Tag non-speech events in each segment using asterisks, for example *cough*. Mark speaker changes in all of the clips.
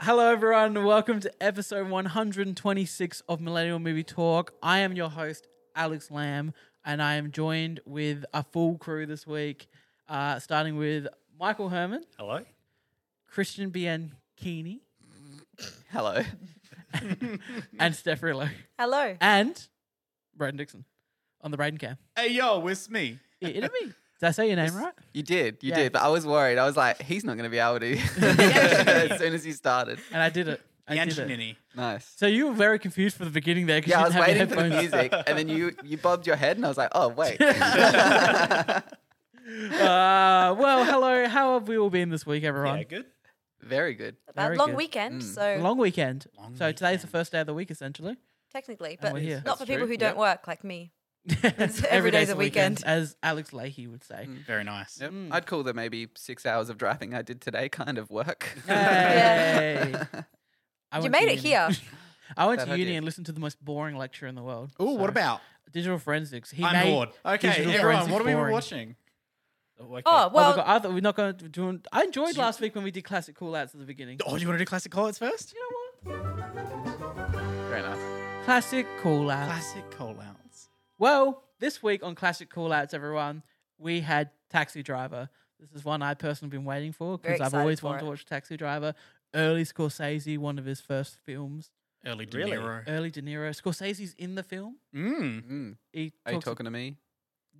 Speaker 1: Hello, everyone. Welcome to episode 126 of Millennial Movie Talk. I am your host, Alex Lamb, and I am joined with a full crew this week, uh, starting with Michael Herman,
Speaker 2: Hello.
Speaker 1: Christian Bianchini,
Speaker 3: Hello.
Speaker 1: and Steph Rillo,
Speaker 4: Hello. Uh,
Speaker 1: and Braden Dixon on the Braden
Speaker 3: *laughs*
Speaker 1: Cam.
Speaker 2: Hey, yo, it's me.
Speaker 1: Yeah, It'll be. Did I say your name right?
Speaker 3: You did, you
Speaker 1: Yeah.
Speaker 3: did, but I was worried. I was like, he's not going to *laughs* be able to as soon as you started.
Speaker 1: And I did it. I did it.
Speaker 2: Yanchinini.
Speaker 3: Nice.
Speaker 1: So you were very confused for the beginning there because
Speaker 3: Yeah, I
Speaker 1: you
Speaker 3: was
Speaker 1: didn't have
Speaker 3: waiting for
Speaker 1: your
Speaker 3: the
Speaker 1: headphones.
Speaker 3: music, and then you you bobbed your head, and I was like,
Speaker 1: *laughs*
Speaker 3: oh wait.
Speaker 1: uh, well, hello. How have we all been this week, everyone?
Speaker 2: Yeah, good.
Speaker 3: Very good.
Speaker 1: Very
Speaker 4: About long
Speaker 1: good.
Speaker 4: weekend,
Speaker 3: Mm.
Speaker 4: so
Speaker 1: long weekend.
Speaker 2: Long
Speaker 1: so today's the
Speaker 2: weekend.
Speaker 1: first day of the week, *laughs* essentially.
Speaker 4: technically,
Speaker 1: we're
Speaker 4: but
Speaker 1: here.
Speaker 4: not
Speaker 3: That's
Speaker 4: for people
Speaker 3: true,
Speaker 4: who don't
Speaker 3: yeah.
Speaker 4: work like me. every day's a weekend.
Speaker 1: as Alex Leahy would say.
Speaker 2: Very nice.
Speaker 3: Yep.
Speaker 1: Hmm.
Speaker 3: I'd call the maybe six hours of driving I did today kind of work. *laughs*
Speaker 1: *laughs*
Speaker 3: Hmm.
Speaker 1: Hey. I
Speaker 4: You
Speaker 1: went
Speaker 4: made
Speaker 1: to
Speaker 4: it
Speaker 1: uni.
Speaker 4: here.
Speaker 1: I went
Speaker 3: That
Speaker 1: to
Speaker 3: I
Speaker 1: uni
Speaker 3: did.
Speaker 1: and listened to the most boring lecture in the world.
Speaker 2: Oh,
Speaker 1: So,
Speaker 2: what about?
Speaker 1: digital forensics? He
Speaker 2: I'm
Speaker 1: made
Speaker 2: bored. Okay,
Speaker 1: digital
Speaker 2: everyone,
Speaker 1: forensics
Speaker 2: what are we
Speaker 1: boring.
Speaker 2: watching? Oh, okay.
Speaker 4: Oh,
Speaker 1: *laughs* Oh, *laughs*
Speaker 4: well,
Speaker 1: we got other, we're not going to do. I enjoyed last week when we did classic call outs at the beginning.
Speaker 2: Oh, do you want to do classic call-outs first?
Speaker 1: You know what?
Speaker 3: Fair enough.
Speaker 1: Classic call outs.
Speaker 2: Classic call-outs.
Speaker 1: Well, this week on Classic Callouts, everyone, we had Taxi Driver. This is one I personally been waiting for
Speaker 4: Very
Speaker 1: because I've
Speaker 4: excited
Speaker 1: always
Speaker 4: for
Speaker 1: wanted to
Speaker 4: it.
Speaker 1: watch Taxi Driver. Early Scorsese, one of his first films.
Speaker 2: Early De
Speaker 5: Really?
Speaker 2: Niro.
Speaker 1: Early De Niro. Scorsese's in the film.
Speaker 2: Mm.
Speaker 3: Mm.
Speaker 1: Oh, He
Speaker 3: Are you
Speaker 1: talks-
Speaker 3: talking
Speaker 1: *gasps*
Speaker 3: to me?
Speaker 1: *laughs*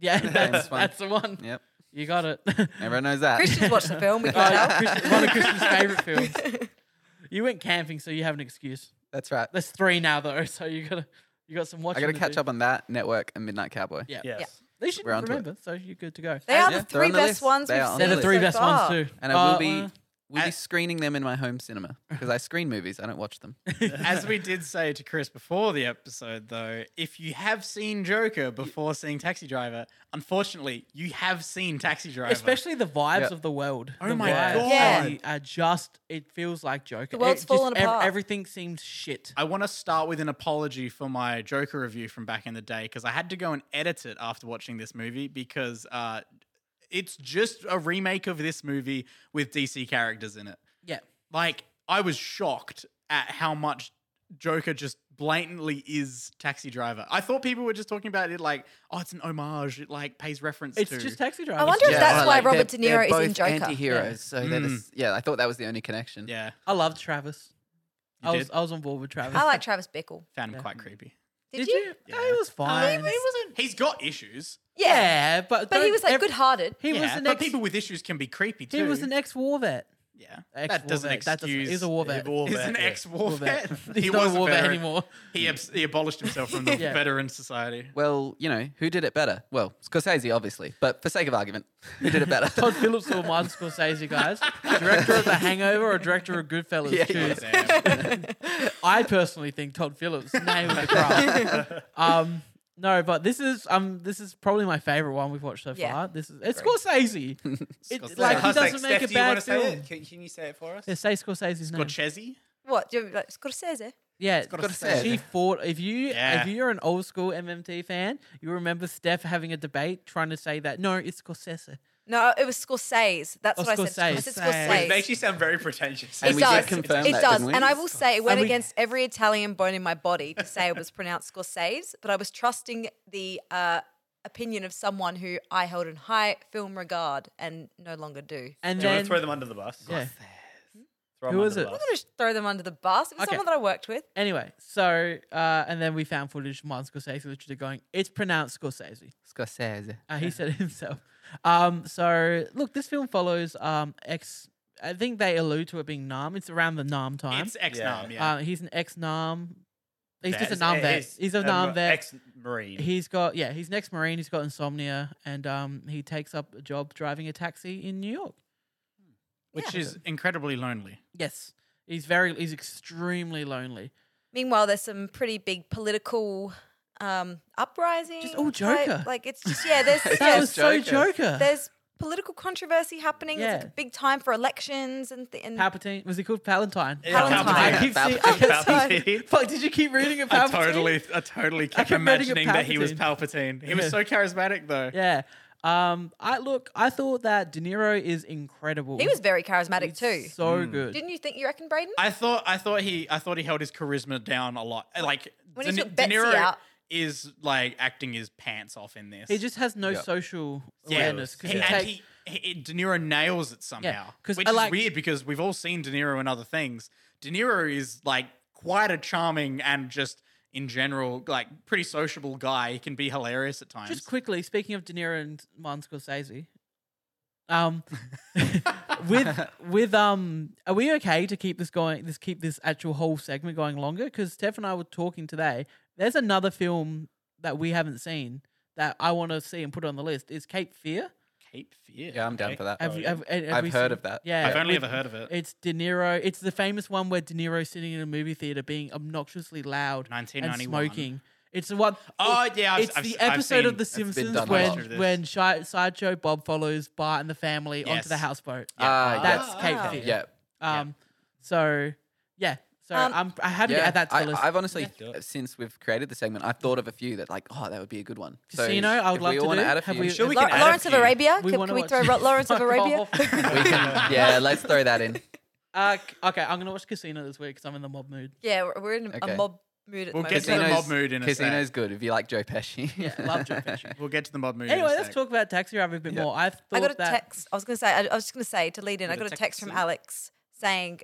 Speaker 1: Yeah, that's,
Speaker 3: fine.
Speaker 1: that's the one.
Speaker 3: Yep.
Speaker 1: You got it. *laughs*
Speaker 3: Everyone knows that.
Speaker 4: Christians watch the film. We
Speaker 1: Oh,
Speaker 4: can
Speaker 1: yeah,
Speaker 4: tell.
Speaker 1: Christian- one of
Speaker 3: *laughs*
Speaker 1: Christian's favorite
Speaker 4: *laughs*
Speaker 1: films. You went camping, so you have an excuse.
Speaker 3: That's right.
Speaker 1: There's three now though, so you gotta you got some
Speaker 3: I
Speaker 1: watching.
Speaker 3: got to
Speaker 1: to
Speaker 3: catch
Speaker 1: do.
Speaker 3: up on that network and Midnight Cowboy.
Speaker 1: Yeah.
Speaker 5: Yes.
Speaker 2: *laughs*
Speaker 1: They should
Speaker 3: We're onto it.
Speaker 1: remember, so you're good to go.
Speaker 4: They are
Speaker 3: Yeah,
Speaker 4: the
Speaker 3: they're on
Speaker 4: three
Speaker 3: the
Speaker 4: best
Speaker 3: list.
Speaker 4: ones
Speaker 3: They
Speaker 4: we've
Speaker 3: are on
Speaker 4: seen. Oh.
Speaker 1: They're the
Speaker 3: Really?
Speaker 1: three
Speaker 4: so
Speaker 1: best
Speaker 4: far.
Speaker 1: ones too.
Speaker 3: And I will
Speaker 1: Uh,
Speaker 3: be *laughs*
Speaker 1: uh,
Speaker 3: will be
Speaker 2: At-
Speaker 3: screening them in my home cinema because I screen movies. I don't
Speaker 1: *laughs*
Speaker 3: watch them.
Speaker 2: As we did say to Chris before the episode, though, if you have seen Joker before seeing Taxi Driver, unfortunately, you have seen Taxi Driver.
Speaker 1: Especially the vibes
Speaker 3: Yeah.
Speaker 1: of the world.
Speaker 2: Oh
Speaker 1: the
Speaker 2: my
Speaker 1: vibes
Speaker 2: God.
Speaker 1: are- are just it feels like Joker.
Speaker 4: The world's
Speaker 1: It just-
Speaker 4: fallen
Speaker 1: ev-
Speaker 4: apart.
Speaker 1: everything seems shit.
Speaker 2: I want to start with an apology for my Joker review from back in the day because I had to go and edit it after watching this movie because uh, it's just a remake of this movie with DC characters in it.
Speaker 1: Yeah.
Speaker 2: Like, I was shocked at how much Joker just blatantly is Taxi Driver. I thought people were just talking about it like, oh, it's an homage. It like pays reference
Speaker 1: It's
Speaker 2: to.
Speaker 1: just taxi driver.
Speaker 4: I wonder if
Speaker 1: Yeah.
Speaker 4: that's
Speaker 3: well,
Speaker 4: why
Speaker 3: like,
Speaker 4: Robert
Speaker 3: they're-
Speaker 4: De Niro
Speaker 3: they're
Speaker 4: is in
Speaker 3: both
Speaker 4: Joker.
Speaker 3: Anti-heroes, so they're the
Speaker 2: Mm.
Speaker 3: s- yeah. I thought that was the only connection.
Speaker 2: yeah,
Speaker 1: I love Travis.
Speaker 2: You
Speaker 1: I
Speaker 2: did?
Speaker 1: was I was on board with Travis.
Speaker 4: I like Travis Bickle.
Speaker 2: found him
Speaker 1: Yeah.
Speaker 2: quite creepy.
Speaker 4: Did,
Speaker 1: you?
Speaker 4: you?
Speaker 1: Yeah, He was fine.
Speaker 2: wasn't. He's got issues.
Speaker 4: Yeah.
Speaker 1: Yeah, but
Speaker 4: But he
Speaker 1: don't
Speaker 4: was like
Speaker 1: ev-
Speaker 4: good-hearted.
Speaker 1: He was
Speaker 2: yeah,
Speaker 1: an
Speaker 2: but
Speaker 1: ex.
Speaker 2: people with issues can be creepy too.
Speaker 1: He was an ex-war vet.
Speaker 2: Yeah,
Speaker 1: Ex
Speaker 2: that doesn't
Speaker 1: war vet. That doesn't-
Speaker 2: excuse.
Speaker 1: he's a war vet.
Speaker 5: War
Speaker 2: He's
Speaker 5: vet,
Speaker 2: an
Speaker 5: yeah.
Speaker 2: ex war vet. *laughs*
Speaker 1: *laughs* He's not a
Speaker 2: was
Speaker 1: war vet
Speaker 2: veteran.
Speaker 1: anymore.
Speaker 2: He, abs- he abolished himself from
Speaker 1: *laughs*
Speaker 2: the
Speaker 1: Yeah.
Speaker 2: veteran society.
Speaker 3: Well, you know who did it better? Well, Scorsese, obviously, but for sake of argument, who did it better?
Speaker 1: *laughs* *laughs* Todd
Speaker 3: *laughs*
Speaker 1: Phillips or Martin Scorsese, guys. Director of The Hangover or director of Goodfellas?
Speaker 3: Yeah,
Speaker 1: Choose.
Speaker 3: yeah.
Speaker 2: Damn.
Speaker 1: I personally think Todd Phillips nailed the craft. um, no, but this is um this is probably my favorite one we've watched so
Speaker 4: Yeah.
Speaker 1: far. This is it's
Speaker 4: Agree.
Speaker 1: Scorsese. It,
Speaker 2: Scorsese.
Speaker 1: like
Speaker 2: I
Speaker 1: he
Speaker 2: was
Speaker 1: doesn't make a bad film.
Speaker 5: Can, you say it for us?
Speaker 1: Yeah, say Scorsese's name.
Speaker 2: Scorsese?
Speaker 4: What? Do you, like, Scorsese?
Speaker 1: yeah,
Speaker 2: Scorsese.
Speaker 1: she fought. If you
Speaker 2: Yeah.
Speaker 1: if you're an old school MMT fan, you remember Steph having a debate trying to say that no, it's Scorsese.
Speaker 4: No, it was Scorsese. That's
Speaker 1: Oh,
Speaker 4: what I said. I
Speaker 1: Scorsese.
Speaker 4: said Scorsese.
Speaker 5: It makes you sound very pretentious.
Speaker 3: And
Speaker 4: it
Speaker 3: we
Speaker 4: does.
Speaker 3: did confirm
Speaker 4: it
Speaker 3: that,
Speaker 4: does.
Speaker 3: didn't we?
Speaker 4: And I will say, it went
Speaker 1: And we-
Speaker 4: against every Italian bone in my body to say it was *laughs* pronounced Scorsese, but I was trusting the uh, opinion of someone who I held in high film regard and no longer do.
Speaker 1: And
Speaker 5: Do you want
Speaker 1: then
Speaker 5: to throw them under the bus?
Speaker 1: yeah.
Speaker 5: Throw
Speaker 1: Who
Speaker 5: them
Speaker 1: is
Speaker 5: under
Speaker 1: it?
Speaker 4: I'm not going to throw them under the bus. It was
Speaker 1: Okay.
Speaker 4: someone that I worked with.
Speaker 1: Anyway, so uh, and then we found footage of Martin Scorsese literally going, "It's pronounced Scorsese."
Speaker 3: *laughs* Scorsese.
Speaker 1: Uh, he said it himself. Um, so look, this film follows um, ex. I think they allude to it being Nam. It's around the Nam time.
Speaker 2: It's ex Nam, yeah.
Speaker 1: Uh, he's an ex Nam. He's just a
Speaker 5: Vet.
Speaker 1: Nam vet.
Speaker 5: He's- um,
Speaker 1: He's, a Nam vet.
Speaker 5: Ex-marine.
Speaker 1: he's got yeah. He's an ex Marine. He's got insomnia, and um, he takes up a job driving a taxi in New York.
Speaker 2: Which
Speaker 4: Yeah.
Speaker 2: is incredibly lonely.
Speaker 1: Yes, he's very. He's extremely lonely.
Speaker 4: Meanwhile, there's some pretty big political um, uprising.
Speaker 1: Just all
Speaker 4: type-
Speaker 1: Joker.
Speaker 4: Like it's just yeah. There's
Speaker 3: That
Speaker 1: That
Speaker 4: yes,
Speaker 1: was
Speaker 3: Yes,
Speaker 1: so
Speaker 3: Joker.
Speaker 1: Joker.
Speaker 4: there's political controversy happening. It's like
Speaker 1: Yeah.
Speaker 4: a big time for elections and th- and
Speaker 1: Palpatine was he called Palantine?
Speaker 5: Yeah,
Speaker 4: Palantine.
Speaker 1: I keep
Speaker 3: Palpatine.
Speaker 1: seeing. I *laughs* kept
Speaker 5: Palpatine.
Speaker 1: seeing- Fuck! Did you keep reading it? Palpatine?
Speaker 2: I totally
Speaker 1: kept imagining that he was
Speaker 2: Palpatine. He
Speaker 1: was so
Speaker 2: charismatic, though.
Speaker 1: Yeah. Um, I look, I thought that De Niro is incredible.
Speaker 4: He was very charismatic too.
Speaker 1: so good.
Speaker 4: Didn't you think? You reckon, Braden?
Speaker 2: I thought I thought he I thought he held his charisma down a lot. Like
Speaker 4: When he
Speaker 2: Ni-
Speaker 4: took Betsy out.
Speaker 2: is like acting his pants off in this.
Speaker 1: he just has no
Speaker 3: Yeah.
Speaker 1: social
Speaker 2: Yeah.
Speaker 1: awareness because
Speaker 2: He-
Speaker 1: he
Speaker 2: and
Speaker 1: takes.
Speaker 2: he, he- De Niro nails it somehow.
Speaker 1: 'cause
Speaker 2: which
Speaker 1: I
Speaker 2: is
Speaker 1: like-
Speaker 2: weird because we've all seen De Niro in other things. De Niro is like quite a charming and just in general like pretty sociable guy. He can be hilarious at times.
Speaker 1: Just quickly, speaking of De Niro and Martin Scorsese, um,
Speaker 3: *laughs*
Speaker 1: with with um, are we okay to keep this going? This keep this actual whole segment going longer because Steph and I were talking today. There's another film that we haven't seen that I want to see and put on the list. Is Cape Fear?
Speaker 2: Cape Fear.
Speaker 3: Oh, Yeah, I'm down
Speaker 2: okay.
Speaker 3: for that.
Speaker 1: Have, you- have- have
Speaker 3: I've
Speaker 1: we
Speaker 3: heard
Speaker 1: seen-
Speaker 3: of that.
Speaker 1: Yeah,
Speaker 2: I've only
Speaker 1: with-
Speaker 2: ever heard of it.
Speaker 1: It's De Niro. It's the famous one where De Niro's sitting in a movie theater being obnoxiously loud and
Speaker 2: 1991.
Speaker 1: smoking. It's the one
Speaker 2: Oh,
Speaker 1: it-
Speaker 2: yeah, I've-
Speaker 1: it's
Speaker 2: I've-
Speaker 1: the
Speaker 2: I've
Speaker 1: episode of
Speaker 2: seen-
Speaker 1: The
Speaker 2: that's been
Speaker 1: Simpsons
Speaker 3: done a
Speaker 1: when
Speaker 3: lot.
Speaker 2: Picture this.
Speaker 1: when Shi- sideshow Bob follows Bart and the family onto
Speaker 2: Yes.
Speaker 1: the houseboat.
Speaker 3: Ah,
Speaker 1: That's
Speaker 2: Ah,
Speaker 1: Cape
Speaker 4: okay.
Speaker 1: Fear.
Speaker 3: yeah.
Speaker 1: Um. So yeah. So
Speaker 4: Um,
Speaker 1: I'm I'm happy to
Speaker 3: Yeah,
Speaker 1: add that to the
Speaker 3: I,
Speaker 1: list.
Speaker 3: I've honestly,
Speaker 5: do it.
Speaker 3: since we've created the segment, I've thought of a few that like, oh, that would be a good one.
Speaker 1: Casino, I would
Speaker 3: if
Speaker 1: love
Speaker 3: we
Speaker 1: to
Speaker 3: all wanna
Speaker 1: do.
Speaker 3: Add a
Speaker 1: Have
Speaker 3: few,
Speaker 1: we-
Speaker 3: sure,
Speaker 2: we
Speaker 4: La-
Speaker 2: can add a
Speaker 4: Lawrence of
Speaker 2: few.
Speaker 4: Arabia.
Speaker 1: we
Speaker 4: can
Speaker 1: wanna
Speaker 4: can we
Speaker 1: watch-
Speaker 4: throw Ro-
Speaker 1: *laughs*
Speaker 4: Lawrence of
Speaker 1: Fuck
Speaker 4: Arabia?
Speaker 1: off.
Speaker 3: we can,
Speaker 1: *laughs*
Speaker 3: *laughs* yeah, let's throw that in.
Speaker 1: uh, c- okay, I'm gonna watch Casino this week because I'm in the mob mood.
Speaker 4: yeah, we're, we're in a
Speaker 3: Okay.
Speaker 4: mob mood at
Speaker 2: We'll
Speaker 4: the
Speaker 2: get
Speaker 4: moment.
Speaker 2: to the
Speaker 4: but-
Speaker 2: mob mood in a sec.
Speaker 3: Casino's good if you like Joe Pesci.
Speaker 1: Yeah, love Joe
Speaker 3: *laughs*
Speaker 1: Pesci.
Speaker 2: We'll get to the mob movie. in a
Speaker 1: Anyway, let's
Speaker 2: sec.
Speaker 1: talk about Taxi Driver a bit
Speaker 3: Yeah.
Speaker 1: more. I thought
Speaker 4: I got a
Speaker 1: that
Speaker 4: text. I was going to say. I, I was just going to say to lead in. I
Speaker 2: Got a
Speaker 4: got a
Speaker 2: text
Speaker 4: text from
Speaker 2: soon?
Speaker 4: Alex saying,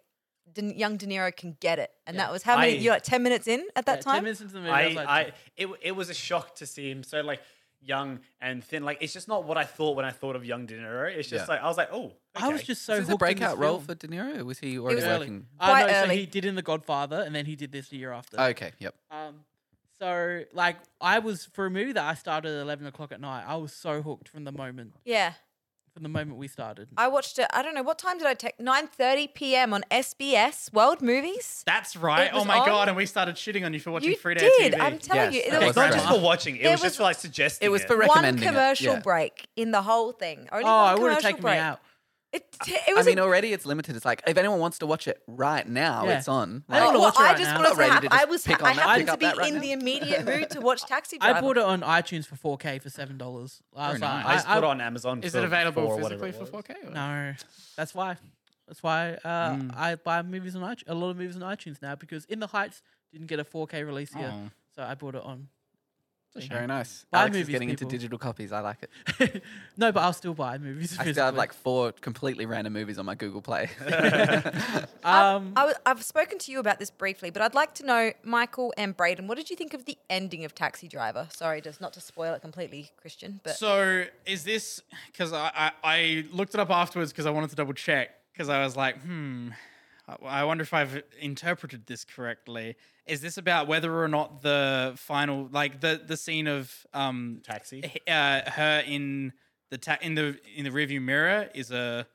Speaker 4: De- "Young De Niro can get it," and that was how many?
Speaker 5: I-
Speaker 4: you like ten minutes in at that
Speaker 1: yeah, Ten
Speaker 4: time.
Speaker 1: minutes into the movie, I,
Speaker 5: I,
Speaker 1: was like,
Speaker 5: I, it, it was a shock to see him so like young and thin. Like it's just not what I thought when I thought of young De Niro. It's just
Speaker 3: Yeah.
Speaker 5: like I was like, oh,
Speaker 1: I was
Speaker 5: okay.
Speaker 1: just so
Speaker 3: So Is this a
Speaker 1: hooked in this
Speaker 3: breakout role
Speaker 1: film.
Speaker 3: for De Niro? Or was he already
Speaker 4: was
Speaker 1: early.
Speaker 3: working?
Speaker 1: Uh,
Speaker 4: Quite
Speaker 1: no, so
Speaker 4: early.
Speaker 1: he did in The Godfather, and then he did this the year after.
Speaker 3: Okay, yep.
Speaker 1: Um, so like I was for a movie that I started at eleven o'clock at night. I was so hooked from the moment
Speaker 4: Yeah,
Speaker 1: from the moment we started.
Speaker 4: I watched it. I don't know what time did I text. Nine thirty p.m. on SBS World Movies.
Speaker 2: That's right.
Speaker 4: It
Speaker 2: Oh
Speaker 4: was
Speaker 2: my
Speaker 4: on-
Speaker 2: god! And we started shitting on you for watching
Speaker 4: you
Speaker 2: free to air
Speaker 4: did.
Speaker 2: TV.
Speaker 4: I'm telling
Speaker 3: Yes,
Speaker 4: you,
Speaker 3: that
Speaker 4: it was
Speaker 5: It's
Speaker 3: was
Speaker 5: not
Speaker 3: great.
Speaker 5: just for watching. It,
Speaker 4: There
Speaker 5: was, just
Speaker 4: was-
Speaker 5: for like suggesting.
Speaker 3: It was for
Speaker 4: one
Speaker 3: recommending. it,
Speaker 4: commercial
Speaker 3: yeah.
Speaker 4: break in the whole thing. Only
Speaker 1: oh,
Speaker 4: one
Speaker 1: I would have
Speaker 4: commercial
Speaker 1: taken
Speaker 4: break.
Speaker 1: me out.
Speaker 4: It, it
Speaker 3: I
Speaker 4: was a
Speaker 3: mean, already it's limited. It's like if anyone wants to watch it right now,
Speaker 1: Yeah.
Speaker 3: it's on.
Speaker 1: I
Speaker 3: Like,
Speaker 1: don't wanna
Speaker 4: Well,
Speaker 1: watch it right
Speaker 4: I just
Speaker 1: now.
Speaker 4: wanted
Speaker 3: Not
Speaker 4: to
Speaker 3: ready
Speaker 4: have,
Speaker 3: to
Speaker 4: I
Speaker 3: just
Speaker 4: was
Speaker 3: pick
Speaker 4: I
Speaker 3: on that,
Speaker 4: happened
Speaker 3: pick
Speaker 4: to
Speaker 3: up
Speaker 4: be
Speaker 3: that right
Speaker 4: in
Speaker 3: now.
Speaker 4: the immediate mood to watch Taxi Driver.
Speaker 1: I bought it on iTunes for four K for seven dollars. I was
Speaker 2: Very
Speaker 1: like,
Speaker 2: nice.
Speaker 5: I just
Speaker 1: I,
Speaker 5: put it
Speaker 1: I-
Speaker 5: on Amazon.
Speaker 2: Is
Speaker 5: for
Speaker 2: it available
Speaker 5: four or whatever
Speaker 2: physically
Speaker 5: it
Speaker 2: for
Speaker 5: was.
Speaker 2: 4K? Or?
Speaker 1: no, that's why. That's why uh, I buy movies on iTunes, a lot of movies on iTunes now because In the Heights didn't get a 4K release here,
Speaker 2: Oh.
Speaker 1: so I bought it on.
Speaker 3: Very nice.
Speaker 1: Buy
Speaker 3: Alex is
Speaker 1: movies,
Speaker 3: getting
Speaker 1: people.
Speaker 3: into digital copies. I like it.
Speaker 1: no, but I'll still buy movies.
Speaker 3: I still have
Speaker 1: physically.
Speaker 3: like four completely random movies on my Google Play.
Speaker 1: um,
Speaker 4: I, have spoken to you about this briefly, but I'd like to know, Michael and Braden, what did you think of the ending of Taxi Driver? Sorry, just not to spoil it completely, Christian, but
Speaker 2: So is this because I, I I looked it up afterwards because I wanted to double check because I was like, hmm, I- I wonder if I've interpreted this correctly. Is this about whether or not the final like the the scene of um *laughs*
Speaker 5: Taxi.
Speaker 2: h- uh, her in the ta- in the in the rearview mirror is a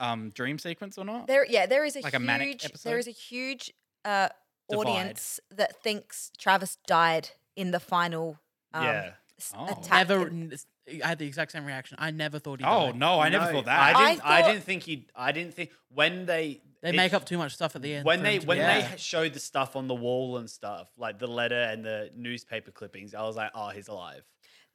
Speaker 2: um dream sequence or not?
Speaker 4: there, yeah, there is a
Speaker 2: Like a
Speaker 4: huge,
Speaker 2: manic episode?
Speaker 4: there is a huge uh,
Speaker 2: Divide.
Speaker 4: audience that thinks Travis died in the final. Um,
Speaker 5: Yeah.
Speaker 4: s-
Speaker 2: Oh.
Speaker 4: attack.
Speaker 1: never. I had the exact same reaction. I never thought he.
Speaker 2: Oh
Speaker 1: died.
Speaker 2: no, I never
Speaker 5: No,
Speaker 2: thought that.
Speaker 5: I
Speaker 4: I
Speaker 5: didn't. I,
Speaker 4: thought-
Speaker 5: didn't think he. I didn't think when they
Speaker 1: They
Speaker 5: it-
Speaker 1: make up too much stuff at the end.
Speaker 5: when
Speaker 1: for
Speaker 5: they
Speaker 1: him to
Speaker 5: when
Speaker 1: be-
Speaker 5: they
Speaker 2: Yeah.
Speaker 5: ha- showed the stuff on the wall and stuff like the letter and the newspaper clippings. I was like, oh, he's alive.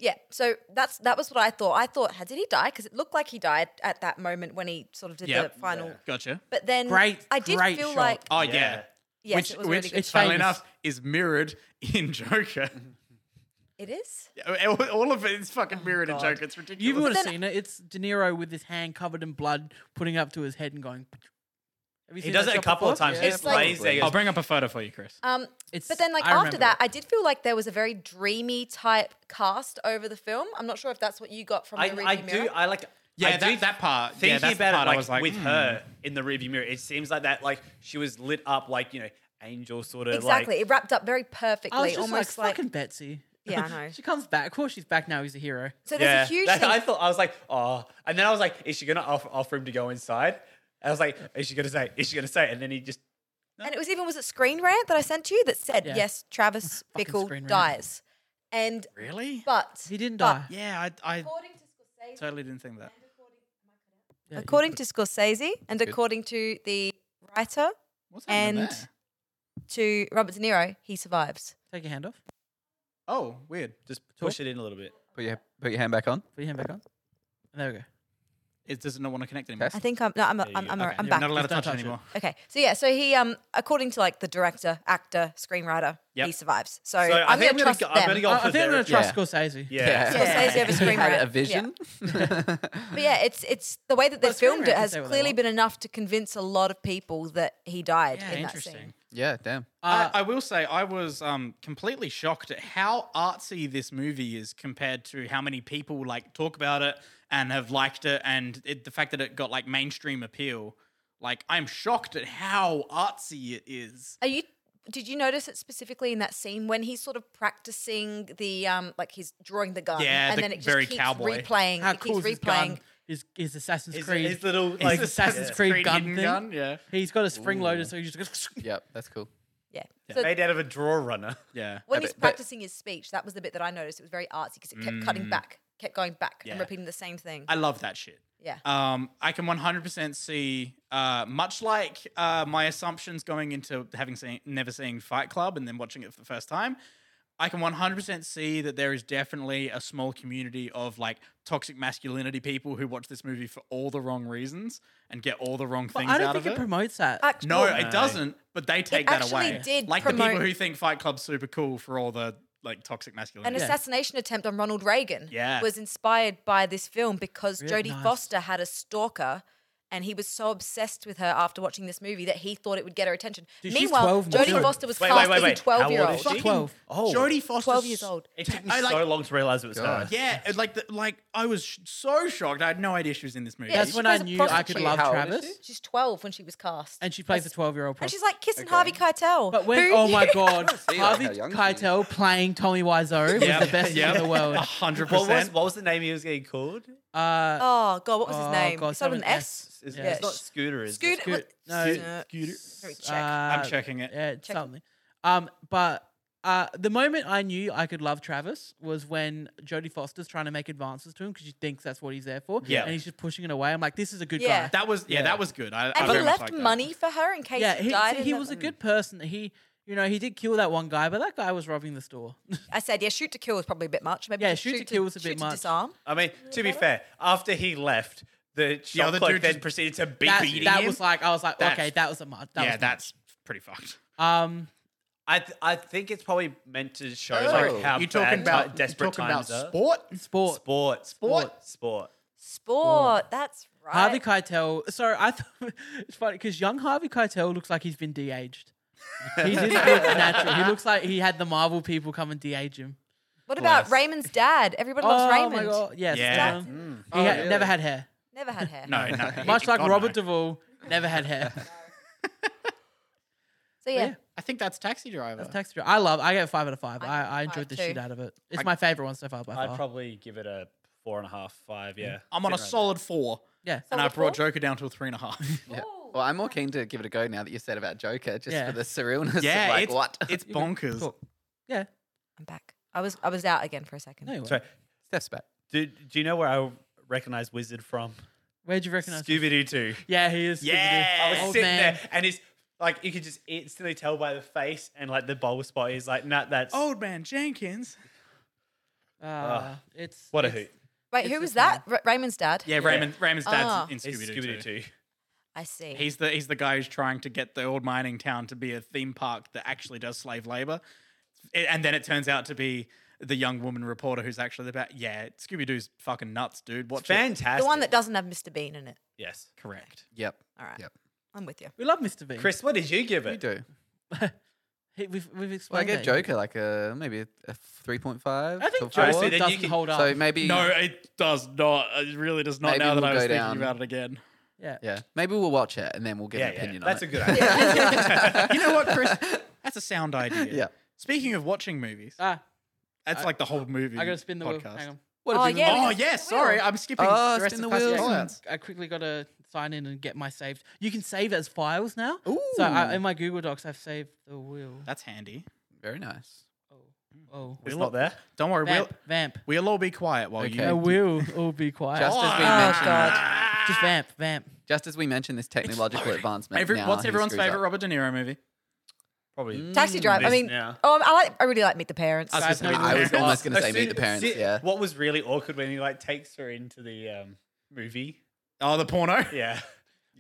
Speaker 4: Yeah, so that's that was what I thought. I thought, "Ha- did he die? Because it looked like he died at that moment when he sort of did
Speaker 2: Yep.
Speaker 4: the final.
Speaker 2: Gotcha.
Speaker 4: But then,
Speaker 1: Great,
Speaker 4: I did
Speaker 1: great
Speaker 4: feel
Speaker 1: shot.
Speaker 4: like
Speaker 2: Oh yeah.
Speaker 5: Yeah.
Speaker 4: yes,
Speaker 2: which,
Speaker 4: it was a
Speaker 2: which
Speaker 4: really good.
Speaker 1: It's
Speaker 2: funnily
Speaker 1: famous.
Speaker 2: enough, is mirrored in Joker.
Speaker 4: It is.
Speaker 2: *laughs* All of it is fucking mirrored in Joker. It's ridiculous.
Speaker 1: You would have
Speaker 4: Then-
Speaker 1: seen it. It's De Niro with his hand covered in blood, putting it up to his head and going. Have you
Speaker 5: He
Speaker 1: seen
Speaker 5: does
Speaker 1: that
Speaker 5: it a
Speaker 1: shot
Speaker 5: couple of
Speaker 1: before?
Speaker 5: times.
Speaker 1: Yeah.
Speaker 5: he just plays there.
Speaker 3: probably.
Speaker 5: he
Speaker 2: I'll
Speaker 5: Goes,
Speaker 2: bring up a photo for you, Chris.
Speaker 4: Um,
Speaker 1: It's-
Speaker 4: but then, like
Speaker 1: I remember
Speaker 4: after that,
Speaker 1: it.
Speaker 4: I did feel like there was a very dreamy type cast over the film. I'm not sure if that's what you got from
Speaker 5: I,
Speaker 4: the
Speaker 5: I
Speaker 4: review mirror.
Speaker 5: do. I like.
Speaker 2: Yeah,
Speaker 5: I do
Speaker 2: that- that part. Yeah,
Speaker 5: Thinking
Speaker 2: that's the
Speaker 5: about
Speaker 2: part
Speaker 5: it,
Speaker 2: I
Speaker 5: like,
Speaker 2: was like,
Speaker 5: with
Speaker 2: hmm.
Speaker 5: her in the rearview mirror, it seems like that. Like she was lit up, like you know, angel sort of.
Speaker 4: exactly,
Speaker 5: Like,
Speaker 4: it wrapped up very perfectly,
Speaker 1: I was just
Speaker 4: almost
Speaker 1: like
Speaker 4: like.
Speaker 1: fucking Betsy.
Speaker 4: *laughs* Yeah, I know.
Speaker 1: she comes back. Of course, she's back now. He's a hero.
Speaker 4: so there's
Speaker 5: yeah.
Speaker 4: a
Speaker 1: *laughs*
Speaker 4: huge
Speaker 5: That-
Speaker 4: thing.
Speaker 5: I thought I was like, oh, and then I was like, is she gonna offer, offer him to go inside? I was like, is she gonna say? Is she gonna say? it? And then he just
Speaker 4: And it was even was it Screen Rant that I sent to you that said
Speaker 1: Yeah.
Speaker 4: yes, Travis
Speaker 1: *laughs* Fucking Screen
Speaker 4: Bickle
Speaker 1: Rant.
Speaker 4: dies, and
Speaker 2: Really?
Speaker 4: but
Speaker 1: He didn't
Speaker 4: but
Speaker 1: die.
Speaker 2: Yeah, I, I
Speaker 4: According to Scorsese,
Speaker 2: totally didn't think that.
Speaker 1: Yeah, he-
Speaker 4: according to Scorsese, and according to the writer,
Speaker 2: What's happening
Speaker 4: and
Speaker 2: there?
Speaker 4: to Robert De Niro, he survives.
Speaker 1: take your hand off.
Speaker 2: Oh, weird.
Speaker 5: just push it in a little bit.
Speaker 3: put your put your hand back on.
Speaker 1: Put your hand back on. There we go.
Speaker 2: It doesn't want to connect anymore.
Speaker 3: Test.
Speaker 4: I think I'm no, I'm I'm, I'm, I'm,
Speaker 2: Okay,
Speaker 4: I'm
Speaker 2: you're
Speaker 4: back.
Speaker 2: Not allowed to
Speaker 1: Just don't
Speaker 2: touch it
Speaker 1: touch it.
Speaker 2: anymore.
Speaker 4: Okay, so yeah, so he um according to like the director, actor, screenwriter,
Speaker 5: Yep.
Speaker 4: he survives. So,
Speaker 5: So I
Speaker 4: I'm
Speaker 5: think
Speaker 4: gonna
Speaker 5: I'm gonna
Speaker 4: trust
Speaker 5: go-
Speaker 4: them.
Speaker 5: I'm gonna go
Speaker 1: I, I
Speaker 5: for
Speaker 1: think I'm going to
Speaker 5: therapy.
Speaker 1: trust
Speaker 3: Yeah.
Speaker 1: Scorsese.
Speaker 5: Yeah.
Speaker 3: *laughs*
Speaker 4: Scorsese over Scream
Speaker 3: Had
Speaker 4: Rider.
Speaker 3: a vision.
Speaker 4: But yeah, it's it's the way that they
Speaker 1: Well, it's
Speaker 4: filmed
Speaker 1: screenwriters
Speaker 4: it has
Speaker 1: say what they
Speaker 4: clearly
Speaker 1: want.
Speaker 4: been enough to convince a lot of people that he died
Speaker 2: Yeah,
Speaker 4: in that
Speaker 2: interesting.
Speaker 4: scene.
Speaker 3: yeah, damn.
Speaker 1: Uh,
Speaker 2: I, I will say I was um, completely shocked at how artsy this movie is compared to how many people like talk about it and have liked it, and it, the fact that it got like mainstream appeal. Like I'm shocked at how artsy it is.
Speaker 4: Are you? Did you notice it specifically in that scene when he's sort of practicing the um like he's drawing the gun
Speaker 2: Yeah,
Speaker 4: and
Speaker 2: the
Speaker 4: then it just
Speaker 2: very
Speaker 4: keeps
Speaker 2: cowboy.
Speaker 4: replaying,
Speaker 1: how
Speaker 4: it
Speaker 1: cool
Speaker 4: keeps
Speaker 1: is his
Speaker 4: replaying.
Speaker 1: gun? His, his Assassin's
Speaker 5: His,
Speaker 1: Creed.
Speaker 5: his little like
Speaker 1: Assassin's
Speaker 5: yeah.
Speaker 1: Creed
Speaker 2: Creed
Speaker 1: gun
Speaker 2: hidden
Speaker 1: thing?
Speaker 2: gun, yeah,
Speaker 1: He's got a spring loader, so he just goes.
Speaker 3: Yep, that's cool.
Speaker 4: Yeah. So
Speaker 5: made out of a draw runner.
Speaker 2: yeah.
Speaker 4: when
Speaker 3: Yeah,
Speaker 4: he's
Speaker 3: but- but-
Speaker 4: practicing his speech, that was the bit that I noticed. It was very artsy because it kept cutting back, kept going back
Speaker 2: Yeah.
Speaker 4: and repeating the same thing.
Speaker 2: I love that shit.
Speaker 4: yeah.
Speaker 2: Um, I can 100% see, uh, much like uh, my assumptions going into having seen, never seeing Fight Club and then watching it for the first time, I can 100% see that there is definitely a small community of like toxic masculinity people who watch this movie for all the wrong reasons and get all the wrong
Speaker 1: But *laughs*
Speaker 2: things
Speaker 1: I don't
Speaker 2: out
Speaker 1: think
Speaker 2: of
Speaker 1: it promotes that.
Speaker 4: Act-
Speaker 2: no,
Speaker 4: well,
Speaker 2: it doesn't. But they take that
Speaker 4: actually
Speaker 2: away.
Speaker 4: did
Speaker 2: like the
Speaker 4: promote-
Speaker 2: people who think Fight Club's super cool for all the like toxic
Speaker 4: an
Speaker 2: masculinity.
Speaker 4: assassination attempt on Ronald Reagan
Speaker 2: Yeah.
Speaker 4: was inspired by this film because
Speaker 1: Really
Speaker 4: Jodie
Speaker 1: nice.
Speaker 4: Foster had a stalker and he was so obsessed with her after watching this movie that he thought it would get her attention.
Speaker 1: Dude, she's
Speaker 4: Meanwhile,
Speaker 1: 12 now.
Speaker 4: Jodie
Speaker 1: Dude,
Speaker 4: Foster was
Speaker 5: wait, wait,
Speaker 4: cast
Speaker 5: wait,
Speaker 4: as a
Speaker 5: wait.
Speaker 4: 12 year
Speaker 5: How old is
Speaker 4: old.
Speaker 5: she?
Speaker 1: Twelve.
Speaker 5: Oh,
Speaker 2: Jodie Foster,
Speaker 4: 12 years old.
Speaker 5: It took me
Speaker 2: I, like-
Speaker 5: so long to realize it was her.
Speaker 3: God.
Speaker 2: Yeah, it- like the, like I was sh- so shocked. I had no idea she was in this movie.
Speaker 4: Yeah,
Speaker 1: That's
Speaker 4: she
Speaker 1: when I
Speaker 4: plays a
Speaker 1: knew I could
Speaker 4: prostitute.
Speaker 1: love
Speaker 3: How old is
Speaker 1: Travis,
Speaker 3: she?
Speaker 4: She's 12 when she was cast.
Speaker 1: and she plays the twelve-year-old.
Speaker 4: And she's like kissing Harvey Keitel.
Speaker 1: But when,
Speaker 4: who
Speaker 1: oh my
Speaker 2: *laughs*
Speaker 4: knew?
Speaker 1: god,
Speaker 3: see, like,
Speaker 1: Harvey
Speaker 3: how young she
Speaker 1: Keitel playing Tommy Wiseau was the best thing in the
Speaker 2: *laughs*
Speaker 1: world.
Speaker 2: A hundred
Speaker 5: *laughs* What was
Speaker 2: percent.
Speaker 5: what was the name he was getting called?
Speaker 1: Uh,
Speaker 4: *laughs* Oh god, what was his
Speaker 1: oh
Speaker 4: name?
Speaker 1: God,
Speaker 4: It's not
Speaker 1: someone
Speaker 4: an S.
Speaker 5: It's,
Speaker 1: Yeah.
Speaker 5: it's not Scooter, is
Speaker 4: Scoot.
Speaker 5: it?
Speaker 1: Scoot- no,
Speaker 4: Scooter. Let me check.
Speaker 2: I'm checking it.
Speaker 1: uh, Yeah,
Speaker 4: Check.
Speaker 1: something. Um, but uh, the moment I knew I could love Travis was when Jodie Foster's trying to make advances to him because she thinks that's what he's there for.
Speaker 2: Yeah.
Speaker 1: and he's just pushing it away. I'm like, this is a good
Speaker 4: Yeah.
Speaker 1: guy.
Speaker 2: That was yeah, that was good. I, I
Speaker 4: and he
Speaker 2: very much
Speaker 4: left
Speaker 2: liked that.
Speaker 4: money for her in case
Speaker 1: yeah,
Speaker 4: he, died.
Speaker 1: he,
Speaker 4: in
Speaker 1: he
Speaker 4: the-
Speaker 1: was a good person. He, you know, he did kill that one guy, but that guy was robbing the store. *laughs*
Speaker 4: I said, yeah, shoot to kill was probably a bit much. Maybe
Speaker 1: Yeah,
Speaker 4: just
Speaker 1: shoot to kill was a
Speaker 4: shoot
Speaker 1: bit
Speaker 4: to
Speaker 1: much.
Speaker 4: Disarm.
Speaker 5: I mean, to be fair, after he left, the shop
Speaker 2: other
Speaker 5: clerk
Speaker 2: dude
Speaker 5: then
Speaker 2: just-
Speaker 5: proceeded to be
Speaker 1: that
Speaker 5: beating
Speaker 1: that
Speaker 5: him.
Speaker 1: was like, I was like,
Speaker 2: That's-
Speaker 1: okay, that was a much. That
Speaker 2: yeah,
Speaker 1: was a
Speaker 2: that's pretty fucked.
Speaker 1: much. um.
Speaker 5: I th- I think it's probably meant to show
Speaker 3: Oh.
Speaker 5: like how
Speaker 2: you
Speaker 5: bad,
Speaker 2: talking about
Speaker 5: ti- desperate
Speaker 2: you talking about
Speaker 5: times are.
Speaker 2: sport?
Speaker 1: Sport.
Speaker 5: Sport, sport, sport.
Speaker 4: Sport. That's right.
Speaker 1: Harvey Keitel. Sorry, I thought *laughs* it's funny because young Harvey Keitel looks like he's been de-aged. He didn't
Speaker 3: *laughs*
Speaker 1: look natural. He looks like he had the Marvel people come and de-age him. Oh,
Speaker 4: what about
Speaker 2: Bless.
Speaker 4: Raymond's dad? Everyone loves Raymond.
Speaker 1: my god! Yes,
Speaker 2: Yeah.
Speaker 1: um,
Speaker 5: Mm.
Speaker 1: he
Speaker 3: Oh,
Speaker 1: had-
Speaker 3: really?
Speaker 1: never had hair.
Speaker 4: Never had hair. *laughs*
Speaker 2: No, no.
Speaker 1: Much like
Speaker 2: God,
Speaker 1: Robert
Speaker 2: no.
Speaker 1: Duvall, never had
Speaker 5: *laughs*
Speaker 1: hair.
Speaker 4: So yeah,
Speaker 1: yeah.
Speaker 2: I think that's Taxi Driver.
Speaker 1: Taxi Driver. I love. I get five out of five. I, I enjoyed
Speaker 4: five
Speaker 1: the
Speaker 4: too.
Speaker 1: shit out of it. It's my favorite one so far by
Speaker 5: I'd
Speaker 1: far.
Speaker 5: probably give it a four and a half, five. Yeah,
Speaker 2: I'm on a solid four,
Speaker 1: yeah.
Speaker 2: and I
Speaker 4: Solid
Speaker 2: brought
Speaker 4: four?
Speaker 2: Joker down to a three and a half.
Speaker 3: Yeah. Well, I'm more keen to give it a go now that you said about Joker, just
Speaker 1: Yeah.
Speaker 3: for the surrealness.
Speaker 2: yeah,
Speaker 3: of like
Speaker 2: it's,
Speaker 3: what? *laughs*
Speaker 2: It's bonkers.
Speaker 1: Cool. Yeah.
Speaker 4: I'm back. I was I was out again for a second.
Speaker 1: No, you weren't.
Speaker 5: Sorry,
Speaker 3: Steps back.
Speaker 5: do, do you know where I recognize Wizard from?
Speaker 1: Where'd you recognize? him?
Speaker 5: Scooby Doo Two.
Speaker 1: Yeah, he is. Scooby-Doo.
Speaker 5: I was
Speaker 1: Old
Speaker 5: sitting
Speaker 1: man.
Speaker 5: there, and he's like, you could just instantly tell by the face and like the bowl spot. He's like, nah, that's
Speaker 2: Old man Jenkins.
Speaker 1: Uh, it's
Speaker 5: what a
Speaker 1: it's-
Speaker 5: hoot.
Speaker 4: Wait, who was that? Ra- Raymond's dad.
Speaker 2: Yeah, Raymond. Raymond's
Speaker 4: Ah.
Speaker 2: dad's in
Speaker 5: It's
Speaker 2: Scooby Doo.
Speaker 5: Scooby Doo Two.
Speaker 4: I see.
Speaker 2: He's the he's the guy who's trying to get the old mining town to be a theme park that actually does slave labor, I- and then it turns out to be the young woman reporter who's actually the bat. Yeah, Scooby Doo's fucking nuts, dude. Watch it.
Speaker 5: Fantastic.
Speaker 4: the one that doesn't have Mr. Bean in it.
Speaker 5: Yes.
Speaker 2: Correct.
Speaker 3: Yep.
Speaker 4: All right.
Speaker 3: Yep.
Speaker 4: I'm with you.
Speaker 1: We love Mr. Bean.
Speaker 5: Chris, what did you give
Speaker 3: You
Speaker 5: it?
Speaker 3: do.
Speaker 1: He- we've we've
Speaker 3: Well, I
Speaker 1: explained.
Speaker 3: gave
Speaker 1: that.
Speaker 3: Joker like a maybe a, a 3.5.
Speaker 1: I think
Speaker 3: to a
Speaker 5: Joker-
Speaker 1: Joker
Speaker 5: Honestly,
Speaker 3: four.
Speaker 5: then you
Speaker 1: doesn't
Speaker 5: can-
Speaker 1: hold up.
Speaker 3: So maybe
Speaker 2: No, it does not. It really does not.
Speaker 3: Maybe
Speaker 2: now that
Speaker 3: we'll
Speaker 2: I was
Speaker 3: go
Speaker 2: thinking
Speaker 3: down.
Speaker 2: about it again.
Speaker 3: *laughs*
Speaker 1: yeah.
Speaker 3: Yeah, maybe we'll watch it and then we'll give
Speaker 5: Yeah,
Speaker 3: an
Speaker 5: yeah.
Speaker 3: opinion on
Speaker 5: That's
Speaker 3: it.
Speaker 5: a good idea.
Speaker 2: you know what, Chris? *laughs* That's a sound idea.
Speaker 3: Yeah.
Speaker 2: Speaking of watching movies,
Speaker 1: Ah,
Speaker 2: that's like the whole movie.
Speaker 1: I gotta spin the
Speaker 2: podcast.
Speaker 1: wheel. Hang on.
Speaker 3: What
Speaker 4: Oh,
Speaker 3: have you
Speaker 4: yeah,
Speaker 3: been
Speaker 4: we
Speaker 2: Oh
Speaker 4: gotta spin
Speaker 2: yeah,
Speaker 4: the
Speaker 2: sorry,
Speaker 4: wheel.
Speaker 2: I'm skipping
Speaker 3: Oh,
Speaker 2: the rest
Speaker 3: spin
Speaker 2: of
Speaker 3: the
Speaker 2: Classic
Speaker 3: wheels.
Speaker 2: Call-Outs.
Speaker 1: I quickly gotta sign in and get my saved. You can save as files now. So I, in my Google Docs, I've saved the wheel.
Speaker 2: That's handy.
Speaker 3: Very nice.
Speaker 1: Oh,
Speaker 5: It's not there.
Speaker 2: Don't worry, we'll
Speaker 1: vamp, vamp.
Speaker 2: we'll all be quiet while
Speaker 3: Okay.
Speaker 1: I
Speaker 2: you.
Speaker 1: will all be quiet.
Speaker 3: Just
Speaker 1: Just,
Speaker 3: as we
Speaker 4: Oh,
Speaker 3: mentioned,
Speaker 4: God.
Speaker 1: vamp, vamp.
Speaker 3: just as we mentioned this technological advancement.
Speaker 2: Every,
Speaker 3: now
Speaker 2: what's
Speaker 3: he
Speaker 2: everyone's
Speaker 3: screws
Speaker 2: favorite
Speaker 3: up.
Speaker 2: Robert De Niro movie?
Speaker 5: Probably.
Speaker 4: Mm. Taxi Driver. I
Speaker 5: Mm, This
Speaker 4: mean,
Speaker 5: now.
Speaker 4: oh, I like. I really like Meet the Parents.
Speaker 2: I was
Speaker 1: Guys,
Speaker 2: gonna
Speaker 1: no
Speaker 2: say-
Speaker 1: rules.
Speaker 5: *laughs*
Speaker 3: I was almost going to
Speaker 5: As
Speaker 3: say
Speaker 5: soon-
Speaker 3: meet the parents.
Speaker 5: see,
Speaker 3: Yeah.
Speaker 5: What was really awkward when he like takes her into the um movie.
Speaker 2: Oh, the porno.
Speaker 5: Yeah.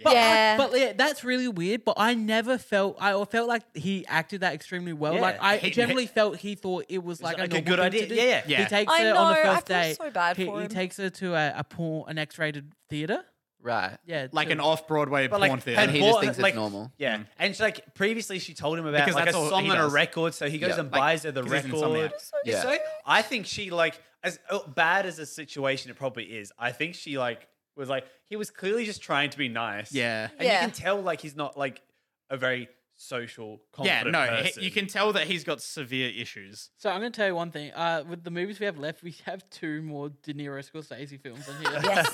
Speaker 1: But,
Speaker 4: Yeah.
Speaker 1: but yeah, that's really weird. But I never felt I felt like he acted that extremely well.
Speaker 5: Yeah.
Speaker 1: Like I
Speaker 2: He-
Speaker 1: generally felt he thought it was like,
Speaker 5: like a
Speaker 1: a, normal
Speaker 5: good
Speaker 1: thing
Speaker 5: idea.
Speaker 1: to do.
Speaker 5: Yeah, yeah.
Speaker 2: Yeah.
Speaker 1: He takes
Speaker 4: I
Speaker 1: her on the
Speaker 4: know, I
Speaker 1: first
Speaker 4: feel
Speaker 1: date.
Speaker 4: so bad
Speaker 1: he,
Speaker 4: for
Speaker 1: he
Speaker 4: him.
Speaker 1: takes her to a, a porn, an X-rated theater.
Speaker 3: Right.
Speaker 1: Yeah,
Speaker 2: Like
Speaker 1: to-
Speaker 2: an off-Broadway
Speaker 5: But
Speaker 2: porn
Speaker 5: like,
Speaker 2: theater.
Speaker 3: And he just thinks it's
Speaker 5: like,
Speaker 3: normal.
Speaker 5: Yeah, and she, like previously, she told him about
Speaker 2: Because
Speaker 5: like
Speaker 2: that's
Speaker 5: a
Speaker 2: all
Speaker 5: song
Speaker 2: he
Speaker 5: and a
Speaker 2: does.
Speaker 5: record, so he goes
Speaker 3: Yeah,
Speaker 5: and
Speaker 2: like,
Speaker 5: buys her the
Speaker 2: 'cause he's an
Speaker 5: record.
Speaker 2: insomniac.
Speaker 3: Yeah.
Speaker 5: So I think she like as uh, bad as the situation it probably is. I think she like was like he was clearly just trying to be nice.
Speaker 2: Yeah.
Speaker 5: and
Speaker 4: Yeah.
Speaker 5: you can tell like he's not like a very social,
Speaker 2: yeah,
Speaker 5: confident
Speaker 2: no, he-
Speaker 5: person.
Speaker 2: you can tell that he's got severe issues.
Speaker 1: So I'm going to tell you one thing. Uh, with the movies we have left, we have two more De Niro Scorsese films on here.
Speaker 3: Very
Speaker 4: Yes.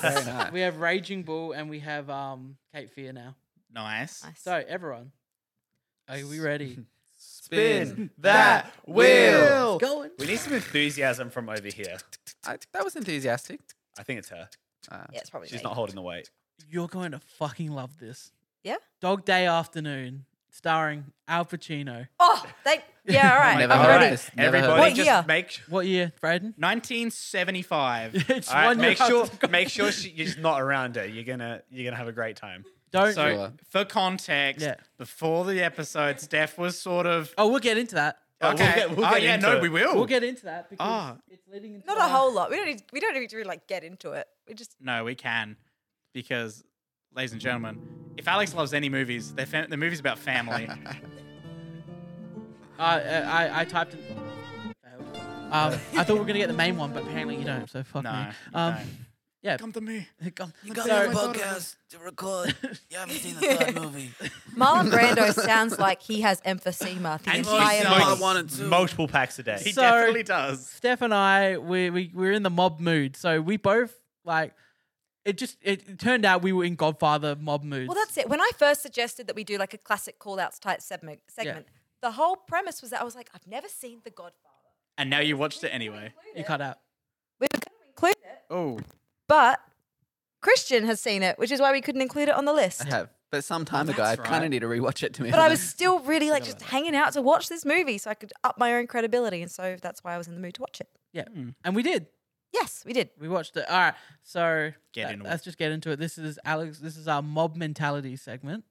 Speaker 1: *laughs*
Speaker 3: nice.
Speaker 1: We have Raging Bull and we have um, Cape Fear now.
Speaker 2: Nice.
Speaker 4: Nice.
Speaker 1: So everyone, are we ready?
Speaker 5: spin
Speaker 3: that
Speaker 2: Oh,
Speaker 3: wheel.
Speaker 1: Going.
Speaker 5: We need some enthusiasm from over here.
Speaker 3: I, that was enthusiastic.
Speaker 5: I think it's her.
Speaker 3: Uh,
Speaker 4: yeah, it's probably
Speaker 5: She's
Speaker 4: me.
Speaker 5: not holding the weight.
Speaker 1: *laughs* You're going to fucking love this.
Speaker 4: Yeah?
Speaker 1: Dog Day Afternoon, starring Al Pacino.
Speaker 4: Oh, they, yeah, all right.
Speaker 3: Never
Speaker 4: I'm
Speaker 3: heard
Speaker 4: ready.
Speaker 3: of this. Never heard
Speaker 5: everybody,
Speaker 4: What
Speaker 3: of
Speaker 5: just
Speaker 4: year?
Speaker 5: make sure.
Speaker 1: What year, Braden?
Speaker 2: 1975.
Speaker 1: it's
Speaker 5: All right,
Speaker 1: one year
Speaker 5: make sure,
Speaker 1: after-
Speaker 2: *laughs*
Speaker 5: make sure she, you're just not around her. You're gonna, you're gonna have a great time.
Speaker 1: Don't.
Speaker 2: so,
Speaker 3: Sure.
Speaker 2: for context,
Speaker 1: Yeah.
Speaker 2: before the episode, Steph was sort of.
Speaker 1: oh, we'll get into that.
Speaker 5: Oh,
Speaker 2: Okay.
Speaker 5: we'll get- we'll
Speaker 2: oh,
Speaker 5: get
Speaker 2: yeah,
Speaker 5: into
Speaker 2: no,
Speaker 5: it.
Speaker 2: we will.
Speaker 1: We'll get into that because
Speaker 2: Ah.
Speaker 1: it's leading into
Speaker 4: Not
Speaker 1: our-
Speaker 4: a whole lot. We don't need, we don't need to really like get into it. We just
Speaker 2: no, we can. Because, ladies and gentlemen, if Alex loves any movies, they're, fam- they're movies about family.
Speaker 1: Uh, I, I, I typed in.
Speaker 4: *laughs*
Speaker 1: Um, I thought we were gonna get the main one, but apparently you don't. So fuck
Speaker 2: no.
Speaker 1: me.
Speaker 2: you
Speaker 1: Um,
Speaker 2: don't.
Speaker 1: yeah.
Speaker 2: Come to me.
Speaker 1: *laughs* Come-
Speaker 2: got
Speaker 1: so-
Speaker 2: me on my podcast
Speaker 3: to record. *laughs* You haven't seen the third movie.
Speaker 4: Marlon Brando sounds like he has emphysema the
Speaker 2: And he
Speaker 4: entire
Speaker 2: smokes
Speaker 4: movie.
Speaker 2: one
Speaker 5: Multiple packs a day.
Speaker 2: He
Speaker 1: So-
Speaker 2: definitely does.
Speaker 1: Steph and I, we, we we're in the mob mood, so we both like. It just it, it turned out we were in Godfather mob mood.
Speaker 4: Well, that's it. When I first suggested that we do like a classic call outs type segment, segment the whole premise was that I was like, I've never seen The Godfather.
Speaker 2: And now you watched it anyway.
Speaker 1: you cut out.
Speaker 4: We were going to include it,
Speaker 2: Oh.
Speaker 4: but Christian has seen it, which is why we couldn't include it on the list.
Speaker 2: *laughs*
Speaker 3: I have, but some time ago, I
Speaker 2: That's
Speaker 3: kind of
Speaker 2: right.
Speaker 3: need to rewatch it to me.
Speaker 4: But I was still really like just hanging out to watch this movie so I could up my own credibility. And so that's why I was in the mood to watch it.
Speaker 1: Yeah,
Speaker 2: Hmm.
Speaker 1: and we did.
Speaker 4: Yes, we did.
Speaker 1: We watched it. All right, so
Speaker 2: Get
Speaker 1: that-
Speaker 2: into it.
Speaker 1: let's just get into it. This is Alex. This is our mob mentality segment.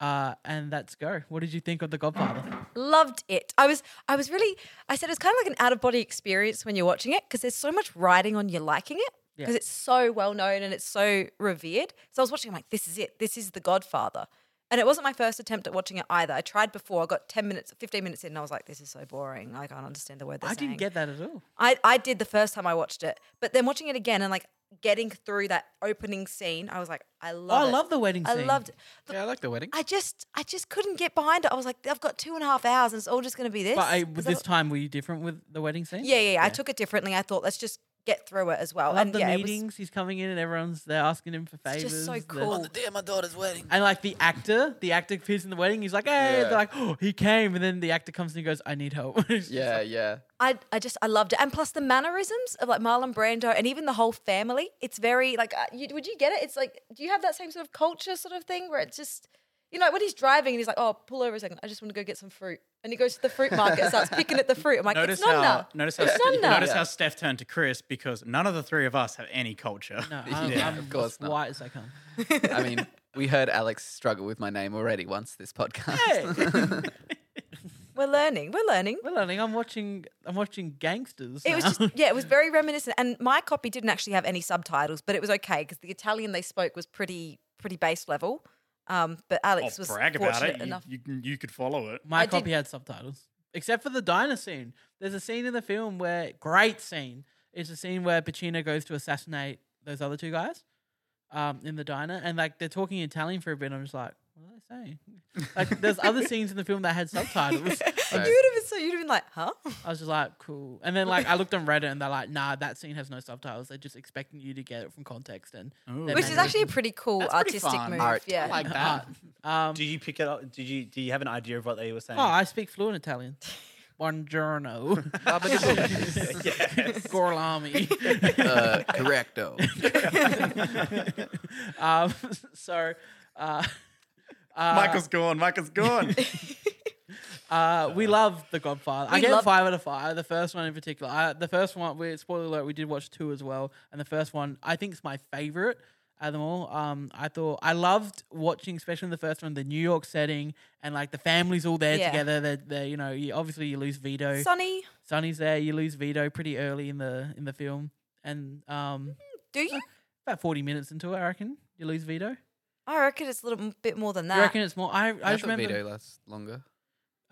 Speaker 1: Uh, and let's go. What did you think of the
Speaker 4: *gasps*
Speaker 1: Godfather?
Speaker 4: loved it. I was I was really I said it's kind of like an out of body experience when you're watching it because there's so much writing on you liking it
Speaker 1: Yeah.
Speaker 4: because it's so well known and it's so revered. So I was watching I'm like this is it. This is The Godfather. And it wasn't my first attempt at watching it either. I tried before. I got 10 minutes, 15 minutes in and I was like this is so boring. I can't understand the word they're
Speaker 1: I
Speaker 4: saying.
Speaker 1: didn't get that at all.
Speaker 4: I, I did the first time I watched it, but then watching it again and like getting through that opening scene, I was like I love
Speaker 1: Oh, I
Speaker 4: it.
Speaker 1: love the wedding
Speaker 4: I
Speaker 1: scene.
Speaker 4: loved it. The
Speaker 3: yeah, I like the wedding.
Speaker 4: I just I just couldn't get behind it. I was like, I've got two and a half hours, and it's all just going to be this.
Speaker 1: But I,
Speaker 4: Is
Speaker 1: with
Speaker 4: that
Speaker 1: this
Speaker 4: what-
Speaker 1: time, were you different with the wedding scene?
Speaker 4: yeah, yeah, yeah, I took it differently. I thought, let's just get through it as well.
Speaker 1: I love
Speaker 4: and
Speaker 1: the
Speaker 4: yeah,
Speaker 1: meetings. He's coming in and everyone's they're asking him for
Speaker 4: It's
Speaker 1: favors.
Speaker 4: just so
Speaker 1: They're-
Speaker 4: cool.
Speaker 3: day of my daughter's wedding.
Speaker 1: And like the actor, the actor appears in the wedding. He's like, "Hey!"
Speaker 3: Yeah.
Speaker 1: They're like, "Oh, he came!" And then the actor comes and he goes, "I need help." *laughs* It's just
Speaker 3: Yeah,
Speaker 1: like-
Speaker 3: yeah.
Speaker 4: I I just I loved it, and plus the mannerisms of like Marlon Brando and even the whole family. It's very like, uh, you, would you get it? It's like, do you have that same sort of culture sort of thing where it's just. You know, when he's driving and he's like, oh, pull over a second. I just want to go get some fruit. And he goes to the fruit market and starts picking at the fruit. I'm like,
Speaker 2: Notice
Speaker 4: it's not
Speaker 2: how,
Speaker 4: enough.
Speaker 2: notice, how,
Speaker 4: It's
Speaker 2: Ste-
Speaker 4: Nonna.
Speaker 2: notice
Speaker 3: Yeah.
Speaker 2: how Steph turned to Chris because none of the three of us have any culture.
Speaker 1: no, I'm,
Speaker 3: *laughs* Yeah,
Speaker 1: "Um, I'm
Speaker 3: of course
Speaker 1: as
Speaker 3: not.
Speaker 1: white as I
Speaker 3: *laughs*
Speaker 1: come.
Speaker 3: I mean, we heard Alex struggle with my name already once this podcast. *laughs*
Speaker 4: We're learning. We're learning.
Speaker 1: Well, I think I'm watching. I'm watching gangsters.
Speaker 4: It was
Speaker 1: now.
Speaker 4: just yeah, it was very reminiscent. And my copy didn't actually have any subtitles, but it was okay because the Italian they spoke was pretty pretty base level. Um, but Alex
Speaker 1: Oh,
Speaker 2: Oh,
Speaker 4: was fortunate enough.
Speaker 2: *laughs* You, you, you could follow it.
Speaker 1: *laughs* My
Speaker 4: I did-
Speaker 1: copy had subtitles, except for the diner scene. There's a scene in the film where great scene. It's a scene where Pacino goes to assassinate those other two guys um, in the diner, and like they're talking Italian for a bit. I'm just like, what are
Speaker 3: *laughs*
Speaker 1: they saying? Like, there's other scenes in the film that had subtitles.
Speaker 4: And you would have been so you'd have been like, huh?
Speaker 1: I was just like, cool. And then like I looked on Reddit, and they're like, nah, that scene has no subtitles. They're just expecting you to get it from context and
Speaker 2: Ooh.
Speaker 1: their
Speaker 4: Which is
Speaker 1: mannerisms.
Speaker 4: actually a pretty cool
Speaker 2: That's pretty
Speaker 4: artistic
Speaker 2: fun.
Speaker 4: move.
Speaker 3: Art.
Speaker 4: Yeah.
Speaker 3: I *laughs* like that.
Speaker 1: Um,
Speaker 5: Did you pick it up? Did you? Do you have an idea of what they were saying? *laughs*
Speaker 1: oh, I speak fluent
Speaker 4: *laughs*
Speaker 1: Italian. Buongiorno.
Speaker 5: yes.
Speaker 1: *laughs* Gorlami.
Speaker 3: *laughs* uh, correcto.
Speaker 1: Um, so, uh, uh, *laughs*
Speaker 2: Michael's gone. Michael's gone.
Speaker 1: Uh, we love The Godfather. I
Speaker 4: We
Speaker 1: gave it
Speaker 4: love-
Speaker 1: five out of five. The first one in particular. I, the first one, we, spoiler alert, we did watch two as well, and the first one I think is my favorite out of them all. Um, I thought I loved watching, especially in the first one, the New York setting and like the families all there
Speaker 4: Yeah.
Speaker 1: together. They're, they're you know you, obviously you lose Vito,
Speaker 4: Sonny,
Speaker 1: Sonny's there. You lose Vito pretty early in the in the film, and um,
Speaker 4: do you?
Speaker 1: about forty minutes into it, I reckon you lose Vito.
Speaker 4: I reckon it's a little m- bit more than
Speaker 1: You
Speaker 4: that.
Speaker 1: reckon it's more? I I,
Speaker 3: I
Speaker 1: just
Speaker 3: thought
Speaker 1: remember
Speaker 3: Vito lasts longer.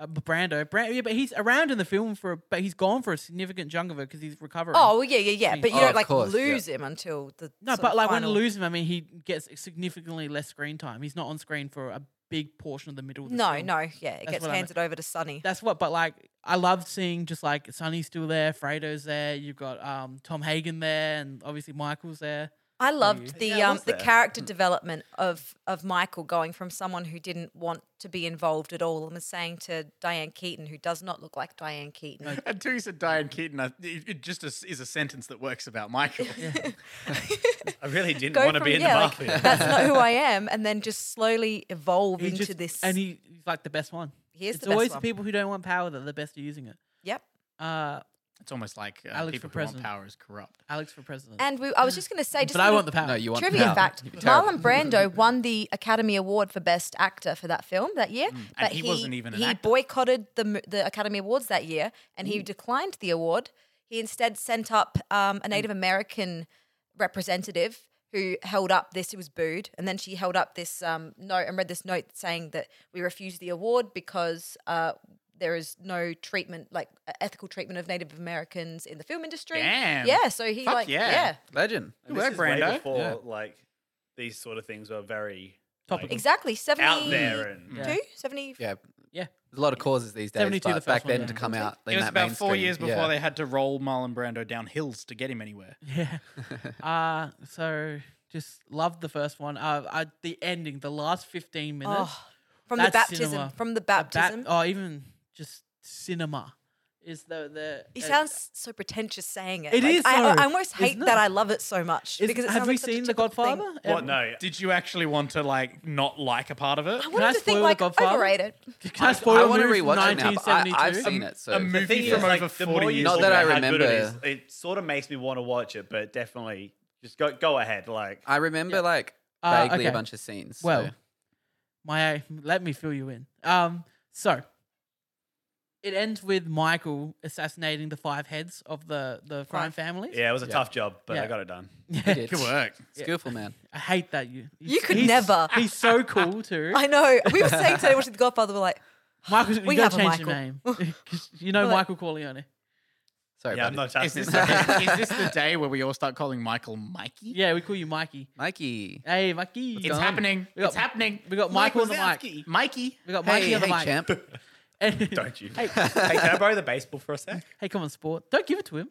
Speaker 1: Uh, but Brando, Brand, yeah, but he's around in the film for, a, but he's gone for a significant chunk of it because he's recovering.
Speaker 4: oh, well, yeah, yeah, yeah. But you
Speaker 3: Oh,
Speaker 4: don't
Speaker 3: of
Speaker 4: like
Speaker 3: course, yeah.
Speaker 4: lose him until the
Speaker 1: no,
Speaker 4: sort
Speaker 1: but
Speaker 4: of
Speaker 1: like
Speaker 4: final-
Speaker 1: when you lose him, I mean, he gets significantly less screen time. He's not on screen for a big portion of the middle. Of the
Speaker 4: No,
Speaker 1: film.
Speaker 4: no, yeah, it
Speaker 1: That's
Speaker 4: gets
Speaker 1: what I meant.
Speaker 4: handed over to Sonny.
Speaker 1: that's what. But like, I loved seeing just like Sonny's still there, Fredo's there. You've got um Tom Hagen there, and obviously Michael's there.
Speaker 4: I
Speaker 1: Mm.
Speaker 4: loved the
Speaker 5: Yeah, I
Speaker 4: um
Speaker 5: was
Speaker 4: the
Speaker 5: there. Mm.
Speaker 4: character development of of Michael going from someone who didn't want to be involved at all and was saying to Diane Keaton, who does not look like Diane Keaton,
Speaker 2: Until you said Diane Keaton, I, it, it just is, is a sentence that works
Speaker 1: *laughs*
Speaker 2: about Michael.
Speaker 5: I really didn't
Speaker 4: Go
Speaker 5: want to
Speaker 4: from-
Speaker 5: be in
Speaker 4: yeah,
Speaker 5: the
Speaker 4: like,
Speaker 5: mafia.
Speaker 4: that's not
Speaker 1: *laughs*
Speaker 4: who I am, and then just slowly evolve
Speaker 1: He
Speaker 4: into
Speaker 1: just-
Speaker 4: this.
Speaker 1: and he, he's like the best one.
Speaker 4: He is
Speaker 1: it's
Speaker 4: the best
Speaker 1: always
Speaker 4: one.
Speaker 1: the people who don't want power that are the best at using it.
Speaker 4: yep.
Speaker 1: Uh,
Speaker 2: It's almost like uh,
Speaker 1: Alex
Speaker 2: people
Speaker 1: for
Speaker 2: who want
Speaker 1: president.
Speaker 2: power is corrupt.
Speaker 1: Alex for president.
Speaker 4: And we, I was just going to say, just
Speaker 1: but
Speaker 4: a
Speaker 1: I
Speaker 4: little
Speaker 1: want the power.
Speaker 3: No, you want
Speaker 4: trivia
Speaker 3: power.
Speaker 4: fact:
Speaker 2: *laughs*
Speaker 3: You're terrible.
Speaker 4: Marlon Brando won the Academy Award for Best Actor for that film that year, but
Speaker 2: Mm. he wasn't even an
Speaker 4: he
Speaker 2: actor. Mm.
Speaker 4: boycotted the m- the Academy Awards that year, and he declined the award. He instead sent up um, a Native American representative who held up this. It was booed, and then she held up this um, note and read this note saying that we refuse the award because. Uh, there is no treatment, like uh, ethical treatment of Native Americans in the film industry.
Speaker 2: Damn.
Speaker 4: Yeah, so he
Speaker 2: Fuck
Speaker 4: like
Speaker 2: yeah.
Speaker 4: yeah,
Speaker 3: Legend.
Speaker 2: Good
Speaker 5: And this
Speaker 2: work,
Speaker 5: is
Speaker 2: Brando.
Speaker 5: Way before,
Speaker 3: Yeah.
Speaker 5: like these sort of things were very
Speaker 1: Topical. Mm.
Speaker 5: like,
Speaker 4: Exactly. 72?
Speaker 5: out there and
Speaker 1: Yeah.
Speaker 4: 70?
Speaker 3: Yeah.
Speaker 1: Yeah.
Speaker 3: There's a lot of causes these days.
Speaker 1: 72
Speaker 3: but
Speaker 1: the first
Speaker 3: back
Speaker 1: one,
Speaker 3: then
Speaker 1: yeah.
Speaker 3: to come out. in
Speaker 2: it was
Speaker 3: that
Speaker 2: about four
Speaker 3: mainstream,
Speaker 2: years before
Speaker 3: yeah.
Speaker 2: they had to roll Marlon Brando down hills to get him anywhere.
Speaker 1: *laughs* Yeah.
Speaker 3: *laughs*
Speaker 1: uh, so just loved the first one. Uh, I, the ending, the last 15 minutes.
Speaker 4: Oh, from the
Speaker 1: that's
Speaker 4: baptism.
Speaker 1: cinema.
Speaker 4: From the
Speaker 1: that bat-
Speaker 4: baptism.
Speaker 1: oh, even just cinema is the. the
Speaker 4: he
Speaker 1: uh,
Speaker 4: sounds so pretentious saying it.
Speaker 1: It
Speaker 4: Like,
Speaker 1: is
Speaker 4: I, I-
Speaker 1: though,
Speaker 4: I almost hate
Speaker 1: isn't
Speaker 4: that
Speaker 1: it?
Speaker 4: I love it so much.
Speaker 1: is-
Speaker 4: because it
Speaker 1: have
Speaker 4: sounds
Speaker 1: we
Speaker 4: like such a
Speaker 1: seen The
Speaker 4: typical thing.
Speaker 1: Godfather?
Speaker 5: what?
Speaker 1: Um,
Speaker 5: No,
Speaker 2: Did you actually want to like not like a part of it?
Speaker 4: I
Speaker 1: Can I
Speaker 4: wanted to think
Speaker 1: spoil The
Speaker 4: like
Speaker 1: Godfather?
Speaker 4: overrated.
Speaker 1: Can I
Speaker 3: I
Speaker 1: spoil
Speaker 3: want to
Speaker 1: Movie from
Speaker 3: rewatch it now. But I, I've
Speaker 1: 1972?
Speaker 3: seen it. So
Speaker 2: a movie
Speaker 5: the thing
Speaker 2: from
Speaker 5: is,
Speaker 2: over
Speaker 5: like, the
Speaker 2: 40
Speaker 5: more you
Speaker 2: years
Speaker 3: Not
Speaker 5: talk
Speaker 3: that I
Speaker 5: about how good it is,
Speaker 3: remember.
Speaker 5: it sort of makes me want to watch it, but definitely just go go ahead. Like,
Speaker 3: I remember like
Speaker 1: Uh,
Speaker 3: vaguely
Speaker 1: okay.
Speaker 3: a bunch of scenes.
Speaker 1: Well, *laughs*
Speaker 3: so-
Speaker 1: my let me fill you in. Um, so it ends with Michael assassinating the five heads of the the crime
Speaker 4: Five.
Speaker 1: families.
Speaker 5: yeah, it was a tough job, but
Speaker 1: Yeah.
Speaker 5: I got it done.
Speaker 1: Yeah.
Speaker 3: Good
Speaker 2: Good work.
Speaker 3: Skillful man.
Speaker 1: *laughs* I hate that you.
Speaker 4: You could
Speaker 1: he's-
Speaker 4: never.
Speaker 1: He's so
Speaker 4: *laughs*
Speaker 1: cool too.
Speaker 4: I know. We were saying today watching The Godfather, we're
Speaker 3: *laughs*
Speaker 4: like,
Speaker 1: Michael, you
Speaker 4: We
Speaker 1: gotta
Speaker 4: have a
Speaker 1: change your name.
Speaker 4: *laughs*
Speaker 1: *laughs* 'Cause you know
Speaker 4: We're like-
Speaker 1: Michael Corleone.
Speaker 3: Sorry,
Speaker 5: Yeah,
Speaker 3: yeah,
Speaker 5: I'm not
Speaker 2: Is
Speaker 5: touching
Speaker 2: this,
Speaker 5: this.
Speaker 2: the, is this
Speaker 1: *laughs*
Speaker 2: the day where we all start calling Michael Mikey?
Speaker 1: Yeah, we call you Mikey.
Speaker 3: Mikey.
Speaker 1: Hey, Mikey.
Speaker 2: It's happening.
Speaker 1: We got-
Speaker 2: it's happening.
Speaker 1: we got
Speaker 2: Mike
Speaker 1: Michael on the
Speaker 2: Wazowski.
Speaker 1: mic.
Speaker 2: Mikey.
Speaker 1: We got Mikey
Speaker 3: Hey,
Speaker 1: on the
Speaker 3: hey,
Speaker 1: mic. *laughs*
Speaker 3: champ.
Speaker 1: And-
Speaker 5: Don't *laughs* you?
Speaker 1: Hey,
Speaker 5: hey, can I borrow the baseball for a sec?
Speaker 1: hey, come on, sport. Don't give it to him.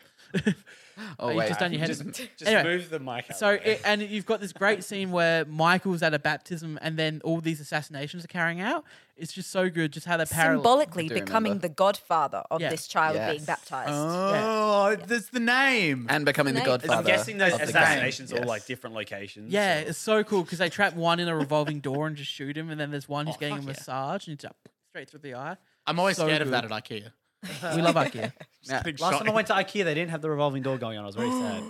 Speaker 3: Oh,
Speaker 1: you
Speaker 3: wait.
Speaker 1: just done your head.
Speaker 5: Just, just
Speaker 1: Anyway,
Speaker 5: move the mic. Out
Speaker 1: So,
Speaker 5: of the way.
Speaker 1: it, and you've got this great scene where Michael's at a baptism, and then all these assassinations are carrying out. It's just so good, just how they're parallel.
Speaker 4: symbolically
Speaker 3: I do
Speaker 4: becoming
Speaker 3: remember.
Speaker 4: the godfather of
Speaker 1: Yeah.
Speaker 4: this child
Speaker 3: Yes.
Speaker 4: being baptized.
Speaker 2: Oh, that's the name.
Speaker 3: and becoming the
Speaker 4: Nate.
Speaker 3: godfather.
Speaker 5: I'm guessing those
Speaker 3: of the gang,
Speaker 5: assassinations are all
Speaker 3: yes.
Speaker 5: like different locations.
Speaker 1: Yeah,
Speaker 5: so-
Speaker 1: it's so cool because they trap one in a revolving door and just shoot him, and then there's one who's
Speaker 2: Oh,
Speaker 1: getting a
Speaker 2: fuck yeah.
Speaker 1: massage and it's up straight through the eye.
Speaker 2: I'm always
Speaker 1: so
Speaker 2: scared of
Speaker 1: good.
Speaker 2: that at IKEA.
Speaker 1: We love
Speaker 4: *laughs*
Speaker 1: Ikea.
Speaker 2: Just
Speaker 3: Yeah.
Speaker 2: getting
Speaker 5: Last
Speaker 2: shot
Speaker 5: time
Speaker 2: *laughs*
Speaker 5: I
Speaker 2: in-
Speaker 5: went to IKEA, they didn't have the revolving door going on. I was very sad.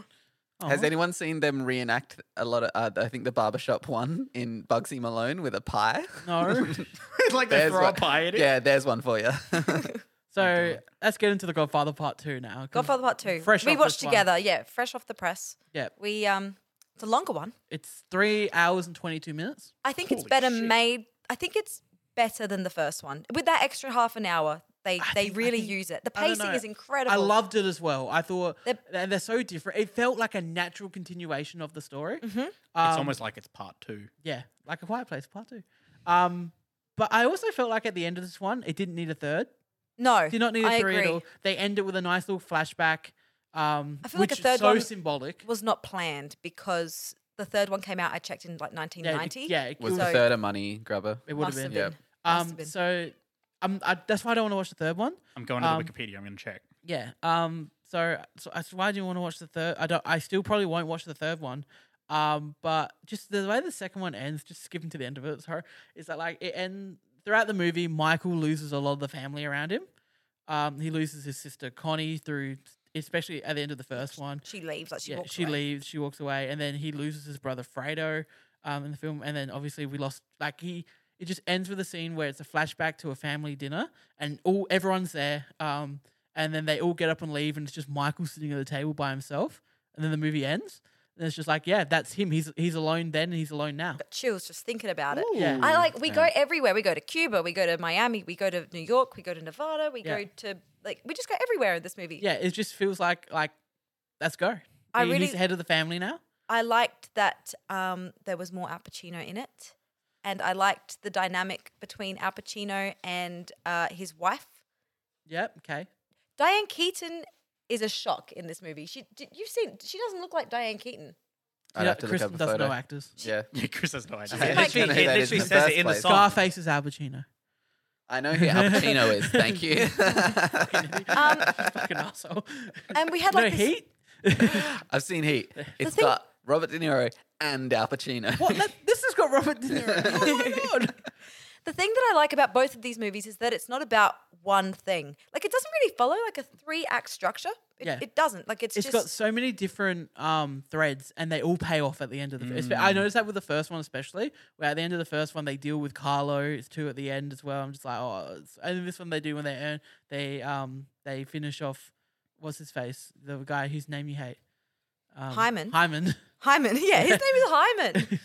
Speaker 3: Has anyone seen them reenact a lot of, uh, I think, the barbershop one in Bugsy Malone with a pie? *laughs*
Speaker 1: No.
Speaker 2: like they throw a
Speaker 3: one.
Speaker 2: pie at it.
Speaker 3: Yeah, there's one
Speaker 1: *laughs*
Speaker 3: for you.
Speaker 1: So let's get into the Godfather Part Two now. 'cause-
Speaker 4: Godfather Part 2.
Speaker 1: Fresh
Speaker 4: we
Speaker 1: off
Speaker 4: watched
Speaker 1: this one.
Speaker 4: together, yeah, fresh off the press.
Speaker 1: Yeah,
Speaker 4: We um it's a longer one.
Speaker 1: it's three hours and twenty-two minutes.
Speaker 4: I think it's better made. I think it's better than the first one. With that extra half an hour, they they
Speaker 1: think- I
Speaker 4: really
Speaker 1: think-
Speaker 4: use it. The
Speaker 1: I don't
Speaker 4: pacing
Speaker 1: know.
Speaker 4: is incredible.
Speaker 1: I loved it as well. I thought
Speaker 4: They're-
Speaker 1: and they're so different. It felt like a natural continuation of the
Speaker 4: Mm-hmm.
Speaker 1: story. Um,
Speaker 2: it's almost like it's part two.
Speaker 1: Yeah, like a Quiet Place Part Two. Um, but I also felt like at the end of this one, it didn't need a third.
Speaker 4: no,
Speaker 1: Did not need a
Speaker 4: I
Speaker 1: three
Speaker 4: agree.
Speaker 1: at all. They end it with a nice little flashback. Um,
Speaker 4: I feel like
Speaker 1: which
Speaker 4: a third
Speaker 1: is so
Speaker 4: one
Speaker 1: symbolic.
Speaker 4: Was not planned because the third one came out. I checked in like
Speaker 1: Yeah, it-
Speaker 4: 1990.
Speaker 1: yeah, it,
Speaker 3: was
Speaker 1: would-
Speaker 4: So-
Speaker 3: the third a money grubber.
Speaker 1: it would have
Speaker 4: must
Speaker 1: been.
Speaker 4: have
Speaker 3: Yeah.
Speaker 4: been. Must have
Speaker 1: Um,
Speaker 4: been.
Speaker 1: so um, I, that's why I don't want to watch the third one.
Speaker 2: I'm going to the
Speaker 1: Um,
Speaker 2: Wikipedia. I'm going to check. *laughs*
Speaker 1: Yeah. Um. So, so I- so why do you want to watch the third? I don't. I still probably won't watch the third one. Um. But just the way the second one ends, just skipping to the end of it. Sorry, is that like it end? throughout the movie, Michael loses a lot of the family around him. Um, he loses his sister Connie through, especially at the end of the first one.
Speaker 4: She leaves, like she
Speaker 1: yeah,
Speaker 4: walks
Speaker 1: she
Speaker 4: away.
Speaker 1: leaves, she walks away, and then he loses his brother Fredo um, in the film, and then obviously we lost like he. It just ends with a scene where it's a flashback to a family dinner, and all everyone's there, um, and then they all get up and leave, and it's just Michael sitting at the table by himself, and then the movie ends, and it's just like, yeah, that's him. He's he's alone then, and he's alone now.
Speaker 4: Chills just thinking about it.
Speaker 1: Yeah.
Speaker 4: I like we go everywhere. We go to Cuba, we go to Miami, we go to New York, we go to Nevada, we
Speaker 1: Yeah.
Speaker 4: go to like we just go everywhere in this movie.
Speaker 1: Yeah, it just feels like like, let's go.
Speaker 4: I
Speaker 1: He- he's
Speaker 4: really-
Speaker 1: head of the family now.
Speaker 4: I liked that um, there was more Al Pacino in it, and I liked the dynamic between Al Pacino and uh, his wife.
Speaker 1: Yep. Okay.
Speaker 4: Diane Keaton is a shock in this movie. She did, you've seen she doesn't look like Diane Keaton.
Speaker 3: I'd
Speaker 1: Yeah,
Speaker 3: have to look
Speaker 1: Kristen
Speaker 3: up a
Speaker 1: doesn't
Speaker 3: photo.
Speaker 1: know actors.
Speaker 3: Yeah,
Speaker 2: Yeah, Chris has no
Speaker 1: *laughs*
Speaker 2: idea.
Speaker 5: It
Speaker 3: I don't
Speaker 5: literally,
Speaker 3: know who
Speaker 5: it
Speaker 3: that is
Speaker 5: literally
Speaker 3: in the
Speaker 5: says
Speaker 3: first
Speaker 5: it in the
Speaker 3: place.
Speaker 5: song.
Speaker 1: Scarface is Al Pacino. *laughs*
Speaker 3: I know who Al Pacino is. Thank you. *laughs*
Speaker 1: um, fucking asshole.
Speaker 4: And we
Speaker 1: *laughs*
Speaker 4: had
Speaker 1: No
Speaker 4: like this,
Speaker 1: heat.
Speaker 3: I've seen Heat. It's
Speaker 4: thing-
Speaker 3: got Robert De Niro and Al Pacino.
Speaker 1: What? That, this has got Robert De Niro. Oh *laughs* my god.
Speaker 4: the thing that I like about both of these movies is that it's not about one thing. Like it doesn't really follow like a three act structure. It,
Speaker 1: Yeah.
Speaker 4: it doesn't. Like it's,
Speaker 1: It's
Speaker 4: just
Speaker 1: got so many different um, threads, and they all pay off at the end of the. Mm. I noticed that with the first one, especially where at the end of the first one they deal with Carlo. It's two at the end as well. I'm just like, oh, it's, and this one they do when they earn they um they finish off. What's his face? The guy whose name you hate. Um,
Speaker 4: Hyman.
Speaker 1: Hyman. *laughs*
Speaker 4: Hyman. *laughs* Yeah, his name is Hyman,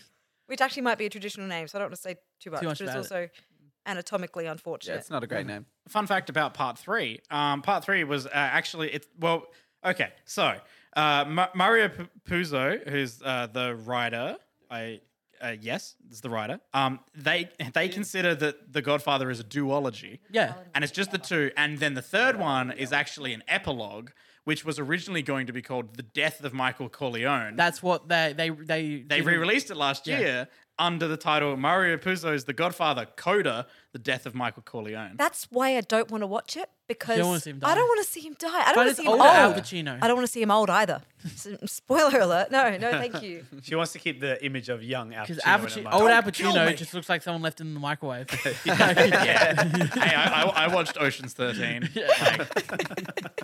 Speaker 4: which actually might be a traditional name, so I don't want to say too much.
Speaker 1: much
Speaker 4: but it's
Speaker 1: about it.
Speaker 4: also
Speaker 3: *laughs*
Speaker 4: anatomically
Speaker 3: Yeah,
Speaker 4: unfortunate.
Speaker 3: it's not a great name.
Speaker 2: fun fact about part three. Um, part three was uh, actually it's well okay. So uh, Ma- Mario P- Puzo, who's uh, the writer, I uh, yes, is the writer. Um, they they consider that The Godfather is a duology.
Speaker 1: Yeah.
Speaker 2: and it's just the two, and then the third one is actually an epilogue, which was originally going to be called The Death of Michael Corleone.
Speaker 1: That's what they they they
Speaker 2: They
Speaker 1: did-
Speaker 2: re-released it last year under the title Mario Puzo's The Godfather: Coda, The Death of Michael Corleone.
Speaker 4: That's why I don't want to watch it because
Speaker 1: wanna see him die.
Speaker 4: I don't want to see him die. I
Speaker 1: But
Speaker 4: don't want to
Speaker 1: it's
Speaker 4: see him
Speaker 1: older
Speaker 4: old.
Speaker 1: Al Pacino.
Speaker 4: I don't want to see him old either. S- Spoiler alert. No, no, thank
Speaker 1: *laughs*
Speaker 4: you.
Speaker 5: She wants to keep the image of young Al
Speaker 1: Because
Speaker 5: Pacino.
Speaker 1: Al Pacino,
Speaker 5: in her
Speaker 1: old
Speaker 5: mind.
Speaker 1: Al
Speaker 2: kill me.
Speaker 1: Pacino just looks like someone left him in the microwave.
Speaker 2: *laughs*
Speaker 1: *laughs*
Speaker 2: yeah. hey, I, I, I watched Ocean's Thirteen. Like,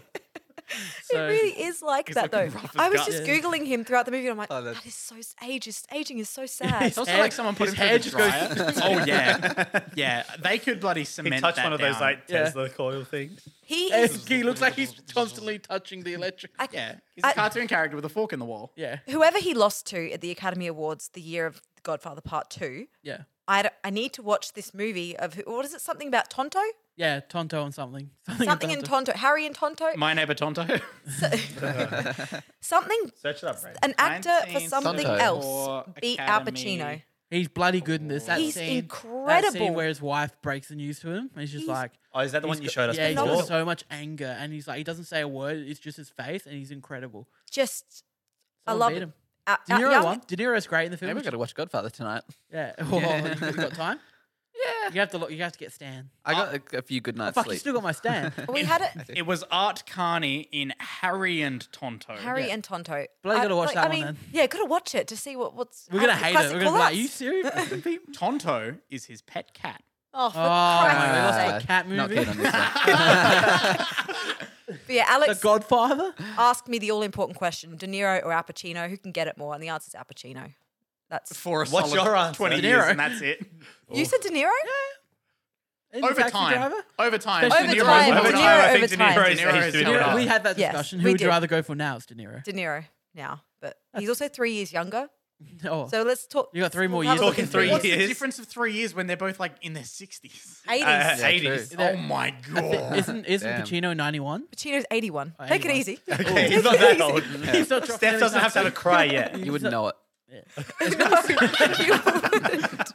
Speaker 1: So,
Speaker 4: it really is like
Speaker 2: He's
Speaker 4: that though.
Speaker 2: looking rough as
Speaker 4: I was
Speaker 2: guts.
Speaker 4: just googling him throughout the movie, and I'm like,
Speaker 3: Oh, that's-
Speaker 4: that is so ages.
Speaker 1: *laughs*
Speaker 4: Aging is so sad.
Speaker 2: it's also
Speaker 1: hair-
Speaker 2: like someone put
Speaker 1: his
Speaker 2: him through
Speaker 1: hair
Speaker 2: the
Speaker 1: just goes-
Speaker 2: dryer. oh yeah, yeah. They could bloody
Speaker 5: He
Speaker 2: cement.
Speaker 5: touched
Speaker 2: that
Speaker 5: one of those
Speaker 2: down.
Speaker 5: like
Speaker 1: Yeah.
Speaker 5: Tesla coil things.
Speaker 4: he is.
Speaker 1: he looks like he's constantly touching the electric.
Speaker 4: I,
Speaker 2: Yeah, he's a
Speaker 4: I-
Speaker 2: cartoon character with a fork in the wall.
Speaker 1: Yeah,
Speaker 4: Whoever he lost to at the Academy Awards the year of Godfather Part Two,
Speaker 1: yeah,
Speaker 4: I, don't- I need to watch this movie of who, what is it? Something about Tonto?
Speaker 1: yeah. Tonto and something. *laughs* Something, and
Speaker 4: Something in
Speaker 1: Tonto.
Speaker 4: Tonto? Harry and Tonto?
Speaker 2: My neighbor Tonto.
Speaker 4: *laughs* Something
Speaker 5: Search it up, right?
Speaker 4: an actor for
Speaker 2: 1974
Speaker 4: something else beat Al
Speaker 2: Academy.
Speaker 4: Pacino.
Speaker 1: He's bloody good in this. That
Speaker 4: He's
Speaker 1: scene, That scene
Speaker 4: incredible.
Speaker 1: where his wife breaks the news to him. and He's just like,
Speaker 5: Oh, is that the one
Speaker 1: he's
Speaker 5: you
Speaker 1: got-
Speaker 5: showed us
Speaker 1: Yeah, he's
Speaker 5: before? *laughs*
Speaker 1: got so much anger, and he's like, he doesn't say a word. It's just his face, and he's incredible.
Speaker 4: Just I
Speaker 1: Someone
Speaker 4: love
Speaker 1: beat
Speaker 4: it.
Speaker 1: him.
Speaker 4: Al-
Speaker 1: De
Speaker 4: Al-
Speaker 1: Niro
Speaker 4: Young-
Speaker 1: won. De Niro's great in the
Speaker 3: Maybe
Speaker 1: film.
Speaker 3: we've got to watch Godfather tonight.
Speaker 1: yeah. *laughs* Oh, you got time? Yeah. You have to look. You have to get Stan.
Speaker 3: I got a, a few good nights
Speaker 1: Uh, Fuck, you
Speaker 3: sleep.
Speaker 1: still got my Stan.
Speaker 4: We
Speaker 2: *laughs*
Speaker 4: had it.
Speaker 2: It was Art Carney in Harry and Tonto.
Speaker 4: Harry and Tonto.
Speaker 1: Bloody
Speaker 4: I-
Speaker 1: gotta watch that
Speaker 4: I
Speaker 1: one
Speaker 4: mean,
Speaker 1: then.
Speaker 4: Yeah, gotta watch it to see what, what's.
Speaker 1: We're gonna
Speaker 4: uh,
Speaker 1: hate it.
Speaker 4: classic
Speaker 1: We're gonna be like,
Speaker 4: call-outs.
Speaker 1: you serious? fucking people?"
Speaker 2: Tonto is his pet cat.
Speaker 4: Oh, for
Speaker 1: Oh,
Speaker 4: Christ's
Speaker 1: we lost
Speaker 4: sake.
Speaker 1: our cat
Speaker 3: Ah, Not
Speaker 1: movie.
Speaker 3: keen on this one.
Speaker 1: *laughs*
Speaker 4: But yeah,
Speaker 1: The
Speaker 4: Alex,
Speaker 1: Godfather.
Speaker 4: ask me the all important question De Niro or Al Pacino? Who can get it more? And the answer's Al Pacino. That's.
Speaker 2: For a
Speaker 5: What's
Speaker 2: solid
Speaker 5: your answer?
Speaker 2: 20
Speaker 5: De
Speaker 2: years,
Speaker 1: Niro.
Speaker 2: and that's
Speaker 4: *laughs*
Speaker 2: it.
Speaker 4: You said De Niro?
Speaker 1: In
Speaker 2: Over
Speaker 1: Taxi
Speaker 2: time.
Speaker 1: Driver?
Speaker 2: Over time.
Speaker 4: Over
Speaker 2: De Niro's
Speaker 4: time,
Speaker 2: over
Speaker 4: De
Speaker 2: time.
Speaker 4: Niro
Speaker 5: I think
Speaker 4: over
Speaker 5: De Niro's
Speaker 4: time.
Speaker 2: De Niro's
Speaker 5: aged
Speaker 2: De
Speaker 5: to
Speaker 1: De Niro-
Speaker 5: be
Speaker 1: we
Speaker 5: older.
Speaker 1: had that
Speaker 4: Yes,
Speaker 1: discussion.
Speaker 4: we
Speaker 1: Who would you
Speaker 4: did.
Speaker 1: rather go for now? It's De Niro.
Speaker 4: De Niro now, but he's also three years younger.
Speaker 1: Oh,
Speaker 4: *laughs* So let's talk.
Speaker 1: You got three more
Speaker 4: how
Speaker 1: years.
Speaker 4: was it
Speaker 5: Talking
Speaker 4: in
Speaker 5: three
Speaker 2: What's
Speaker 4: the
Speaker 2: the
Speaker 4: *laughs*
Speaker 5: years.
Speaker 2: difference of three years when they're both like in their 60s?
Speaker 4: 80s.
Speaker 5: Uh,
Speaker 3: Yeah,
Speaker 5: 80s.
Speaker 1: true.
Speaker 2: Oh my God. *laughs*
Speaker 1: isn't isn't
Speaker 3: Damn.
Speaker 1: Pacino ninety one?
Speaker 4: Pacino's 81. Take it
Speaker 1: 81. *laughs*
Speaker 4: easy.
Speaker 5: Okay, he's not that old.
Speaker 1: He's not dropping
Speaker 5: Steph
Speaker 1: any
Speaker 5: doesn't have to have a cry yet.
Speaker 3: You wouldn't know it.
Speaker 4: *laughs*
Speaker 1: Oh,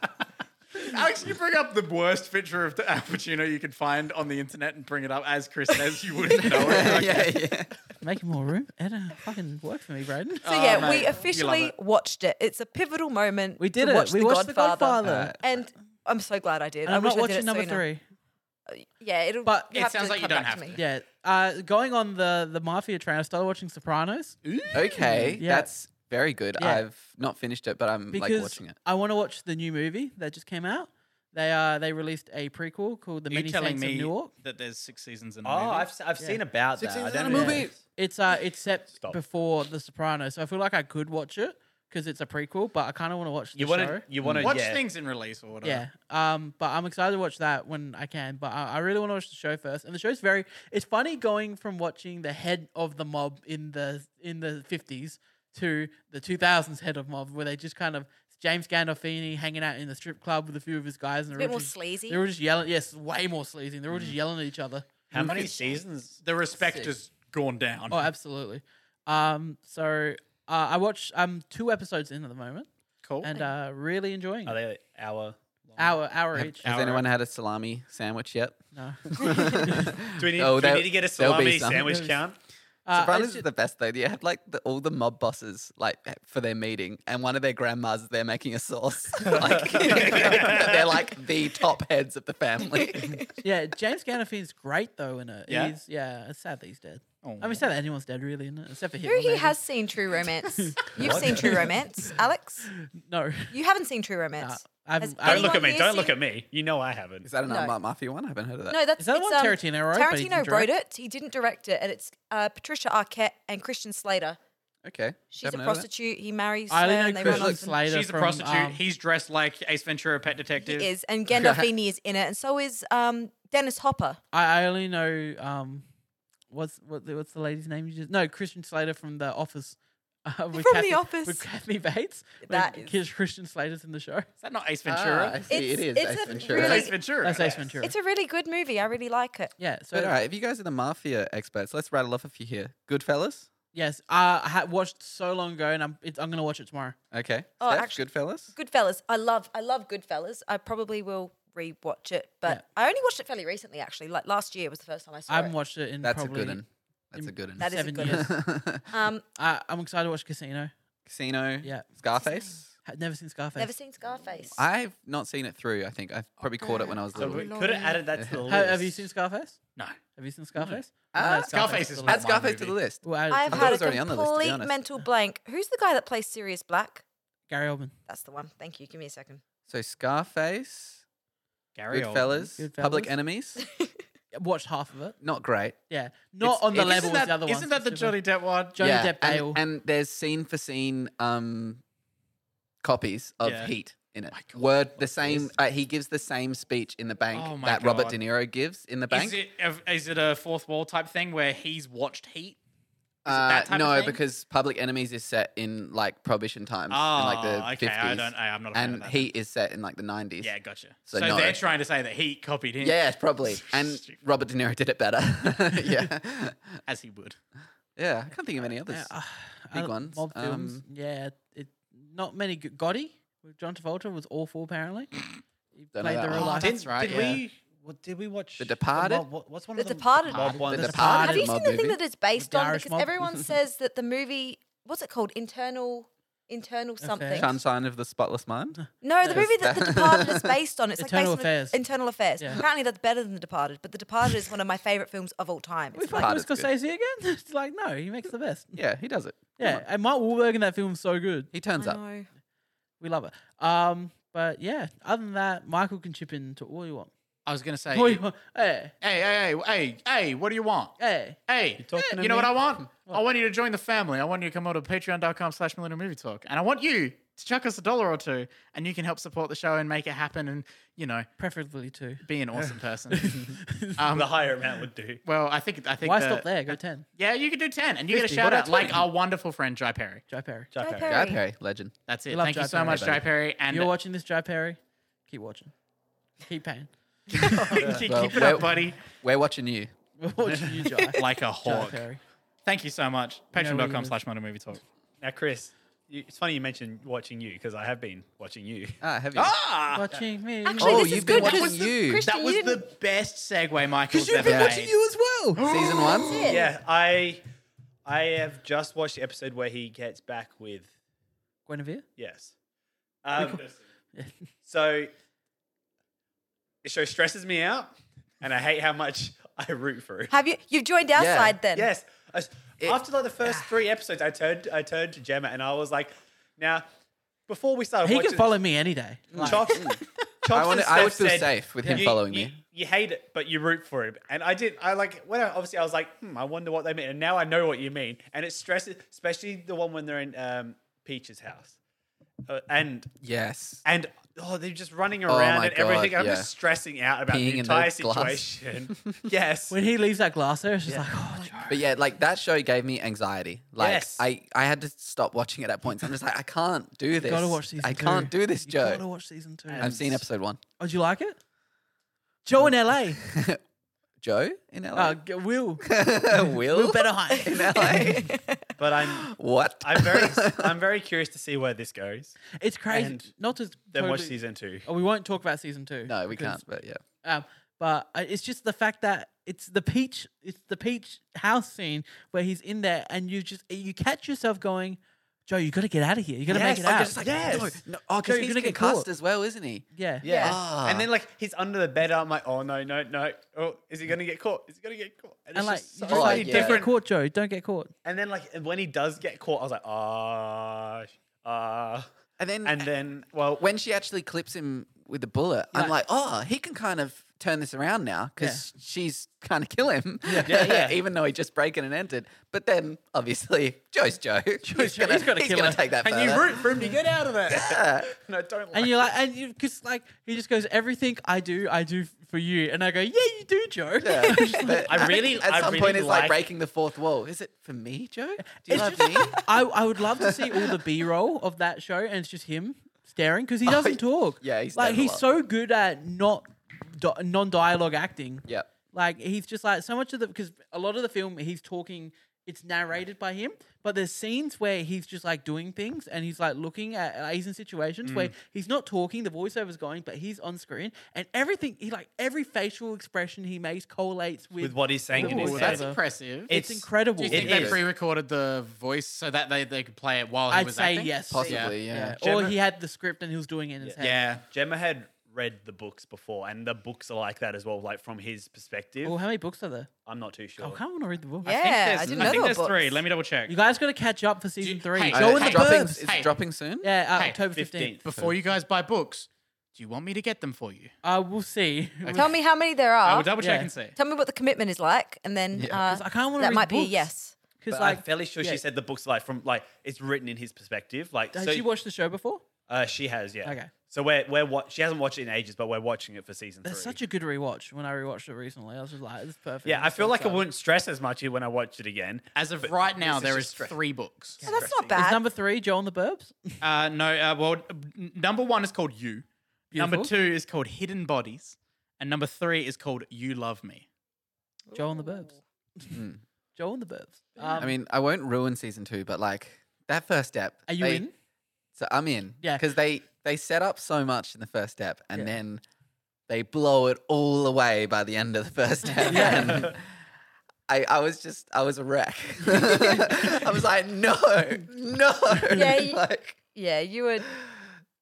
Speaker 2: Alex, you bring up the *laughs* worst picture of Al Pacino you could find on the internet and bring it up as Chris says you wouldn't know it. Like,
Speaker 3: *laughs* yeah, yeah.
Speaker 1: Making more room. It uh, fucking worked for me, Braden.
Speaker 4: So yeah,
Speaker 2: mate,
Speaker 4: we
Speaker 2: you love
Speaker 4: officially
Speaker 2: it.
Speaker 4: watched it. It's a pivotal moment.
Speaker 1: We did
Speaker 4: to
Speaker 1: it.
Speaker 4: Watch
Speaker 1: we
Speaker 4: the
Speaker 1: watched
Speaker 4: Godfather.
Speaker 1: The Godfather.
Speaker 4: and I'm so glad I did.
Speaker 1: and
Speaker 4: I
Speaker 1: I'm
Speaker 4: wish
Speaker 1: not
Speaker 4: I did
Speaker 1: watching
Speaker 4: it
Speaker 1: number
Speaker 4: sooner.
Speaker 1: three.
Speaker 4: Yeah, it'll.
Speaker 1: But-
Speaker 4: you
Speaker 2: It
Speaker 4: have
Speaker 2: sounds
Speaker 4: to
Speaker 2: like you
Speaker 4: come
Speaker 2: don't
Speaker 4: back
Speaker 2: have to.
Speaker 4: me.
Speaker 1: Yeah. Uh, going on the the mafia train, I started watching Sopranos
Speaker 3: Okay,
Speaker 1: Yeah.
Speaker 3: that's very good.
Speaker 1: Yeah.
Speaker 3: I've not finished it, but I'm
Speaker 1: because
Speaker 3: like watching it.
Speaker 1: I want to watch the new movie that just came out. They uh, they released a prequel called The
Speaker 2: Are you
Speaker 1: Many
Speaker 2: telling
Speaker 1: Saints
Speaker 2: me
Speaker 1: of Newark.
Speaker 2: that there's six seasons in a
Speaker 5: Oh,
Speaker 2: movie?
Speaker 5: I've, s- I've seen about that.
Speaker 3: Six
Speaker 5: I
Speaker 3: seasons in
Speaker 5: don't
Speaker 3: a
Speaker 5: know.
Speaker 3: movie.
Speaker 1: It's uh, it's set
Speaker 5: Stop.
Speaker 1: before The Sopranos, so I feel like I could watch it because it's a prequel. But I kind of want to watch the
Speaker 5: You
Speaker 1: show.
Speaker 5: want to? You want to?
Speaker 2: Watch
Speaker 5: yeah.
Speaker 2: things in release order.
Speaker 1: Yeah. Um, but I'm excited to watch that when I can. But I, I really want to watch the show first. And the show's very it's funny going from watching the head of the mob in the in the fifties to the two thousands head of mob where they just kind of James Gandolfini hanging out in the strip club with a few of his guys and
Speaker 4: a
Speaker 1: they're
Speaker 4: bit
Speaker 1: all
Speaker 4: more
Speaker 1: just-
Speaker 4: sleazy.
Speaker 1: They were just yelling yes, way more sleazy. They were all just yelling at each other.
Speaker 5: How many seasons?
Speaker 2: The respect
Speaker 3: Six.
Speaker 2: has gone down.
Speaker 1: Oh, absolutely. Um so uh, I watched um two episodes in at the moment
Speaker 2: cool.
Speaker 1: and uh really enjoying
Speaker 5: Are
Speaker 1: it.
Speaker 5: they like hour?
Speaker 1: Hour hour each.
Speaker 3: Has anyone had a salami sandwich yet?
Speaker 1: No.
Speaker 3: *laughs*
Speaker 5: Do we need,
Speaker 3: Oh,
Speaker 5: do we
Speaker 3: there-
Speaker 5: need to get a
Speaker 3: there'll be
Speaker 5: salami
Speaker 3: some. *laughs*
Speaker 5: sandwich count?
Speaker 1: Uh,
Speaker 3: Sopranos
Speaker 1: it's
Speaker 3: is the best though. You have like the, all the mob bosses like eh, for their meeting, and one of their grandmas is there making a sauce. *laughs* like, they're like the top heads of the family.
Speaker 1: Yeah, James Gandolfini's great though in it.
Speaker 2: Yeah?
Speaker 1: He's yeah, it's sad that he's dead.
Speaker 2: Oh.
Speaker 1: I mean, it's sad that anyone's dead really, isn't it? Except for Hitler.
Speaker 4: Who here
Speaker 1: maybe.
Speaker 4: has
Speaker 1: *laughs*
Speaker 4: seen True Romance? You've seen True Romance, Alex.
Speaker 1: no. *laughs*
Speaker 4: You haven't seen True
Speaker 1: Nah,
Speaker 4: Romance.
Speaker 1: I've,
Speaker 4: Has
Speaker 1: I
Speaker 5: Don't look at
Speaker 4: Anyone
Speaker 5: me.
Speaker 4: here
Speaker 5: Don't look
Speaker 4: seen-
Speaker 5: at me. You know I haven't.
Speaker 3: Is that an
Speaker 4: No.
Speaker 3: Umar Mafia one? I haven't heard of that.
Speaker 4: No, that's
Speaker 1: Is that
Speaker 4: it's,
Speaker 1: one
Speaker 4: um,
Speaker 1: Tarantino wrote, but he
Speaker 4: Tarantino
Speaker 1: didn't
Speaker 4: wrote
Speaker 1: direct?
Speaker 4: it. He didn't direct it, and it's uh, Patricia Arquette and Christian Slater.
Speaker 3: okay.
Speaker 4: She's a
Speaker 3: Haven't heard of that.
Speaker 4: prostitute. He marries uh, her,
Speaker 1: I
Speaker 4: and
Speaker 1: know
Speaker 4: they run
Speaker 1: Christian
Speaker 4: off. and-
Speaker 1: Slater.
Speaker 2: She's a
Speaker 1: from,
Speaker 2: prostitute.
Speaker 1: um,
Speaker 2: He's dressed like Ace Ventura, Pet
Speaker 4: He
Speaker 2: Detective.
Speaker 4: is, and
Speaker 1: *laughs*
Speaker 4: Gandolfini is in it, and so is um, Dennis Hopper.
Speaker 1: I, I only know um, what's what, the- what's the lady's name? You just no Christian Slater from The Office. Uh, with
Speaker 4: From The
Speaker 1: Kathy-
Speaker 4: Office.
Speaker 1: with Kathy Bates. when
Speaker 4: That is-
Speaker 1: Chris- Christian Slater's in the show.
Speaker 2: Is that not Ace
Speaker 3: Ah,
Speaker 2: Ventura?
Speaker 3: I see.
Speaker 4: It's-
Speaker 3: It is.
Speaker 4: it's
Speaker 3: Ace
Speaker 4: a
Speaker 3: Ventura.
Speaker 4: really-
Speaker 2: Ace Ventura.
Speaker 1: That's Ace Ventura.
Speaker 4: It's a really good movie. I really like it.
Speaker 1: yeah. So
Speaker 3: But all right, if you guys are the mafia experts, let's rattle off a few here. Goodfellas.
Speaker 1: yes, uh, I ha- watched so long ago, and I'm it, I'm gonna watch it tomorrow.
Speaker 3: Okay.
Speaker 4: Oh,
Speaker 3: Steph,
Speaker 4: actually-
Speaker 3: Goodfellas.
Speaker 4: Goodfellas. I love. I love Goodfellas. I probably will rewatch it, but
Speaker 1: Yeah.
Speaker 4: I only watched it fairly recently. Actually, like last year was the first time I saw
Speaker 1: I haven't
Speaker 4: it.
Speaker 1: watched it in
Speaker 3: That's
Speaker 1: probably
Speaker 3: a good one. That's
Speaker 1: in
Speaker 3: a good one.
Speaker 4: That
Speaker 3: *laughs*
Speaker 4: is a
Speaker 1: seven
Speaker 4: good
Speaker 1: years.
Speaker 3: is.
Speaker 4: Um,
Speaker 1: I, I'm excited to watch Casino.
Speaker 3: Casino.
Speaker 1: Yeah.
Speaker 3: Scarface.
Speaker 1: Had never seen Scarface.
Speaker 4: never seen Scarface.
Speaker 3: I've not seen it through. I think I've probably caught it when I was
Speaker 5: So
Speaker 3: little.
Speaker 5: we could have added that to the list.
Speaker 1: Ha- have you seen Scarface?
Speaker 2: No.
Speaker 1: Have you seen Scarface?
Speaker 3: Uh,
Speaker 1: I'll add
Speaker 2: Scarface
Speaker 1: to
Speaker 2: is
Speaker 1: the
Speaker 2: not
Speaker 1: list.
Speaker 3: Add
Speaker 2: my
Speaker 3: Scarface
Speaker 2: movie.
Speaker 3: to the list.
Speaker 1: Well, add-
Speaker 4: I've
Speaker 3: I thought
Speaker 4: had
Speaker 3: it
Speaker 4: a
Speaker 3: was already on the list, to be
Speaker 4: complete
Speaker 3: honest.
Speaker 4: mental blank. Who's the guy that plays Sirius Black?
Speaker 1: Gary Oldman.
Speaker 4: That's the one. Thank you. Give me a second.
Speaker 3: So Scarface,
Speaker 2: Gary
Speaker 3: Goodfellas,
Speaker 1: Goodfellas.
Speaker 2: *laughs*
Speaker 3: Public Enemies.
Speaker 1: I Watched half of it.
Speaker 3: Not great.
Speaker 1: Yeah, not
Speaker 3: It's-
Speaker 1: on the
Speaker 3: it's-
Speaker 1: level
Speaker 2: Isn't
Speaker 1: as
Speaker 2: that,
Speaker 1: the other ones.
Speaker 2: isn't that the
Speaker 1: It's different.
Speaker 2: Johnny Depp one?
Speaker 1: Johnny Depp
Speaker 3: and,
Speaker 1: Bale.
Speaker 3: and there's scene for scene um, copies of
Speaker 2: Yeah.
Speaker 3: Heat in it.
Speaker 2: My God,
Speaker 3: Word the
Speaker 2: what's
Speaker 3: same.
Speaker 2: this?
Speaker 3: Uh, he gives the same speech in the bank
Speaker 2: Oh my
Speaker 3: that Robert
Speaker 2: God.
Speaker 3: De Niro gives in the
Speaker 2: Is
Speaker 3: bank.
Speaker 2: it, is it a fourth wall type thing where he's watched Heat? it
Speaker 3: Uh,
Speaker 2: that type of
Speaker 3: no,
Speaker 2: thing?
Speaker 3: because Public Enemies is set in like Prohibition times, in like the
Speaker 2: Ah, okay, I
Speaker 3: 50s,
Speaker 2: don't- I- I'm not a fan of
Speaker 3: and
Speaker 2: that
Speaker 3: Heat is set in like the 90s.
Speaker 2: Yeah, gotcha.
Speaker 3: So
Speaker 2: So,
Speaker 3: no.
Speaker 2: they're trying to say that Heat copied him.
Speaker 3: Yeah,
Speaker 2: *laughs*
Speaker 3: probably. And Robert De Niro did it better. *laughs* yeah.
Speaker 2: As he would.
Speaker 3: Yeah, I can't think of any others.
Speaker 1: Yeah, uh,
Speaker 3: big
Speaker 1: other
Speaker 3: ones.
Speaker 1: Mob films.
Speaker 3: Um,
Speaker 1: yeah, it, not many. Good. Gotti with John Travolta was awful.
Speaker 3: *laughs*
Speaker 1: Apparently, he
Speaker 3: Don't know
Speaker 1: played
Speaker 3: that
Speaker 1: the
Speaker 3: one.
Speaker 1: real
Speaker 3: Oh,
Speaker 1: life.
Speaker 3: that's right,
Speaker 5: Did
Speaker 3: yeah.
Speaker 5: we? What, did we watch
Speaker 3: The Departed?
Speaker 5: mob- what- what's one
Speaker 4: The
Speaker 5: of the
Speaker 4: Departed.
Speaker 5: mob ones?
Speaker 3: The
Speaker 1: Departed.
Speaker 4: Have you
Speaker 3: Mob
Speaker 4: seen the thing
Speaker 3: movie.
Speaker 4: that it's based
Speaker 1: The
Speaker 4: on?
Speaker 1: Irish
Speaker 4: Because
Speaker 1: mob. *laughs*
Speaker 4: everyone says that the movie, what's it called? Internal, internal something.
Speaker 3: Sunshine of the Spotless Mind.
Speaker 4: No, the
Speaker 3: Yes.
Speaker 4: movie that The Departed *laughs* is based on. It's
Speaker 1: Internal
Speaker 4: like based on
Speaker 1: Affairs.
Speaker 4: the- Internal Affairs.
Speaker 1: Yeah.
Speaker 4: Apparently, that's better than The Departed, but The Departed is one of my favorite films of all time.
Speaker 1: We
Speaker 4: It's
Speaker 1: fucking
Speaker 3: Departed's
Speaker 1: with Scorsese again? *laughs* It's like no, he makes the best.
Speaker 3: *laughs* Yeah, he does it.
Speaker 1: Yeah, and Mark Wahlberg in that film's so good.
Speaker 3: He turns
Speaker 4: I
Speaker 3: up.
Speaker 4: know.
Speaker 1: We love it. Um, but yeah, other than that, Michael can chip in to all you want.
Speaker 2: I was going to say,
Speaker 1: All
Speaker 2: hey,
Speaker 1: you want. Hey,
Speaker 2: hey, hey, hey, hey, what do you want?
Speaker 1: hey.
Speaker 2: Hey, you,
Speaker 5: talking to
Speaker 2: know
Speaker 5: me?
Speaker 2: what I want? I want you to join the family. I want you to come over to patreon.com slash millennial movie talk. And I want you to chuck us a dollar or two and you can help support the show and make it happen and, you know,
Speaker 1: Preferably two.
Speaker 2: be an awesome person.
Speaker 3: *laughs*
Speaker 5: Um, the higher amount would do.
Speaker 2: well, I think, I think,
Speaker 1: Why
Speaker 2: the-
Speaker 1: stop there? Go ten.
Speaker 2: Yeah, you could do 10 and you get a
Speaker 3: 50,
Speaker 2: shout
Speaker 3: what
Speaker 2: out
Speaker 3: about
Speaker 2: like
Speaker 3: 20?
Speaker 2: our wonderful friend, Jai Perry.
Speaker 1: Joe Perry.
Speaker 5: Jack
Speaker 4: Joe
Speaker 5: Perry.
Speaker 3: Guy
Speaker 4: Perry.
Speaker 3: Perry, legend.
Speaker 2: That's it.
Speaker 1: love
Speaker 2: Thank
Speaker 1: Jai
Speaker 2: you so
Speaker 1: Perry,
Speaker 2: much,
Speaker 1: buddy.
Speaker 2: Jai Perry. And *laughs*
Speaker 1: You're watching this, Joe Perry. Keep watching. Keep paying. *laughs*
Speaker 2: keep
Speaker 3: Well,
Speaker 2: it
Speaker 3: well-
Speaker 2: up, buddy.
Speaker 3: We're watching you.
Speaker 1: We're watching you, Jai.
Speaker 2: Like a
Speaker 1: Jai
Speaker 2: hawk.
Speaker 1: Perry.
Speaker 2: Thank you so much.
Speaker 1: know what
Speaker 2: Patreon.com
Speaker 1: you-
Speaker 2: slash Modern Movie Talk.
Speaker 5: Now, Chris, you, it's funny you mentioned watching you because I have been watching you. *laughs*
Speaker 3: Ah, have you?
Speaker 2: Ah!
Speaker 1: Watching me.
Speaker 4: Actually,
Speaker 3: Oh,
Speaker 4: this is
Speaker 3: you've been
Speaker 4: good
Speaker 3: watching
Speaker 4: because
Speaker 3: you.
Speaker 4: Christian,
Speaker 2: That was
Speaker 4: you
Speaker 2: the
Speaker 4: didn't.
Speaker 2: best segue Michael's
Speaker 1: you've
Speaker 2: ever
Speaker 1: been
Speaker 2: made.
Speaker 1: watching you as well.
Speaker 2: *gasps*
Speaker 3: Season one.
Speaker 4: That's it.
Speaker 5: Yeah, I I have just watched the episode where he gets back with
Speaker 1: Guinevere.
Speaker 5: yes. Um, *laughs* so the show stresses me out, and I hate how much I root for it.
Speaker 4: Have you? You've joined our
Speaker 3: Yeah.
Speaker 4: side then.
Speaker 5: Yes. I s- After like the first three episodes, I turned I turned to Gemma and I was like, now before we started
Speaker 1: He
Speaker 5: watching
Speaker 1: Mm. can follow me any day. Like,
Speaker 5: Choc- Chops
Speaker 3: I wanna-
Speaker 5: and
Speaker 3: I would
Speaker 5: Steph
Speaker 3: feel
Speaker 5: said,
Speaker 3: safe with him
Speaker 5: you-
Speaker 3: following
Speaker 5: you-
Speaker 3: me.
Speaker 5: You hate it, but you root for him. And I did. I like. When I, obviously, I was like, hmm, I wonder what they mean. And now I know what you mean. And it stresses, especially the one when they're in um, Peach's house, uh, and
Speaker 3: Yes.
Speaker 5: and oh, they're just running around
Speaker 3: my
Speaker 5: and everything.
Speaker 3: God,
Speaker 5: I'm
Speaker 3: yeah.
Speaker 5: just stressing out about
Speaker 3: Peeing in
Speaker 5: the
Speaker 3: the
Speaker 5: entire
Speaker 3: glass.
Speaker 5: situation. *laughs* yes.
Speaker 1: When he leaves that glass there, it's just like, oh, Joe.
Speaker 3: But yeah, like that show gave me anxiety. Like
Speaker 5: Yes.
Speaker 3: I, I had to stop watching it at points. I'm just like, I can't do this.
Speaker 1: you gotta watch season
Speaker 3: I
Speaker 1: two.
Speaker 3: can't do this,
Speaker 1: you
Speaker 3: Joe.
Speaker 1: gotta watch season two.
Speaker 3: I've seen episode one.
Speaker 1: Oh, do you like it? Joe in LA.
Speaker 3: Joe in LA.
Speaker 1: Uh, g- Will.
Speaker 3: *laughs* Will,
Speaker 1: Will better hide.
Speaker 3: in LA.
Speaker 5: But I'm
Speaker 3: what?
Speaker 5: I'm
Speaker 3: *laughs*
Speaker 5: very I'm very curious to see where this goes.
Speaker 1: It's crazy.
Speaker 5: And
Speaker 1: Not to
Speaker 5: Then watch
Speaker 1: totally-
Speaker 5: season two.
Speaker 1: Oh, we won't talk about season two.
Speaker 3: no, we
Speaker 1: because-
Speaker 3: can't. But yeah,
Speaker 1: Um, but I- it's just the fact that it's the peach, it's the peach house scene where he's in there, and you just you catch yourself going, "Joe, you got to get out of here. You got to
Speaker 5: Yes,
Speaker 1: make it
Speaker 5: I
Speaker 1: out."
Speaker 5: just like- Yes.
Speaker 3: No, no, oh,
Speaker 1: Ah, Joe,
Speaker 3: because
Speaker 1: you're
Speaker 3: he's
Speaker 1: gonna
Speaker 3: gonna
Speaker 1: get
Speaker 3: get cussed
Speaker 1: caught.
Speaker 3: as well, isn't he?
Speaker 1: yeah,
Speaker 5: Yeah.
Speaker 3: Ah.
Speaker 5: And then like he's under the bed. I'm like, oh no, no, no. Oh, is he gonna get caught? Is he gonna get caught?
Speaker 1: And like,
Speaker 5: just
Speaker 1: you
Speaker 5: so
Speaker 1: just like,
Speaker 5: many
Speaker 3: yeah.
Speaker 1: don't get
Speaker 5: different.
Speaker 1: caught, Joe. Don't get caught.
Speaker 5: And then like when he does get caught, I was like, ah, ah.
Speaker 3: And then,
Speaker 5: and then well, *laughs*
Speaker 3: when she actually clips him with the bullet, I'm like, oh, he can kind of turn this around now because she's kind of kill him.
Speaker 5: Yeah,
Speaker 3: *laughs*
Speaker 5: yeah.
Speaker 3: Even though he just broken and entered. But then obviously Joe's Joe. he's
Speaker 1: Joe.
Speaker 3: gonna,
Speaker 1: He's gonna
Speaker 3: he's
Speaker 1: kill
Speaker 3: gonna
Speaker 1: him.
Speaker 3: take that
Speaker 5: and you
Speaker 3: further.
Speaker 5: root for him to get out of there. *laughs* no, don't.
Speaker 1: And
Speaker 5: like-
Speaker 1: you're like, and because like he just goes, "Everything I do, I do for you," and I go, "Yeah, you do, Joe." *laughs*
Speaker 3: Yeah. But
Speaker 5: I really-
Speaker 3: at
Speaker 5: I
Speaker 3: some
Speaker 5: really
Speaker 3: point it's like,
Speaker 5: like-
Speaker 3: breaking the fourth wall. Is it for me, Joe? Do you
Speaker 1: It's
Speaker 3: love
Speaker 1: just-
Speaker 3: me?
Speaker 1: I, I would love to see all the B roll of that show, and it's just him staring
Speaker 3: *laughs*
Speaker 1: because he doesn't talk.
Speaker 3: Oh, yeah, he stares
Speaker 1: like
Speaker 3: a
Speaker 1: he's
Speaker 3: lot.
Speaker 1: so good at not non dialogue acting.
Speaker 3: Yeah.
Speaker 1: like he's just like so much of the because a lot of the film he's talking, it's narrated by him, but there's scenes where he's just like doing things and he's like looking at like, he's in situations
Speaker 5: Mm.
Speaker 1: where he's not talking, the voiceover's going, but he's on screen and everything he like every facial expression he makes collates with,
Speaker 5: with what he's saying in
Speaker 1: Ooh,
Speaker 5: his
Speaker 1: Well,
Speaker 5: head.
Speaker 1: that's
Speaker 2: that's
Speaker 1: a-
Speaker 2: impressive.
Speaker 1: it's,
Speaker 5: it's-
Speaker 1: incredible.
Speaker 2: Do you think
Speaker 5: It
Speaker 2: they
Speaker 5: is.
Speaker 2: pre-recorded the voice so that they, they could play it while he
Speaker 1: I'd
Speaker 2: was
Speaker 1: say
Speaker 2: acting?
Speaker 1: yes,
Speaker 3: Possibly, yeah.
Speaker 1: Yeah. Or
Speaker 5: Gemma-
Speaker 1: he had the script and he was doing it in his head.
Speaker 2: Yeah.
Speaker 5: Gemma had read the books before, and the books are like that as well, like from his perspective.
Speaker 1: Well, how many books are there?
Speaker 5: I'm not too sure.
Speaker 1: Oh, I kind of want to read the book.
Speaker 4: Yeah, I, didn't know
Speaker 5: I think
Speaker 4: there
Speaker 5: there's
Speaker 4: were
Speaker 5: three.
Speaker 4: books.
Speaker 5: Let me double check.
Speaker 1: You guys got to catch up for season
Speaker 2: you-
Speaker 1: three.
Speaker 2: hey,
Speaker 1: Go in
Speaker 2: hey,
Speaker 1: the
Speaker 2: hey.
Speaker 3: dropping,
Speaker 1: birds.
Speaker 3: is it
Speaker 2: Hey.
Speaker 3: dropping soon?
Speaker 1: Yeah, uh,
Speaker 2: Hey,
Speaker 1: October 15th.
Speaker 5: Fifteenth.
Speaker 2: Before you guys buy books, do you want me to get them for you?
Speaker 1: Uh, we'll see. *laughs*
Speaker 4: Tell me how many there
Speaker 2: I
Speaker 4: are.
Speaker 2: will double check
Speaker 1: Yeah.
Speaker 2: and see.
Speaker 4: Tell me what the commitment is like, and then uh,
Speaker 1: 'Cause I kinda wanna
Speaker 4: that
Speaker 1: read
Speaker 4: might be a
Speaker 1: books.
Speaker 4: yes.
Speaker 1: Because
Speaker 5: But
Speaker 1: like,
Speaker 5: I'm fairly sure
Speaker 1: yeah.
Speaker 5: she said the books are like from like it's written in his perspective. Like
Speaker 1: Has
Speaker 5: so,
Speaker 1: she watched the show before?
Speaker 5: uh, she has, yeah.
Speaker 1: Okay.
Speaker 5: So we're we're wa- she hasn't watched it in ages, but we're watching it for season
Speaker 1: That's
Speaker 5: three.
Speaker 1: such a good rewatch. When I rewatched it recently, I was just like, "This is perfect."
Speaker 5: yeah,
Speaker 1: I'm
Speaker 5: I feel
Speaker 1: so
Speaker 5: like I
Speaker 1: excited.
Speaker 5: wouldn't stress as much when I watch it again.
Speaker 2: As of right now,
Speaker 5: this is
Speaker 2: there
Speaker 5: just
Speaker 2: is
Speaker 5: straight-
Speaker 2: three books.
Speaker 4: Oh, that's not
Speaker 1: Is
Speaker 4: bad.
Speaker 1: number three Joe and the Burbs?
Speaker 2: Uh, no, uh, well, n- number one is called You. Number
Speaker 1: Beautiful.
Speaker 2: two is called Hidden Bodies, and number three is called You Love Me.
Speaker 1: Joe and the Burbs.
Speaker 5: Hmm.
Speaker 1: Joe and the Burbs. Um,
Speaker 3: I mean, I won't ruin season two, but like that first step.
Speaker 1: are you
Speaker 3: they-
Speaker 1: in?
Speaker 3: So I'm in.
Speaker 1: Yeah.
Speaker 3: Because they they set up so much in the first step, and
Speaker 1: Yeah.
Speaker 3: then they blow it all away by the end of the first step. And I, I was just I was a wreck. *laughs* I was like, no, no.
Speaker 4: Yeah, you-
Speaker 3: *laughs* like,
Speaker 4: Yeah, you
Speaker 3: *gasps*
Speaker 4: would.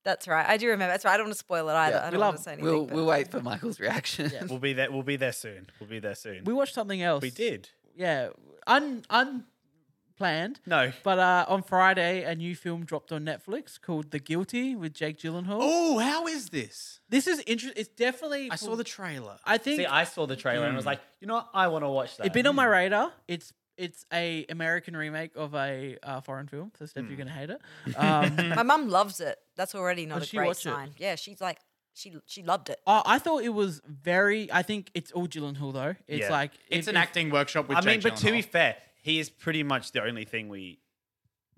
Speaker 4: That's right. I do remember. That's right. I don't want to spoil it either.
Speaker 3: Yeah.
Speaker 4: I
Speaker 1: We
Speaker 4: don't want
Speaker 1: love-
Speaker 4: to say anything.
Speaker 3: we'll
Speaker 4: but-
Speaker 3: we'll wait for Michael's reaction.
Speaker 1: Yeah.
Speaker 5: We'll be there. We'll be there soon. We'll be there soon.
Speaker 1: We watched something else.
Speaker 5: we did.
Speaker 1: Yeah, un unplanned.
Speaker 5: No.
Speaker 1: But uh, on Friday, a new film dropped on Netflix called The Guilty with Jake Gyllenhaal.
Speaker 2: Oh, how is this?
Speaker 1: This is interesting. It's definitely.
Speaker 2: I saw the trailer.
Speaker 1: I think
Speaker 5: See, I Mm. saw the trailer and was like, you know what? I want to watch that.
Speaker 1: It's Hmm. been on my radar. It's it's a American remake of a uh, foreign film. So Steph,
Speaker 5: Mm.
Speaker 1: you're gonna hate
Speaker 5: *laughs*
Speaker 1: it. Um,
Speaker 4: My mum loves it. That's already not
Speaker 1: Does
Speaker 4: a
Speaker 1: she
Speaker 4: great
Speaker 1: watch it?
Speaker 4: sign. Yeah, she's like, she she loved it.
Speaker 1: I, I thought it was very. I think it's all Gyllenhaal though. It's
Speaker 5: Yeah.
Speaker 1: like if-
Speaker 2: It's an
Speaker 1: if
Speaker 2: acting workshop with
Speaker 5: I mean,
Speaker 2: Jake
Speaker 5: but to be
Speaker 2: Gyllenhaal.
Speaker 5: fair, he is pretty much the only thing we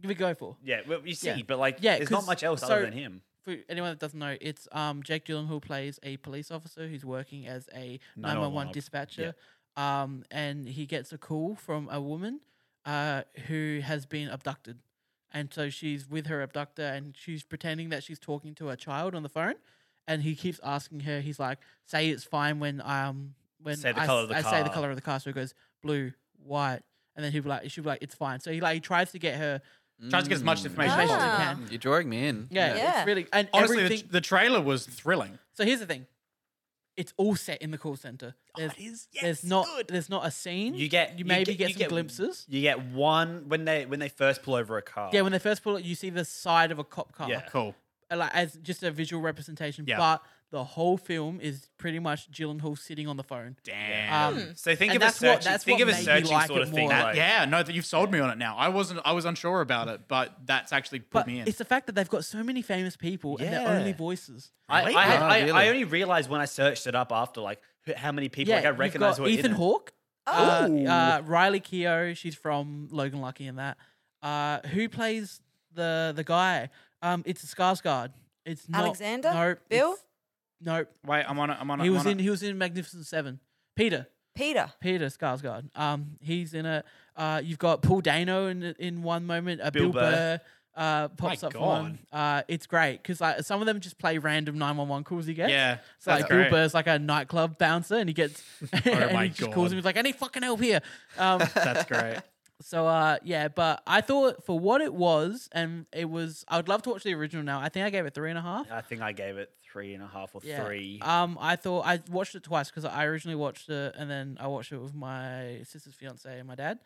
Speaker 1: We go for
Speaker 5: yeah well, you see.
Speaker 1: Yeah.
Speaker 5: But like,
Speaker 1: Yeah,
Speaker 5: there's not
Speaker 1: 'cause-
Speaker 5: much else
Speaker 1: so-
Speaker 5: other than him.
Speaker 1: for anyone that doesn't know. It's um Jake Gyllenhaal plays a police officer who's working as a 911
Speaker 5: op.
Speaker 1: dispatcher. Um, and he gets a call from a woman, uh, who has been abducted, and so she's with her abductor, and she's pretending that she's talking to her child on the phone, and he keeps asking her. He's like, "Say it's fine when um when
Speaker 5: Say the
Speaker 1: I,
Speaker 5: colour of the
Speaker 1: I say the
Speaker 5: car.
Speaker 1: color of the car." So he goes blue, white, and then he'll be like, she'll be like, "It's fine." So he like he tries to get her
Speaker 2: Tries to get as much information as
Speaker 1: information
Speaker 2: possible.
Speaker 1: as he
Speaker 4: Ah.
Speaker 1: can.
Speaker 3: You're drawing me in.
Speaker 1: Yeah,
Speaker 4: Yeah.
Speaker 1: it's really and
Speaker 2: Honestly, the,
Speaker 1: everything.
Speaker 2: the trailer was thrilling.
Speaker 1: so here's the thing, it's all set in the call center.
Speaker 5: Oh,
Speaker 1: There's,
Speaker 2: is.
Speaker 1: there's not there's not a scene.
Speaker 5: You get-
Speaker 1: you
Speaker 5: you
Speaker 1: maybe
Speaker 5: get-
Speaker 1: get,
Speaker 5: you
Speaker 1: some
Speaker 5: get-
Speaker 1: glimpses.
Speaker 5: You get one when they when they first pull over a car.
Speaker 1: Yeah, when they first pull it, you see the side of a cop car.
Speaker 5: Yeah.
Speaker 2: Cool.
Speaker 1: uh, like as just a visual representation.
Speaker 2: Yeah.
Speaker 1: But the whole film is pretty much Gyllenhaal sitting on the phone.
Speaker 2: Damn.
Speaker 1: Um,
Speaker 5: So think
Speaker 1: And
Speaker 5: of a
Speaker 1: that's what-
Speaker 5: searching,
Speaker 1: that's
Speaker 5: think
Speaker 1: what
Speaker 5: of a
Speaker 1: made me
Speaker 5: searching
Speaker 1: like
Speaker 5: sort
Speaker 1: it
Speaker 5: of thing.
Speaker 1: more.
Speaker 5: like-
Speaker 2: yeah, no, that you've sold me on it now. I wasn't. I was unsure about it, but that's actually put
Speaker 1: But
Speaker 2: me in.
Speaker 1: it's the fact that they've got so many famous people and they're
Speaker 5: Yeah.
Speaker 1: only voices.
Speaker 5: I,
Speaker 2: Really?
Speaker 5: I, had,
Speaker 3: Oh,
Speaker 5: I, I
Speaker 3: really?
Speaker 5: only realized when I searched it up after like who- how many people
Speaker 1: Yeah,
Speaker 5: like I
Speaker 1: you've
Speaker 5: recognized
Speaker 1: got
Speaker 5: were
Speaker 1: Ethan
Speaker 5: in it.
Speaker 1: Hawke, uh,
Speaker 2: Oh.
Speaker 1: uh, Riley Keough. She's from Logan Lucky and that. Uh, who plays the the guy? Um, it's Skarsgård. It's not
Speaker 4: Alexander?
Speaker 1: Nope.
Speaker 4: Bill?
Speaker 1: it's- Nope.
Speaker 2: Wait, I'm on it. I'm on it.
Speaker 1: He
Speaker 2: I'm
Speaker 1: was
Speaker 2: on
Speaker 1: in.
Speaker 2: It.
Speaker 1: He was in Magnificent Seven. Peter.
Speaker 4: Peter.
Speaker 1: Peter Skarsgård. Um, he's in a. Uh, you've got Paul Dano in in one moment. Uh, Bill,
Speaker 5: Bill
Speaker 1: Burr. Uh, pops
Speaker 2: My
Speaker 1: up for him. Uh, it's great because like some of them just play random nine one one calls he gets.
Speaker 2: Yeah,
Speaker 1: so
Speaker 2: that's
Speaker 1: like Bill
Speaker 2: great. Oh
Speaker 1: Burr's like a nightclub bouncer and he
Speaker 2: *laughs*
Speaker 1: gets *laughs* and
Speaker 2: my
Speaker 1: he just calls
Speaker 2: God.
Speaker 1: him. He's like, I need fucking help here.
Speaker 2: *laughs*
Speaker 1: Um,
Speaker 2: That's great.
Speaker 1: so uh, yeah, but I thought for what it was, and it was, I would love to watch the original now. I think I gave it three and a half.
Speaker 5: I think I gave it three and a half or three.
Speaker 1: Um, I thought I watched it twice because I originally watched it and then I watched it with my sister's fiance and my dad,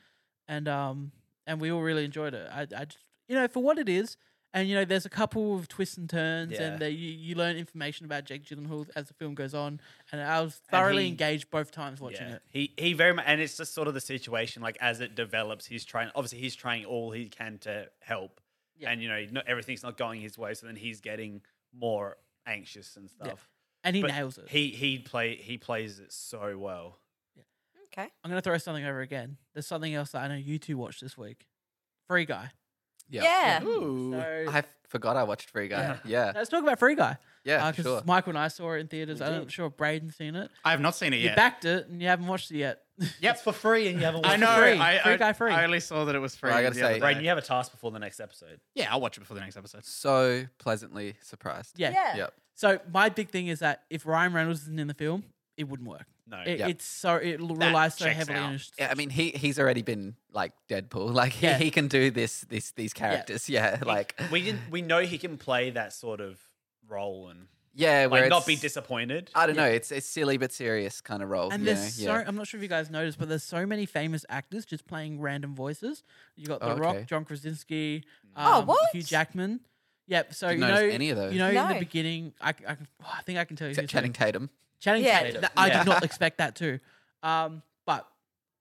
Speaker 1: and um, and we all really enjoyed it. I, I just, you know, for what it is, and you know, there's a couple of twists and turns,
Speaker 5: Yeah.
Speaker 1: and that you, you learn information about Jake Gyllenhaal as the film goes on, and I was thoroughly
Speaker 5: he-
Speaker 1: engaged both times watching it.
Speaker 5: He he very much, and it's just sort of the situation. Like as it develops, he's trying. Obviously, he's trying all he can to help,
Speaker 1: Yeah.
Speaker 5: and you know, not, everything's not going his way. So then he's getting more anxious and stuff.
Speaker 1: Yeah. and he
Speaker 5: But
Speaker 1: nails it.
Speaker 5: He he play he plays it so well.
Speaker 4: Okay.
Speaker 1: I'm gonna throw something over again. There's something else that I know you two watched this week. Free Guy.
Speaker 3: Yeah.
Speaker 4: Yeah.
Speaker 2: Ooh.
Speaker 1: So,
Speaker 3: I forgot I watched Free Guy. Yeah.
Speaker 1: let's talk about Free Guy.
Speaker 3: Yeah,
Speaker 1: Uh, 'cause
Speaker 3: sure.
Speaker 1: Michael and I saw it in theaters. I'm not sure if Braden's seen it.
Speaker 2: I have not seen it
Speaker 1: You
Speaker 2: yet.
Speaker 1: backed it and you haven't watched it yet. *laughs*
Speaker 2: Yep.
Speaker 5: It's for free, and you haven't.
Speaker 2: I
Speaker 5: watched
Speaker 2: know.
Speaker 5: it.
Speaker 1: Free.
Speaker 2: I,
Speaker 1: Free
Speaker 2: I,
Speaker 1: guy free.
Speaker 2: I only saw that it was free.
Speaker 3: Well, I gotta
Speaker 2: the other
Speaker 3: say-
Speaker 2: day.
Speaker 5: Brayden, you have a task before the next episode.
Speaker 2: yeah, I'll watch it before the next episode.
Speaker 3: So pleasantly surprised.
Speaker 1: yeah.
Speaker 4: Yeah.
Speaker 3: Yep.
Speaker 1: So my big thing is that if Ryan Reynolds isn't in the film, it wouldn't work.
Speaker 5: No,
Speaker 1: It,
Speaker 3: Yeah.
Speaker 1: It's so it l- relies so
Speaker 2: checks
Speaker 1: heavily
Speaker 2: out.
Speaker 1: on. His,
Speaker 3: Yeah, I mean he he's already been like Deadpool. *laughs* Like he,
Speaker 1: Yeah.
Speaker 3: he can do this this these characters. Yeah, like
Speaker 5: we didn't. We know he can play that sort of role and
Speaker 3: yeah, where
Speaker 5: like not be
Speaker 3: it's-
Speaker 5: disappointed.
Speaker 3: I don't know. It's it's silly but serious kind of role.
Speaker 1: and
Speaker 3: you know?
Speaker 1: there's so
Speaker 3: yeah.
Speaker 1: I'm not sure if you guys noticed, but there's so many famous actors just playing random voices. You got The
Speaker 3: Oh,
Speaker 1: Rock,
Speaker 3: okay.
Speaker 1: John Krasinski,
Speaker 4: Oh,
Speaker 1: um,
Speaker 4: what?
Speaker 1: Hugh Jackman. Yep. So
Speaker 3: Didn't
Speaker 1: you know
Speaker 3: notice any of those.
Speaker 1: You know, in the
Speaker 4: No.
Speaker 1: beginning, I, c- I can- oh, I think I can tell you.
Speaker 3: Except
Speaker 1: who's who.
Speaker 3: Channing Tatum.
Speaker 1: Channing
Speaker 4: Yeah. *laughs*
Speaker 1: Tatum. That- I
Speaker 5: Yeah.
Speaker 1: did not expect that too. Um, but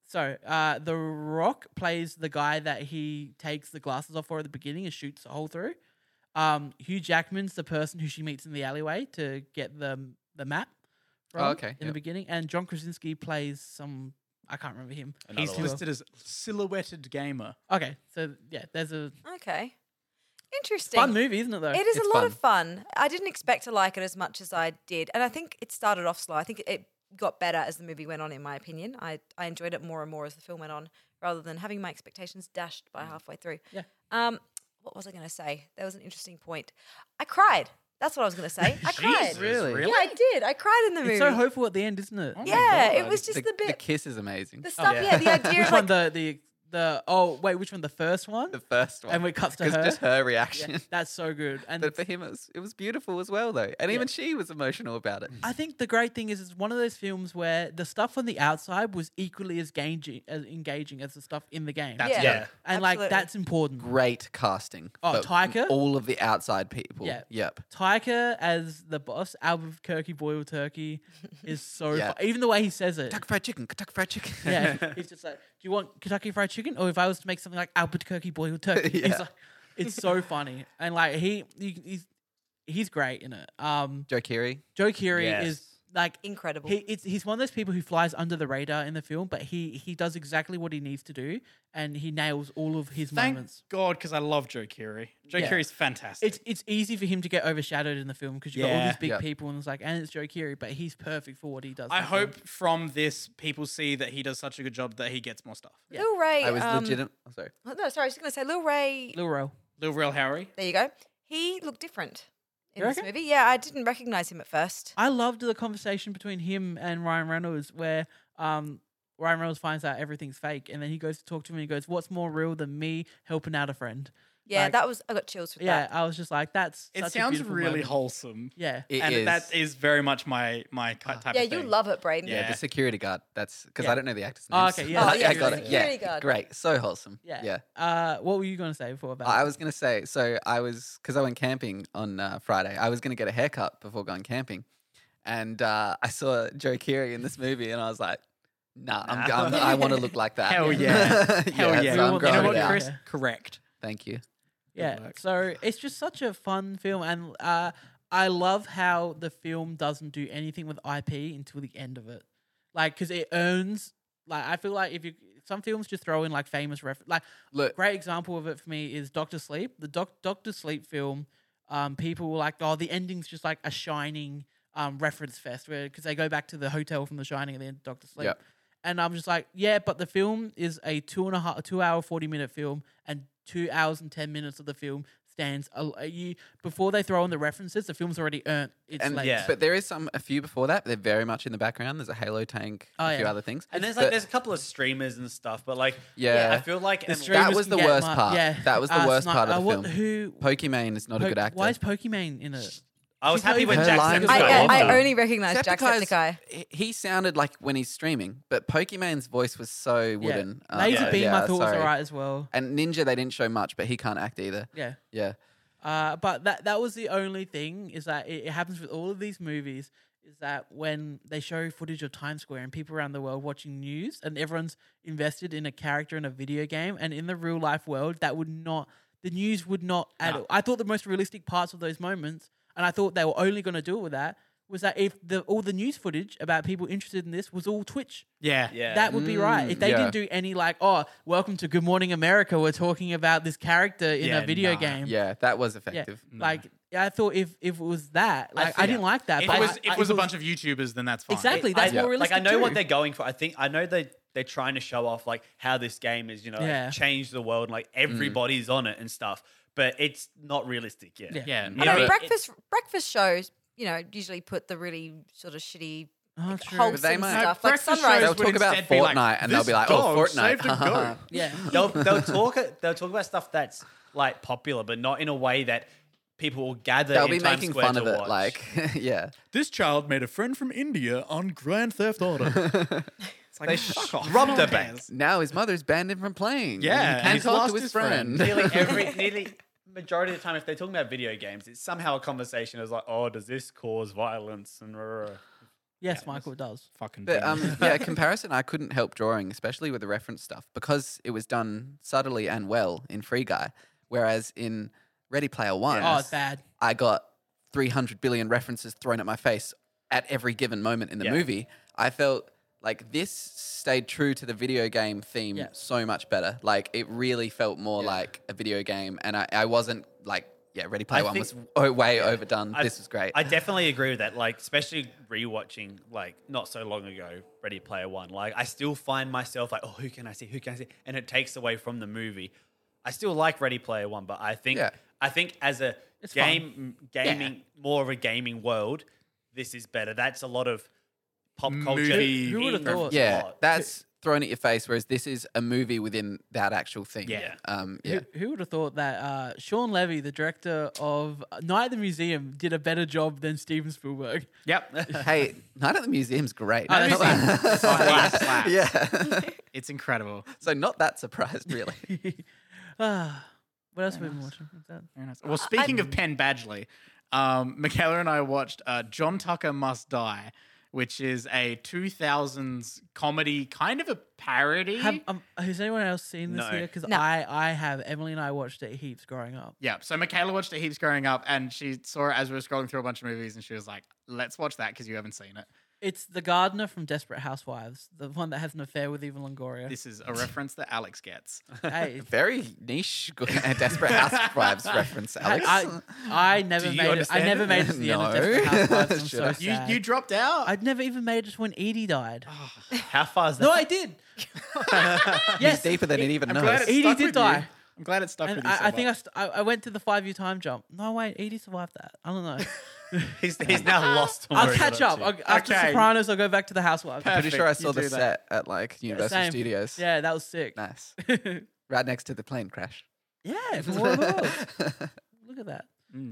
Speaker 1: so uh, the Rock plays the guy that he takes the glasses off for at the beginning and shoots a hole through. Um, Hugh Jackman's the person who she meets in the alleyway to get the the map. From
Speaker 3: Oh, okay,
Speaker 1: In the
Speaker 3: yep.
Speaker 1: beginning, and John Krasinski plays some. I can't remember him.
Speaker 2: He's
Speaker 1: one.
Speaker 2: listed as silhouetted gamer.
Speaker 1: Okay, so yeah, there's a
Speaker 4: Okay. Interesting.
Speaker 1: fun movie, isn't it? Though
Speaker 4: It is
Speaker 3: It's
Speaker 4: a lot of fun. I didn't expect to like it as much as I did, and I think it started off slow. I think it got better as the movie went on. In my opinion, I I enjoyed it more and more as the film went on, rather than having my expectations dashed by halfway through.
Speaker 1: Mm. Yeah.
Speaker 4: Um, what was I going to say? There was an interesting point. I cried. That's what I was going to say.
Speaker 1: *laughs*
Speaker 4: I cried.
Speaker 2: Jesus,
Speaker 3: Really?
Speaker 4: Yeah, I did. I cried in the movie.
Speaker 1: It's so hopeful Oh at the end, isn't it?
Speaker 4: yeah, it was just
Speaker 3: the,
Speaker 4: the, bit,
Speaker 3: the
Speaker 4: the,
Speaker 3: kiss is amazing. The,
Speaker 4: stuff.
Speaker 5: yeah.
Speaker 4: Yeah, the idea
Speaker 1: oh, *laughs* Which
Speaker 4: of
Speaker 1: one?
Speaker 4: like
Speaker 1: The the the oh wait, which one? The first one.
Speaker 3: first one.
Speaker 1: And we cuts to
Speaker 3: *laughs* 'Cause
Speaker 1: her.
Speaker 3: just her
Speaker 1: Yeah,
Speaker 3: *laughs* reaction.
Speaker 1: that's so good. And
Speaker 3: But for him, it was, it was beautiful as well, though. And even she was emotional about it.
Speaker 1: I think the great thing is it's one of those films where the stuff on the outside was equally as engaging as, engaging as the stuff in the game.
Speaker 2: That's
Speaker 4: Yeah.
Speaker 5: Yeah.
Speaker 1: and like
Speaker 4: absolutely.
Speaker 1: that's important.
Speaker 3: Great casting.
Speaker 1: Oh,
Speaker 3: for
Speaker 1: Taika?
Speaker 3: All of the outside people.
Speaker 1: Yeah.
Speaker 3: Yep.
Speaker 1: Taika as the boss, Albuquerque Boiled
Speaker 3: *laughs*
Speaker 1: Turkey, is so
Speaker 3: Yeah.
Speaker 1: fu- even the way he says it.
Speaker 3: Kentucky Fried Chicken. Kentucky Fried Chicken.
Speaker 1: Yeah, he's just like, "Do you want Kentucky Fried Chicken?" Or if I was to make something like Albuquerque Boiled Turkey,
Speaker 3: *laughs* Yeah.
Speaker 1: it's like, it's
Speaker 3: *laughs*
Speaker 1: so funny. And like he, he he's he's great in it. Um,
Speaker 3: *laughs* Joe Keery.
Speaker 1: Joe Keery
Speaker 5: Yes.
Speaker 1: is like
Speaker 4: incredible.
Speaker 1: He, it's, he's one of those people who flies under the radar in the film, but he he does exactly what he needs to do, and he nails all of his
Speaker 2: Thank
Speaker 1: moments.
Speaker 2: God, because I love Joe Curie. Joe
Speaker 1: Yeah.
Speaker 2: Curie's fantastic.
Speaker 1: It's it's easy for him to get overshadowed in the film because you have got all
Speaker 2: Yeah.
Speaker 1: these big
Speaker 3: Yeah.
Speaker 1: people, and it's like, and it's Joe Keery, but he's perfect for what he does.
Speaker 2: I
Speaker 1: in the film.
Speaker 2: hope from this, people see that he does such a good job that he gets more stuff.
Speaker 4: Lil Ray.
Speaker 3: I was
Speaker 4: um,
Speaker 3: legitimate. oh, sorry.
Speaker 4: No, sorry. I was just going to say Lil Ray.
Speaker 1: Lil Rel.
Speaker 2: Lil Real Harry.
Speaker 4: There you go. He looked different in
Speaker 1: You
Speaker 4: this
Speaker 1: reckon?
Speaker 4: movie. Yeah, I didn't recognize him at first.
Speaker 1: I loved the conversation between him and Ryan Reynolds where um Ryan Reynolds finds out everything's fake and then he goes to talk to him and he goes, What's more real than me helping out a friend?
Speaker 4: Yeah,
Speaker 1: Like-
Speaker 4: that was I got chills with
Speaker 1: Yeah,
Speaker 4: that.
Speaker 1: I was just like, that's.
Speaker 2: It
Speaker 1: such a
Speaker 2: sounds
Speaker 1: beautiful
Speaker 2: really
Speaker 1: moment.
Speaker 2: wholesome.
Speaker 1: Yeah.
Speaker 3: It
Speaker 2: and
Speaker 3: is.
Speaker 2: that is very much my my ki- type
Speaker 4: Yeah,
Speaker 2: of
Speaker 4: you
Speaker 2: thing.
Speaker 4: love it, Braden.
Speaker 3: yeah,
Speaker 2: Yeah.
Speaker 3: the security guard. That's because
Speaker 1: Yeah.
Speaker 3: I don't know the actor's name.
Speaker 1: Oh, okay, yeah,
Speaker 4: Oh,
Speaker 3: *laughs*
Speaker 4: yeah,
Speaker 3: I got it. Yeah,
Speaker 4: security guard.
Speaker 3: great. So wholesome.
Speaker 1: Yeah.
Speaker 3: yeah.
Speaker 1: Uh, what were you going to say before about
Speaker 3: I I was gonna say, so I was because I went camping on uh, Friday. I was gonna get a haircut before going camping, and uh, I saw Joe Keery in this movie, and I was like, Nah, I'm,
Speaker 2: Nah.
Speaker 3: I'm, I want to look like that. *laughs*
Speaker 2: Hell yeah.
Speaker 1: We
Speaker 2: Hell yeah.
Speaker 3: so I'm
Speaker 1: want
Speaker 2: you
Speaker 1: that.
Speaker 2: know
Speaker 3: growing
Speaker 2: what,
Speaker 3: it out.
Speaker 2: Chris?
Speaker 1: Yeah.
Speaker 2: Correct.
Speaker 3: Thank you.
Speaker 1: Yeah.
Speaker 2: work.
Speaker 1: So it's just such a fun film, and uh, I love how the film doesn't do anything with IP until the end of it, like because it earns. Like I feel like if you some films just throw in like famous ref like
Speaker 3: Look,
Speaker 1: great example of it for me is Doctor Sleep. The Doc Doctor Sleep film, um, people were like, oh, the ending's just like a Shining um reference fest, where because they go back to the hotel from The Shining and then Doctor Sleep.
Speaker 3: Yep.
Speaker 1: And I'm just like, yeah, but the film is a two and a half, two hour, forty minute film, and two hours and ten minutes of the film stands. al- uh, You before they throw in the references, the film's already earned its
Speaker 3: and
Speaker 1: legs.
Speaker 2: yeah.
Speaker 3: but there is some a few before that. They're very much in the background. There's a Halo tank,
Speaker 1: Oh,
Speaker 3: a few
Speaker 1: yeah.
Speaker 3: other things,
Speaker 5: And there's like
Speaker 3: But
Speaker 5: there's a couple of streamers and stuff, but like
Speaker 3: Yeah.
Speaker 5: I feel like and,
Speaker 1: Streamers
Speaker 3: was
Speaker 1: can
Speaker 3: the
Speaker 1: get
Speaker 3: worst
Speaker 1: my-
Speaker 3: part.
Speaker 1: Yeah,
Speaker 3: That was the worst
Speaker 1: Sni-
Speaker 3: part of
Speaker 1: uh,
Speaker 3: the
Speaker 1: what-
Speaker 3: film.
Speaker 1: Who?
Speaker 3: Pokimane is not a
Speaker 1: Po-
Speaker 3: good actor.
Speaker 1: Why is Pokimane in it?
Speaker 5: I was
Speaker 1: She's not
Speaker 5: happy when
Speaker 1: even-
Speaker 3: Her
Speaker 5: Jackson
Speaker 3: lines
Speaker 5: was
Speaker 3: were
Speaker 4: I,
Speaker 5: like,
Speaker 4: I,
Speaker 3: awesome.
Speaker 5: "Awesome."
Speaker 4: I only recognize
Speaker 3: Jacksepticeye's-
Speaker 4: Jacksepticeye.
Speaker 3: he- He sounded like when he's streaming, but Pokimane's voice was so wooden.
Speaker 1: Yeah.
Speaker 3: Um,
Speaker 1: Lazy
Speaker 3: yeah,
Speaker 1: Beam, I
Speaker 3: yeah,
Speaker 1: thought was
Speaker 3: sorry.
Speaker 1: alright as well.
Speaker 3: And Ninja, they didn't show much, but he can't act either.
Speaker 1: Yeah.
Speaker 3: Yeah.
Speaker 1: Uh, but that that was the only thing is that it, it happens with all of these movies is that when they show footage of Times Square and people around the world watching news and everyone's invested in a character in a video game and in the real life world that would not the news would not at all. I thought the most realistic parts of those moments and I thought they were only going to do it with that was that if the all the news footage about people interested in this was all Twitch
Speaker 2: Yeah.
Speaker 5: Yeah.
Speaker 1: that would be right.
Speaker 3: Mm,
Speaker 1: If they
Speaker 3: yeah.
Speaker 1: didn't do any like, oh, welcome to Good Morning America, we're talking about this character in
Speaker 2: Yeah,
Speaker 1: a video
Speaker 2: nah.
Speaker 1: game.
Speaker 3: Yeah, that was
Speaker 1: Yeah,
Speaker 3: effective.
Speaker 1: Like I thought if if it was that, like I,
Speaker 2: think-
Speaker 1: didn't like that.
Speaker 2: If
Speaker 1: but
Speaker 2: it was
Speaker 1: I-
Speaker 2: if
Speaker 1: I-
Speaker 2: it was a bunch of YouTubers, then that's fine.
Speaker 1: Exactly,
Speaker 5: I-
Speaker 1: that's more
Speaker 5: yeah.
Speaker 1: realistic.
Speaker 5: Like I know
Speaker 1: too.
Speaker 5: what they're going for. I think I know they they're trying to show off like how this game is, you know, like,
Speaker 1: Yeah.
Speaker 5: changed the world and like
Speaker 3: Mm.
Speaker 5: everybody's on it and stuff. But it's not realistic yet.
Speaker 1: Yeah.
Speaker 2: Yeah.
Speaker 4: I
Speaker 2: yeah,
Speaker 4: know
Speaker 2: but-
Speaker 4: breakfast breakfast shows, you know, usually put the really sort of shitty
Speaker 1: Oh,
Speaker 4: like,
Speaker 1: true.
Speaker 4: wholesome
Speaker 3: But they might-
Speaker 4: stuff. Like
Speaker 2: breakfast
Speaker 4: sunrise.
Speaker 3: They'll
Speaker 2: shows would
Speaker 3: talk about
Speaker 2: instead be like,
Speaker 3: Fortnite and they'll
Speaker 2: "This
Speaker 3: be like, "Oh,
Speaker 2: dog
Speaker 3: Fortnite,
Speaker 2: saved
Speaker 3: *laughs*
Speaker 2: a
Speaker 3: haha."
Speaker 2: goat." *laughs*
Speaker 1: yeah.
Speaker 3: *laughs*
Speaker 5: they'll they'll talk they'll talk about stuff that's like popular, but not in a way that people will gather.
Speaker 3: They'll
Speaker 5: in
Speaker 3: be
Speaker 5: Times
Speaker 3: making
Speaker 5: Square
Speaker 3: fun
Speaker 5: to
Speaker 3: of it.
Speaker 5: watch.
Speaker 3: Like, *laughs* yeah.
Speaker 2: This child made a friend from India on Grand Theft Auto. *laughs* it's like, fuck off.
Speaker 5: robbed the bank.
Speaker 3: Now his mother's banned him from playing.
Speaker 2: Yeah,
Speaker 3: He
Speaker 2: and
Speaker 3: can't
Speaker 2: he's
Speaker 3: talk
Speaker 2: lost
Speaker 3: to his,
Speaker 2: his friend. *laughs*
Speaker 3: friend.
Speaker 5: *laughs* nearly every nearly majority of the time, if they're talking about video games, it's somehow a conversation is like, oh, does this cause violence and. rah, rah, rah.
Speaker 1: Yes, Michael does.
Speaker 2: Fucking
Speaker 3: But
Speaker 5: *laughs*
Speaker 3: um, yeah, comparison, I couldn't help drawing, especially with the reference stuff, because it was done subtly and well in Free Guy. Whereas in Ready Player One,
Speaker 1: Oh, it's bad.
Speaker 3: I got 300 billion references thrown at my face at every given moment in the
Speaker 5: Yeah.
Speaker 3: movie. I felt like this stayed true to the video game theme
Speaker 1: Yeah.
Speaker 3: so much better. Like it really felt more like a video game, and I, I wasn't like, yeah, Ready Player
Speaker 5: I
Speaker 3: One
Speaker 5: think-
Speaker 3: was o- way overdone.
Speaker 5: I-
Speaker 3: this was great.
Speaker 5: I definitely agree with that. Like, especially rewatching, like, not so long ago, Ready Player One. Like, I still find myself like, oh, who can I see? Who can I see? And it takes away from the movie. I still like Ready Player One, but I think,
Speaker 3: Yeah.
Speaker 5: I think as a
Speaker 1: It's
Speaker 5: game, gaming, more of a gaming world, this is better. That's a lot of pop culture.
Speaker 2: Movie. Who
Speaker 1: would've
Speaker 5: in-
Speaker 1: thought?
Speaker 3: yeah,
Speaker 5: plot.
Speaker 3: that's thrown at your face. Whereas this is a movie within that actual theme.
Speaker 5: Yeah.
Speaker 3: um, yeah.
Speaker 1: Who, who would have thought that uh, Sean Levy, the director of uh, Night at the Museum, did a better job than Steven Spielberg?
Speaker 2: *laughs*
Speaker 1: *laughs*
Speaker 2: yep.
Speaker 3: hey, Night at the Museum's great.
Speaker 1: Oh,
Speaker 3: *laughs*
Speaker 1: that's
Speaker 2: Slaps, slaps.
Speaker 3: yeah, *laughs*
Speaker 2: It's incredible.
Speaker 3: so not that surprised really.
Speaker 1: Ah, what else have we been watching? Is that-
Speaker 2: Very nice. Well, speaking of Penn Badgley, um, Michaela and I watched uh, John Tucker Must Die, which is a 2000s comedy, kind of a parody.
Speaker 1: Have, um, has anyone else seen this
Speaker 5: No.
Speaker 1: here? Because
Speaker 4: No.
Speaker 1: I, I have. Emily and I watched it heaps growing up.
Speaker 2: yeah, so Michaela watched it heaps growing up, and she saw it as we were scrolling through a bunch of movies, and she was like, "Let's watch that because you haven't seen it."
Speaker 1: It's the gardener from Desperate Housewives, the one that has an affair with Eva Longoria. *laughs*
Speaker 2: This is a reference that Alex gets.
Speaker 1: hey,
Speaker 3: Very niche *laughs* g-
Speaker 2: *laughs*
Speaker 3: Desperate Housewives reference, Alex.
Speaker 1: I, I, I never
Speaker 2: you
Speaker 1: made it. I
Speaker 2: understand
Speaker 1: never
Speaker 2: it?
Speaker 1: made it to the end of
Speaker 3: No.
Speaker 1: Desperate Housewives. I'm
Speaker 3: Should
Speaker 1: so
Speaker 3: I?
Speaker 2: You
Speaker 1: sad. Oh,
Speaker 2: you dropped out.
Speaker 1: I'd never even made it to when Edie died.
Speaker 5: how far is that?
Speaker 1: no, I *laughs* did. yes,
Speaker 3: Deeper than it even
Speaker 2: I'm glad it
Speaker 3: knows.
Speaker 1: Edie
Speaker 2: stuck
Speaker 1: did
Speaker 2: with
Speaker 1: die.
Speaker 2: You. I'm glad it stuck
Speaker 1: and
Speaker 2: with you. So
Speaker 1: I, I think I,
Speaker 2: much.
Speaker 1: st- I I went to the five year time jump. No wait, Edie survived that. I *laughs* don't know.
Speaker 5: He's, he's
Speaker 2: Uh,
Speaker 5: now lost. on
Speaker 1: I'll
Speaker 5: where he got
Speaker 1: catch up.
Speaker 5: to.
Speaker 1: I'll, after
Speaker 2: Okay.
Speaker 1: Sopranos, I'll go back to the Housewives.
Speaker 2: Perfect.
Speaker 3: Pretty sure I
Speaker 2: You
Speaker 3: saw the
Speaker 2: do that.
Speaker 3: set at like Universal
Speaker 1: Same.
Speaker 3: Studios.
Speaker 1: Yeah, that was sick.
Speaker 3: Nice. right next to the plane crash.
Speaker 1: *laughs* Yeah, from War of the Worlds. *laughs* Look at that.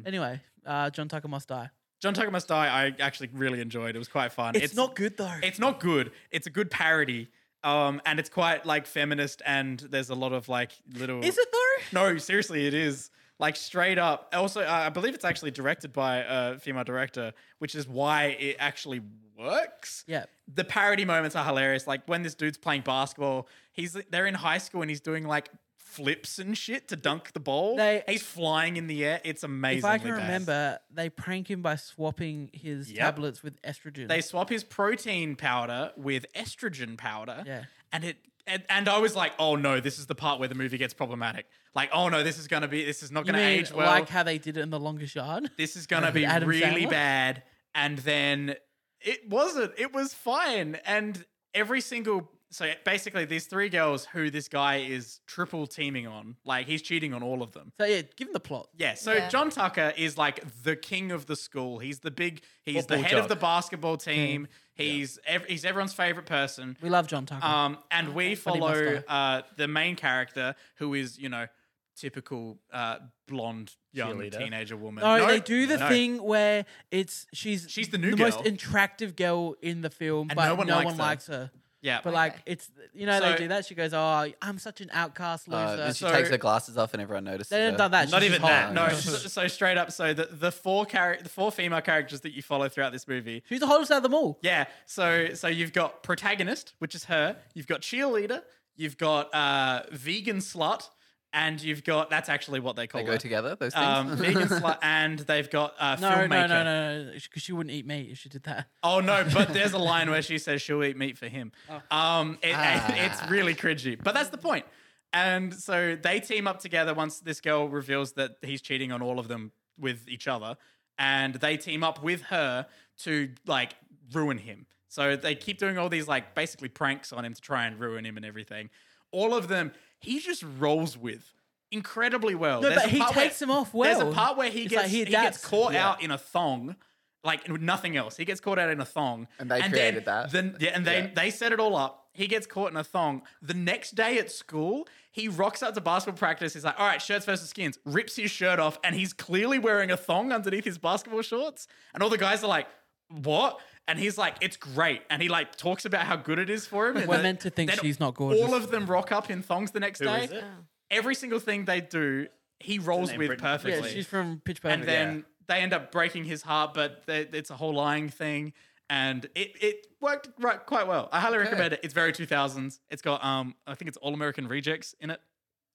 Speaker 1: Anyway, uh, John Tucker must die.
Speaker 2: John Tucker Must Die, I actually really enjoyed. It was quite fun.
Speaker 1: It's, not good though.
Speaker 2: It's not good. It's a good parody. Um, and it's quite like feminist, and there's a lot of like little.
Speaker 1: Is it though?
Speaker 2: No, seriously, it is like straight up. Also, uh, I believe it's actually directed by a female director, which is why it actually works.
Speaker 1: Yeah.
Speaker 2: the parody moments are hilarious. Like when this dude's playing basketball, he's they're in high school and he's doing like flips and shit to dunk the ball.
Speaker 1: They-
Speaker 2: he's flying in the air. It's amazing.
Speaker 1: If I can remember, they prank him by swapping his
Speaker 2: Yep.
Speaker 1: tablets with estrogen.
Speaker 2: they swap his protein powder with estrogen powder.
Speaker 1: Yeah.
Speaker 2: And it and, and I was like, oh no, this is the part where the movie gets problematic. Like, oh no, this is gonna be this is not
Speaker 1: You
Speaker 2: gonna
Speaker 1: mean
Speaker 2: age well.
Speaker 1: like how they did it in the longest
Speaker 2: *laughs*
Speaker 1: yard. *laughs*
Speaker 2: this is gonna be
Speaker 1: Adam
Speaker 2: really
Speaker 1: Sandler?
Speaker 2: bad. And then it wasn't. It was fine. And every single so basically these three girls who this guy is triple teaming on, like he's cheating on all of them.
Speaker 1: So yeah, give him the plot.
Speaker 2: Yeah, so
Speaker 4: Yeah.
Speaker 2: John Tucker is like the king of the school. He's the big, he's the
Speaker 5: Football
Speaker 2: head of
Speaker 5: jock.
Speaker 2: the basketball team. He's ev- he's everyone's favorite person.
Speaker 1: We love John Tucker.
Speaker 2: Um, and we
Speaker 1: he must
Speaker 2: follow uh, the main character who is you know typical uh, blonde young
Speaker 5: Cheerleader.
Speaker 2: teenager woman.
Speaker 1: no,
Speaker 2: No,
Speaker 1: they do the
Speaker 2: no.
Speaker 1: thing where it's she's
Speaker 2: She's the new
Speaker 1: the most
Speaker 2: girl.
Speaker 1: attractive girl in the film,
Speaker 2: And
Speaker 1: but
Speaker 2: no one likes her.
Speaker 1: her.
Speaker 2: Yeah,
Speaker 1: But like it's you know they
Speaker 2: So-
Speaker 1: do that. She goes, "Oh, I'm such an outcast loser."
Speaker 3: Uh, then she
Speaker 2: So-
Speaker 3: takes her glasses off and everyone notices.
Speaker 1: they
Speaker 3: her.
Speaker 1: didn't done that.
Speaker 5: Not
Speaker 1: she's
Speaker 5: even
Speaker 1: just
Speaker 5: that,
Speaker 1: hot. *laughs*
Speaker 2: no. so, so straight up, so the the four char- the four female characters that you follow throughout this movie
Speaker 1: she's the hottest out of them all.
Speaker 2: Yeah. So so you've got protagonist, which is her. You've got cheerleader. You've got uh, vegan slut, and you've got that's actually what they call
Speaker 3: They go
Speaker 2: her.
Speaker 3: together. Those things.
Speaker 2: Um,
Speaker 3: *laughs*
Speaker 2: vegan slut, and they've got uh,
Speaker 1: No,
Speaker 2: filmmaker.
Speaker 1: no, no, no, no, because she wouldn't eat meat if she did that.
Speaker 2: Oh no! But there's a line where she says she'll eat meat for him. Um, it- it's really cringy, but that's the point. And so they team up together once this girl reveals that he's cheating on all of them with each other, and they team up with her to like ruin him. So they keep doing all these like basically pranks on him to try and ruin him and everything. All of them, he just rolls with incredibly well.
Speaker 1: No,
Speaker 2: There's
Speaker 1: but
Speaker 2: a
Speaker 1: he
Speaker 2: part where-
Speaker 1: takes them off
Speaker 2: There's
Speaker 1: well.
Speaker 2: a part where he
Speaker 1: It's
Speaker 2: gets
Speaker 1: like he
Speaker 2: he, gets
Speaker 1: adapts.
Speaker 2: caught out in a thong, like nothing else. He gets caught out in a thong,
Speaker 3: And they
Speaker 2: then-
Speaker 3: created that.
Speaker 2: Then yeah, and they
Speaker 3: Yeah.
Speaker 2: they set it all up. He gets caught in a thong. The next day at school, he rocks up to basketball practice. He's like, "All right, shirts versus skins." Rips his shirt off, and he's clearly wearing a thong underneath his basketball shorts. And all the guys are like, "What?" And he's like, "It's great." And he like talks about how good it is for him. And
Speaker 1: We're
Speaker 2: then-
Speaker 1: meant to think
Speaker 2: then
Speaker 1: she's not gorgeous. Oh.
Speaker 2: All of them rock up in thongs the next day.
Speaker 5: is it?
Speaker 2: Every single thing they do, he rolls
Speaker 5: name
Speaker 2: with
Speaker 5: Brittany? Yeah,
Speaker 1: Yeah,
Speaker 2: perfectly
Speaker 1: she's from Pitch Perfect.
Speaker 2: and then they end up breaking his heart, but they, it's a whole lying thing, and it it worked right, quite well. I highly recommend it. It's very two thousands. It's got um, I think it's All American Rejects in it.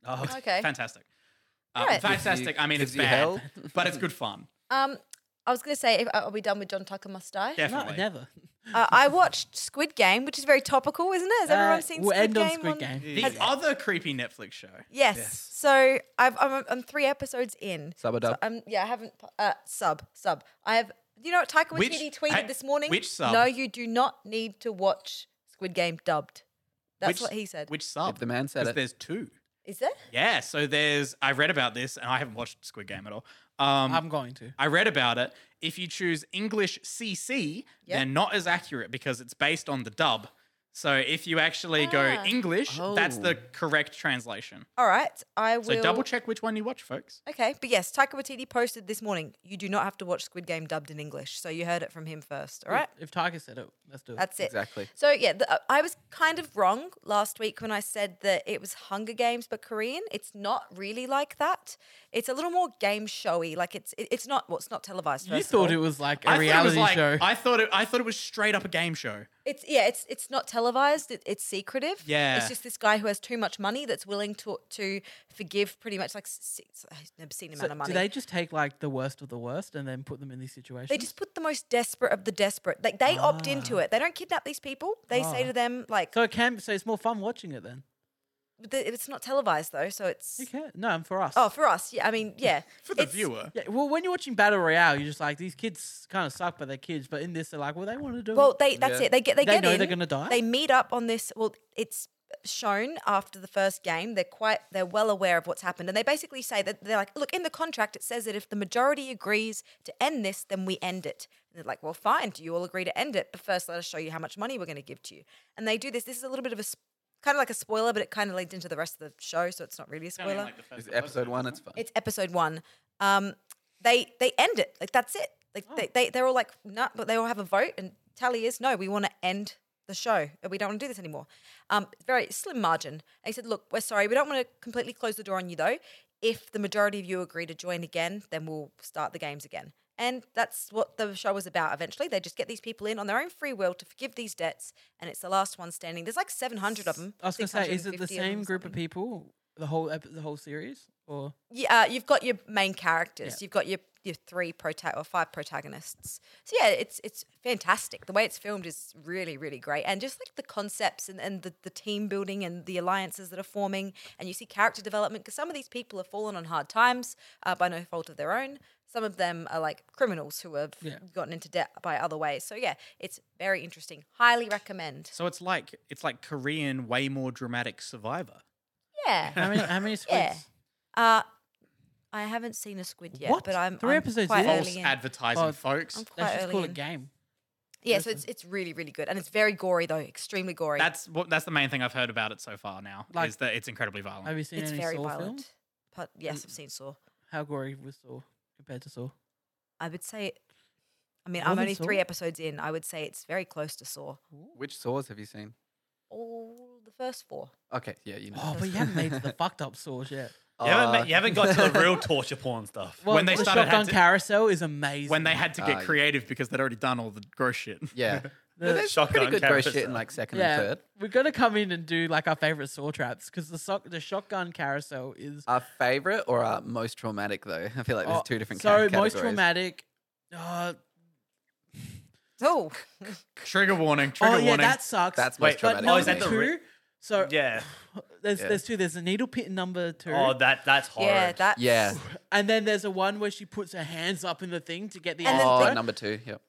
Speaker 2: Oh, it's
Speaker 4: Okay.
Speaker 2: fantastic. Uh,
Speaker 4: Alright. Gives
Speaker 2: Fantastic.
Speaker 3: you-
Speaker 2: I mean,
Speaker 3: gives
Speaker 2: it's
Speaker 3: you
Speaker 2: bad,
Speaker 3: hell.
Speaker 2: but it's
Speaker 1: *laughs*
Speaker 2: good fun.
Speaker 4: Um, I was going to say, if, are we done with John Tucker Must Die?
Speaker 1: no,
Speaker 2: Definitely.
Speaker 1: never.
Speaker 4: Uh, I watched Squid Game, which is very topical, isn't it? Has everyone
Speaker 1: Uh,
Speaker 4: seen
Speaker 1: we'll
Speaker 4: Squid
Speaker 1: end
Speaker 4: Game?
Speaker 1: on Squid Game.
Speaker 2: the
Speaker 4: Has-
Speaker 2: other creepy Netflix show.
Speaker 4: yes.
Speaker 5: Yes.
Speaker 4: So I've, I'm, I'm three episodes in.
Speaker 3: Sub-a-dub.
Speaker 4: So I'm, yeah, I haven't. Uh, sub, sub. I have. Do you know what Taika
Speaker 2: Which-
Speaker 4: Waititi tweeted
Speaker 2: hey,
Speaker 4: this morning?
Speaker 2: which sub?
Speaker 4: No, you do not need to watch Squid Game dubbed. That's
Speaker 2: Which-
Speaker 4: what he said.
Speaker 2: Which sub?
Speaker 3: If the man said
Speaker 2: 'Cause
Speaker 3: it.
Speaker 2: There's two.
Speaker 4: is that?
Speaker 2: Yeah. So there's. I read about this, and I haven't watched Squid Game at all. Um,
Speaker 1: I'm going to.
Speaker 2: I read about it. If you choose English CC,
Speaker 4: Yep.
Speaker 2: they're not as accurate because it's based on the dub. So if you actually go
Speaker 4: Ah.
Speaker 2: English, that's the
Speaker 3: Oh.
Speaker 2: correct translation.
Speaker 4: All right. I
Speaker 2: So
Speaker 4: will.
Speaker 2: double check which one you watch, folks.
Speaker 4: Okay, but yes, Taika Waititi posted this morning. You do not have to watch Squid Game dubbed in English, so you heard it from him first. All right,
Speaker 1: If Tiger said it, let's do it.
Speaker 4: that's it.
Speaker 3: Exactly.
Speaker 4: So yeah, the, uh, I was kind of wrong last week when I said that it was Hunger Games but Korean. It's not really like that. It's a little more game showy. Like it's it, it's not well, it's not televised.
Speaker 1: you
Speaker 4: first of
Speaker 1: thought
Speaker 4: all.
Speaker 1: it was like a
Speaker 2: I thought it was
Speaker 1: reality
Speaker 2: like
Speaker 1: show.
Speaker 2: I thought it. I thought it was straight up a game show.
Speaker 4: It's yeah, it's it's not televised. It, it's secretive.
Speaker 2: Yeah.
Speaker 4: it's just this guy who has too much money that's willing to to forgive pretty much like s- s- an obscene
Speaker 1: So
Speaker 4: amount of
Speaker 1: do
Speaker 4: money.
Speaker 1: they just take like the worst of the worst and then put them in these situations?
Speaker 4: They just put the most desperate of the desperate. Like they opt into
Speaker 1: Ah.
Speaker 4: it. They don't kidnap these people. They say to them like,
Speaker 1: so it can. So it's more fun watching it then.
Speaker 4: "But the- "It's not televised though, so it's
Speaker 1: You can No, and for us.
Speaker 4: oh for us. Yeah, I mean yeah,
Speaker 2: For the
Speaker 4: It's-
Speaker 2: viewer,
Speaker 1: Yeah, well, when you're watching Battle Royale, you're just like these kids kind of suck, but they're kids. But in this, they're like, well, they want to do
Speaker 4: Well,
Speaker 1: it.
Speaker 4: they that's
Speaker 3: Yeah.
Speaker 4: it. They get they,
Speaker 1: They
Speaker 4: get
Speaker 1: know
Speaker 4: in.
Speaker 1: they're gonna die?
Speaker 4: They meet up on this. Well, it's shown after the first game. They're quite they're well aware of what's happened, and they basically say that they're like, look, in the contract it says that if the majority agrees to end this, then we end it. And they're like, well, fine. Do you all agree to end it? But first, let us show you how much money we're going to give to you. And they do this. This is a little bit of a s- kind of like a spoiler, but it kind of linked into the rest of the show, so it's not really a spoiler.
Speaker 3: It's episode one. It's fun.
Speaker 4: it's episode one. Um, they they end it like that's it. Like
Speaker 1: Oh.
Speaker 4: they, they they're all like no, but they all have a vote and tally is no. We want to end the show. We don't want to do this anymore. Um, very slim margin. They said, look, we're sorry. We don't want to completely close the door on you though. If the majority of you agree to join again, then we'll start the games again. And that's what the show was about. Eventually, they just get these people in on their own free will to forgive these debts, and it's the last one standing. There's like 700 of them.
Speaker 1: I was gonna say, is it the
Speaker 4: 650 of them,
Speaker 1: same group of
Speaker 4: something.
Speaker 1: people the whole ep- the whole series, *laughs* or
Speaker 4: yeah, uh, you've got your main characters.
Speaker 1: Yeah.
Speaker 4: You've got your your three prota- or five protagonists. So yeah, it's it's fantastic. The way it's filmed is really really great, and just like the concepts and, and the the team building and the alliances that are forming, and you see character development because some of these people have fallen on hard times uh, by no fault of their own. Some of them are like criminals who have
Speaker 1: Yeah.
Speaker 4: gotten into debt by other ways. So yeah, it's very interesting. Highly recommend.
Speaker 2: So it's like it's like Korean, way more dramatic Survivor.
Speaker 4: Yeah.
Speaker 1: *laughs* how many how many squids?
Speaker 4: Yeah. Uh, I haven't seen a squid yet,
Speaker 1: What?
Speaker 4: but I'm
Speaker 1: Three
Speaker 4: I'm
Speaker 1: episodes
Speaker 4: quite
Speaker 1: in?
Speaker 4: early
Speaker 2: False
Speaker 4: in.
Speaker 2: advertising,
Speaker 1: Oh,
Speaker 2: folks.
Speaker 4: I'm
Speaker 1: Let's
Speaker 4: quite
Speaker 1: just
Speaker 4: early
Speaker 1: call
Speaker 4: in.
Speaker 1: it game.
Speaker 4: Yeah, so it's it's really really good, and it's very gory though, extremely gory.
Speaker 2: That's what. That's the main thing I've heard about it so far. Now
Speaker 1: Like-
Speaker 2: is that it's incredibly violent.
Speaker 1: Have you seen
Speaker 4: it's
Speaker 1: any
Speaker 4: very
Speaker 1: Saw Mm.
Speaker 4: violent.
Speaker 1: films?
Speaker 4: But yes, I've seen Saw.
Speaker 1: How gory was Saw compared to Saw?
Speaker 4: I would say, I mean,
Speaker 1: More
Speaker 4: I'm
Speaker 1: than
Speaker 4: only
Speaker 1: Saw?
Speaker 4: three episodes in. I would say it's very close to Saw.
Speaker 3: Which saws have you seen?
Speaker 4: All the first four.
Speaker 3: Okay, yeah, you know.
Speaker 1: Oh, but you haven't made *laughs*
Speaker 3: *laughs*
Speaker 1: the fucked up Saws yet.
Speaker 5: You haven't,
Speaker 3: Uh,
Speaker 5: ma- you haven't got to
Speaker 1: *laughs*
Speaker 5: the real torture porn stuff.
Speaker 1: Oh. Well,
Speaker 2: When they
Speaker 1: the
Speaker 2: started, had
Speaker 1: Shotgun
Speaker 2: to-
Speaker 1: Carousel is amazing.
Speaker 2: when they had to get
Speaker 3: Ah, yeah.
Speaker 2: creative because they'd already done all the gross shit.
Speaker 5: *laughs*
Speaker 3: yeah.
Speaker 1: The-
Speaker 3: No, there's
Speaker 5: Shotgun
Speaker 3: pretty good gross
Speaker 5: characters,
Speaker 3: shit in
Speaker 5: though.
Speaker 3: like second
Speaker 1: yeah,
Speaker 3: and third.
Speaker 1: we're gonna come in and do like our favorite Saw traps because the sock the Shotgun Carousel is
Speaker 3: Our favorite or our most traumatic though? I feel like there's
Speaker 1: oh,
Speaker 3: two different.
Speaker 1: So
Speaker 3: ca-
Speaker 1: most
Speaker 3: categories.
Speaker 1: traumatic. Uh, *laughs*
Speaker 4: Oh,
Speaker 2: *laughs* Trigger warning.
Speaker 1: oh
Speaker 2: Trigger
Speaker 1: yeah,
Speaker 2: warning.
Speaker 1: that sucks.
Speaker 3: That's most
Speaker 5: Wait,
Speaker 1: but
Speaker 3: traumatic.
Speaker 5: Oh,
Speaker 1: number
Speaker 5: is that the
Speaker 1: two.
Speaker 5: re-
Speaker 1: so
Speaker 5: Yeah.
Speaker 1: there's
Speaker 3: Yeah.
Speaker 1: there's two. There's a needle pit in number two.
Speaker 5: Oh, that that's horror.
Speaker 4: yeah, that.
Speaker 3: yeah.
Speaker 1: And then there's a one where she puts her hands up in the thing to get the
Speaker 5: *laughs*
Speaker 4: And then
Speaker 1: answer.
Speaker 3: Oh,
Speaker 4: the-
Speaker 3: number two. Yep.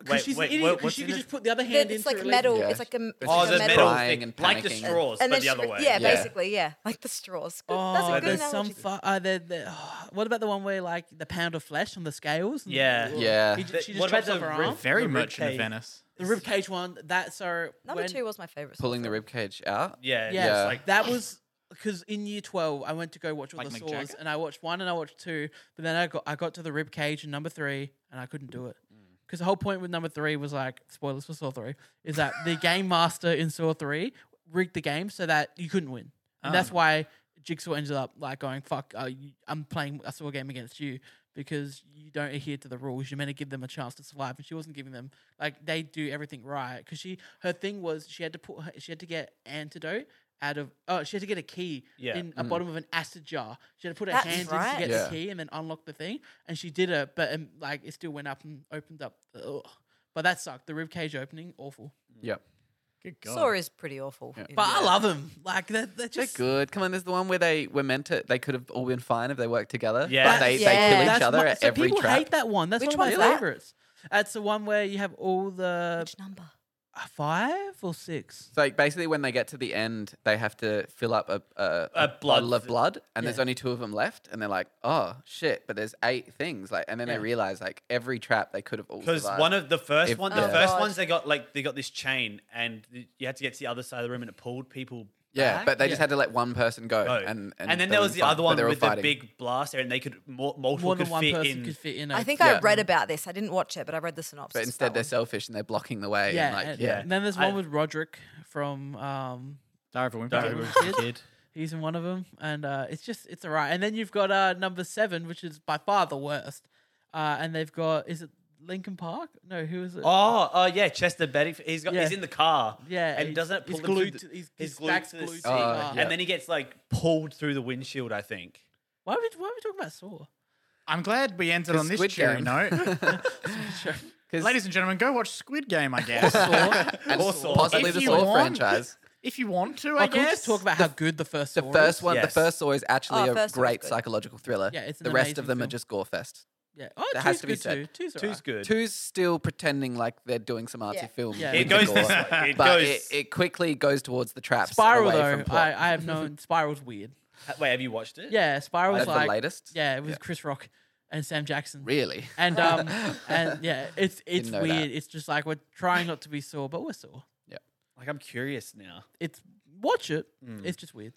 Speaker 1: Because
Speaker 5: Wait,
Speaker 1: she's
Speaker 5: wait,
Speaker 1: an idiot.
Speaker 5: what-
Speaker 1: 'cause
Speaker 5: what's
Speaker 1: she
Speaker 5: in
Speaker 1: could
Speaker 5: it?
Speaker 1: just put the other hand
Speaker 4: Then
Speaker 1: in.
Speaker 4: It's like metal.
Speaker 3: Yeah.
Speaker 4: It's like a, m-
Speaker 3: It's
Speaker 4: like
Speaker 5: oh,
Speaker 3: She's
Speaker 4: a
Speaker 5: the
Speaker 3: just
Speaker 5: metal,
Speaker 3: crying
Speaker 5: thing,
Speaker 3: and
Speaker 5: like the
Speaker 3: panicking.
Speaker 5: straws,
Speaker 4: and then
Speaker 5: but the
Speaker 4: she-
Speaker 5: other way.
Speaker 4: Yeah,
Speaker 3: Yeah.
Speaker 4: basically, yeah, like the straws. Good-
Speaker 1: Oh,
Speaker 4: That's a good
Speaker 1: there's
Speaker 4: analogy.
Speaker 1: some. Fu- uh, there, there, oh, what about the *sighs* one where like the pound of flesh on the scales? and-
Speaker 5: Yeah.
Speaker 3: Yeah.
Speaker 1: He, j- she just
Speaker 5: What about
Speaker 1: chops off
Speaker 5: the
Speaker 1: her
Speaker 5: rib-
Speaker 1: arm.
Speaker 2: Very
Speaker 5: The rib
Speaker 2: much in
Speaker 5: cage.
Speaker 2: Venice.
Speaker 1: The rib cage one. That so
Speaker 4: Number
Speaker 1: when-
Speaker 4: two was my favorite.
Speaker 3: Pulling the ribcage out.
Speaker 5: Yeah,
Speaker 1: Yeah,
Speaker 5: it's
Speaker 3: Yeah.
Speaker 5: Like
Speaker 1: that was because in year twelve I went to go watch all
Speaker 2: Like
Speaker 1: the
Speaker 2: Mick
Speaker 1: saws
Speaker 2: Jagger?
Speaker 1: and I watched one and I watched two, but then I got I got to the rib cage in number three and I couldn't do it. Because the whole point with number three was like spoilers for Saw three is that the game master in Saw three rigged the game so that you couldn't win, and that's why Jigsaw ended up like going fuck. Uh, you, I'm playing a Saw game against you because you don't adhere to the rules. You're meant to give them a chance to survive, and she wasn't giving them like they do everything right because she her thing was she had to put her, she had to get antidote out of oh she had to get a key
Speaker 5: Yeah.
Speaker 1: in a bottom of an acid jar. She had to put her
Speaker 4: That's
Speaker 1: hand in
Speaker 4: right.
Speaker 1: to get
Speaker 3: Yeah.
Speaker 1: the key and then unlock the thing, and she did it, but um, like it still went up and opened up. Ugh. But that sucked. The rib cage opening, awful.
Speaker 3: Yep.
Speaker 2: Good God.
Speaker 4: Saw is pretty awful. in
Speaker 1: But uh,
Speaker 4: the-
Speaker 1: I love them. Like they're, they're
Speaker 3: They're
Speaker 1: just
Speaker 3: good. Come on, there's the one where they were meant to. They could have all been fine if they worked together.
Speaker 5: Yeah.
Speaker 3: But they,
Speaker 4: Yeah.
Speaker 3: they kill
Speaker 1: That's
Speaker 3: each other
Speaker 1: my-
Speaker 3: at
Speaker 1: so
Speaker 3: every
Speaker 1: people
Speaker 3: trap.
Speaker 1: hate that one. That's
Speaker 4: Which
Speaker 1: one of
Speaker 4: one's
Speaker 1: my
Speaker 4: that?
Speaker 1: favorites. That's the one where you have all the uh,
Speaker 4: Which number?
Speaker 1: five or six.
Speaker 3: So like, basically, when they get to the end, they have to fill up a, a,
Speaker 5: A blood
Speaker 3: bottle of
Speaker 5: th-
Speaker 3: blood, and there's
Speaker 1: Yeah.
Speaker 3: only two of them left, and they're like, "Oh shit!" But there's eight things, like, and then
Speaker 1: Yeah.
Speaker 3: they realize like every trap they could have all
Speaker 5: Because
Speaker 3: survived.
Speaker 5: one of the first
Speaker 3: If-
Speaker 5: one, the
Speaker 3: Oh,
Speaker 5: first
Speaker 4: God.
Speaker 5: ones they got like they got this chain, and th- you had to get to the other side of the room, and it pulled people.
Speaker 3: yeah,
Speaker 5: back.
Speaker 3: but they
Speaker 1: Yeah.
Speaker 3: just had to let one person go,
Speaker 5: No.
Speaker 3: and, and
Speaker 5: then
Speaker 3: they
Speaker 5: there was
Speaker 3: wouldn't
Speaker 5: the
Speaker 3: fight,
Speaker 5: other
Speaker 3: but
Speaker 5: one
Speaker 3: they were
Speaker 5: with
Speaker 3: fighting.
Speaker 5: the big blaster, and they could more, multiple
Speaker 1: More than
Speaker 5: could
Speaker 1: one
Speaker 5: fit
Speaker 1: person
Speaker 5: in.
Speaker 1: could fit in. a-
Speaker 4: I think I
Speaker 3: Yeah.
Speaker 4: read about this. I didn't watch it, but I read the synopsis.
Speaker 3: But instead,
Speaker 4: that
Speaker 3: they're
Speaker 4: one.
Speaker 3: selfish and they're blocking the
Speaker 1: yeah,
Speaker 3: way. Yeah, and like,
Speaker 1: and-
Speaker 3: yeah.
Speaker 1: And then there's one
Speaker 5: I-
Speaker 1: with Roderick from um,
Speaker 2: Diary of a Wimpy
Speaker 5: Diary of a
Speaker 2: Kid.
Speaker 1: Wimpy
Speaker 2: *laughs*
Speaker 1: He's in one of them, and uh, it's just it's alright. And then you've got uh, number seven, which is by far the worst. Uh, and they've got is it Lincoln Park? No, who is it?
Speaker 5: Oh, oh yeah, Chester Betty. He's got.
Speaker 1: Yeah.
Speaker 5: He's in the car.
Speaker 1: Yeah,
Speaker 5: and
Speaker 1: he's-
Speaker 5: doesn't it
Speaker 1: he's
Speaker 5: pull him through
Speaker 1: glued
Speaker 5: the-
Speaker 1: to- he's-
Speaker 5: he's
Speaker 1: his
Speaker 5: glued
Speaker 1: back's
Speaker 5: to the
Speaker 1: glued to uh,
Speaker 5: seat,
Speaker 1: the
Speaker 3: car.
Speaker 5: and then he gets like pulled through the windshield. I think.
Speaker 1: Why are we why are we talking about Saw?
Speaker 2: I'm glad we ended on this
Speaker 3: Squid
Speaker 2: cheery
Speaker 1: *laughs*
Speaker 3: Game.
Speaker 2: note.
Speaker 3: 'Cause-
Speaker 2: Ladies and gentlemen, go watch Squid Game, I guess.
Speaker 5: *laughs*
Speaker 3: and
Speaker 5: Also,
Speaker 3: possibly
Speaker 2: if
Speaker 3: the
Speaker 2: you
Speaker 3: Saw
Speaker 2: want-
Speaker 3: franchise.
Speaker 2: if you want to,
Speaker 1: Oh,
Speaker 2: I
Speaker 1: can we
Speaker 2: guess.
Speaker 1: just talk about how good the first
Speaker 3: The
Speaker 1: Saw
Speaker 3: first
Speaker 1: is?
Speaker 3: one, the
Speaker 5: Yes.
Speaker 3: first Saw is actually
Speaker 4: Oh,
Speaker 3: a
Speaker 4: first Saw was
Speaker 3: great
Speaker 4: good.
Speaker 3: psychological thriller.
Speaker 1: Yeah, it's an
Speaker 3: the rest
Speaker 1: amazing
Speaker 3: of them
Speaker 1: film.
Speaker 3: are just gore fest.
Speaker 1: Yeah, oh,
Speaker 3: That
Speaker 1: two's
Speaker 3: has to be
Speaker 1: good
Speaker 3: said.
Speaker 1: too. Two's,
Speaker 5: Two's
Speaker 1: alright.
Speaker 5: good.
Speaker 3: Two's still pretending like they're doing some artsy
Speaker 4: Yeah.
Speaker 3: film.
Speaker 1: Yeah.
Speaker 5: It
Speaker 3: with the
Speaker 5: goes
Speaker 3: gore,
Speaker 5: this way. *laughs* It
Speaker 3: but
Speaker 5: goes.
Speaker 3: it, it quickly goes towards the traps. and
Speaker 1: Spiral
Speaker 3: away from
Speaker 1: though,
Speaker 3: plot.
Speaker 1: I, I have known Spiral's weird.
Speaker 5: Wait, have you watched it?
Speaker 1: Yeah, Spiral's
Speaker 3: That's the
Speaker 1: like
Speaker 3: latest?
Speaker 1: Yeah, it was Chris Rock and Sam Jackson.
Speaker 3: really. *laughs*
Speaker 1: And um and yeah, it's it's
Speaker 3: know
Speaker 1: weird.
Speaker 3: that.
Speaker 1: It's just like we're trying not to be sore, but we're sore.
Speaker 5: Like I'm curious now.
Speaker 1: It's watch it. It's just weird.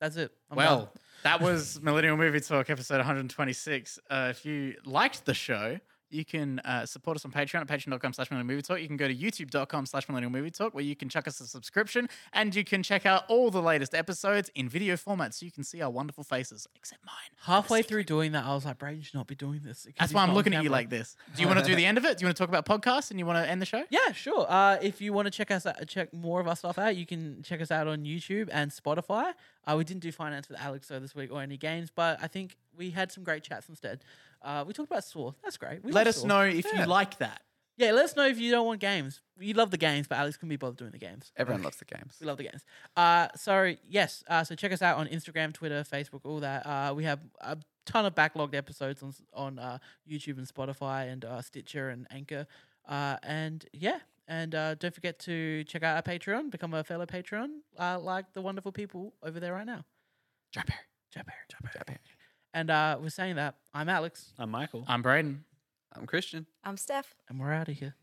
Speaker 1: That's it. I'm done.
Speaker 2: Mm. Well, Oh, that was Millennial Movie Talk episode 126. Uh, if you liked the show, you can uh, support us on Patreon at patreon.com slash millennial movie talk. You can go to youtube.com slash millennial movie talk where you can chuck us a subscription and you can check out all the latest episodes in video format so you can see our wonderful faces, except mine.
Speaker 1: halfway through doing that, I was like, Brayden should not be doing this. because
Speaker 2: That's
Speaker 1: he's
Speaker 2: why
Speaker 1: not
Speaker 2: I'm
Speaker 1: on
Speaker 2: looking at you
Speaker 1: camera."
Speaker 2: like this. Do you want to do the end of it? Do you want to talk about podcasts and you want to end the show?
Speaker 1: Yeah, sure. Uh, if you want to check us out, check more of our stuff out, you can check us out on YouTube and Spotify. Uh, we didn't do finance with Alex though this week or any games, but I think we had some great chats instead. Uh, we talked about Saw. That's great. We
Speaker 2: Let
Speaker 1: love
Speaker 2: us
Speaker 1: Saw.
Speaker 2: know if
Speaker 1: Yeah.
Speaker 2: you like that.
Speaker 1: Yeah, let us know if you don't want games. You love the games, but Alex can be bothered doing the games.
Speaker 3: Everyone loves the games.
Speaker 1: We love the games. Uh, so yes, uh, so check us out on Instagram, Twitter, Facebook, all that. Uh, we have a ton of backlogged episodes on on uh, YouTube and Spotify and uh, Stitcher and Anchor. Uh, and yeah, and uh, don't forget to check out our Patreon, become a fellow Patreon, uh, like the wonderful people over there right now.
Speaker 2: Joe Perry.
Speaker 1: Joe Perry, Joe Perry. And uh, we're saying that I'm Alex,
Speaker 5: I'm Michael.
Speaker 2: I'm Braden.
Speaker 3: I'm Christian.
Speaker 4: I'm Um, Steph.
Speaker 1: and we're out of here.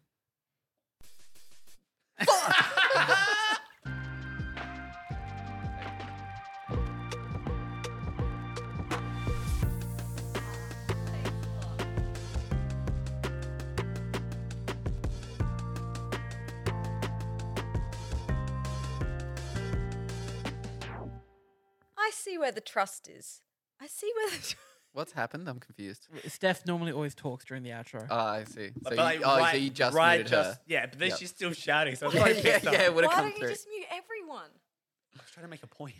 Speaker 4: I see where the trust is. I see where the *laughs* tr-
Speaker 3: What's happened? I'm confused.
Speaker 1: Mm. Steph normally always talks during the outro.
Speaker 3: Oh, I see. So,
Speaker 5: But
Speaker 3: you,
Speaker 5: like,
Speaker 3: oh, so
Speaker 5: right-
Speaker 3: you just
Speaker 5: right,
Speaker 3: muted
Speaker 5: just-
Speaker 3: her.
Speaker 5: Yeah, but then
Speaker 3: Yep.
Speaker 5: she's still shouting,
Speaker 3: *laughs*
Speaker 5: so I'm
Speaker 3: yeah,
Speaker 5: sorry.
Speaker 3: yeah, yeah, it would have
Speaker 4: Why
Speaker 3: come
Speaker 4: don't you
Speaker 3: through.
Speaker 4: just mute everyone? Oh,
Speaker 5: I was trying to make a point.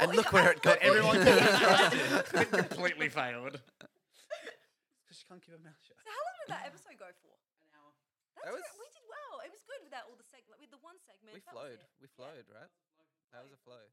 Speaker 3: And look where it got *laughs*
Speaker 4: *laughs*
Speaker 5: *laughs* Everyone
Speaker 2: Completely failed.
Speaker 5: Because she can't keep her mouth shut.
Speaker 4: So how long did that episode go for? An hour. That's
Speaker 3: That
Speaker 4: was...
Speaker 3: was-
Speaker 4: we did well. It was good without all the segment. With the one segment,
Speaker 3: We
Speaker 4: that was
Speaker 3: flowed.
Speaker 4: it.
Speaker 3: We flowed, right? That was a flow.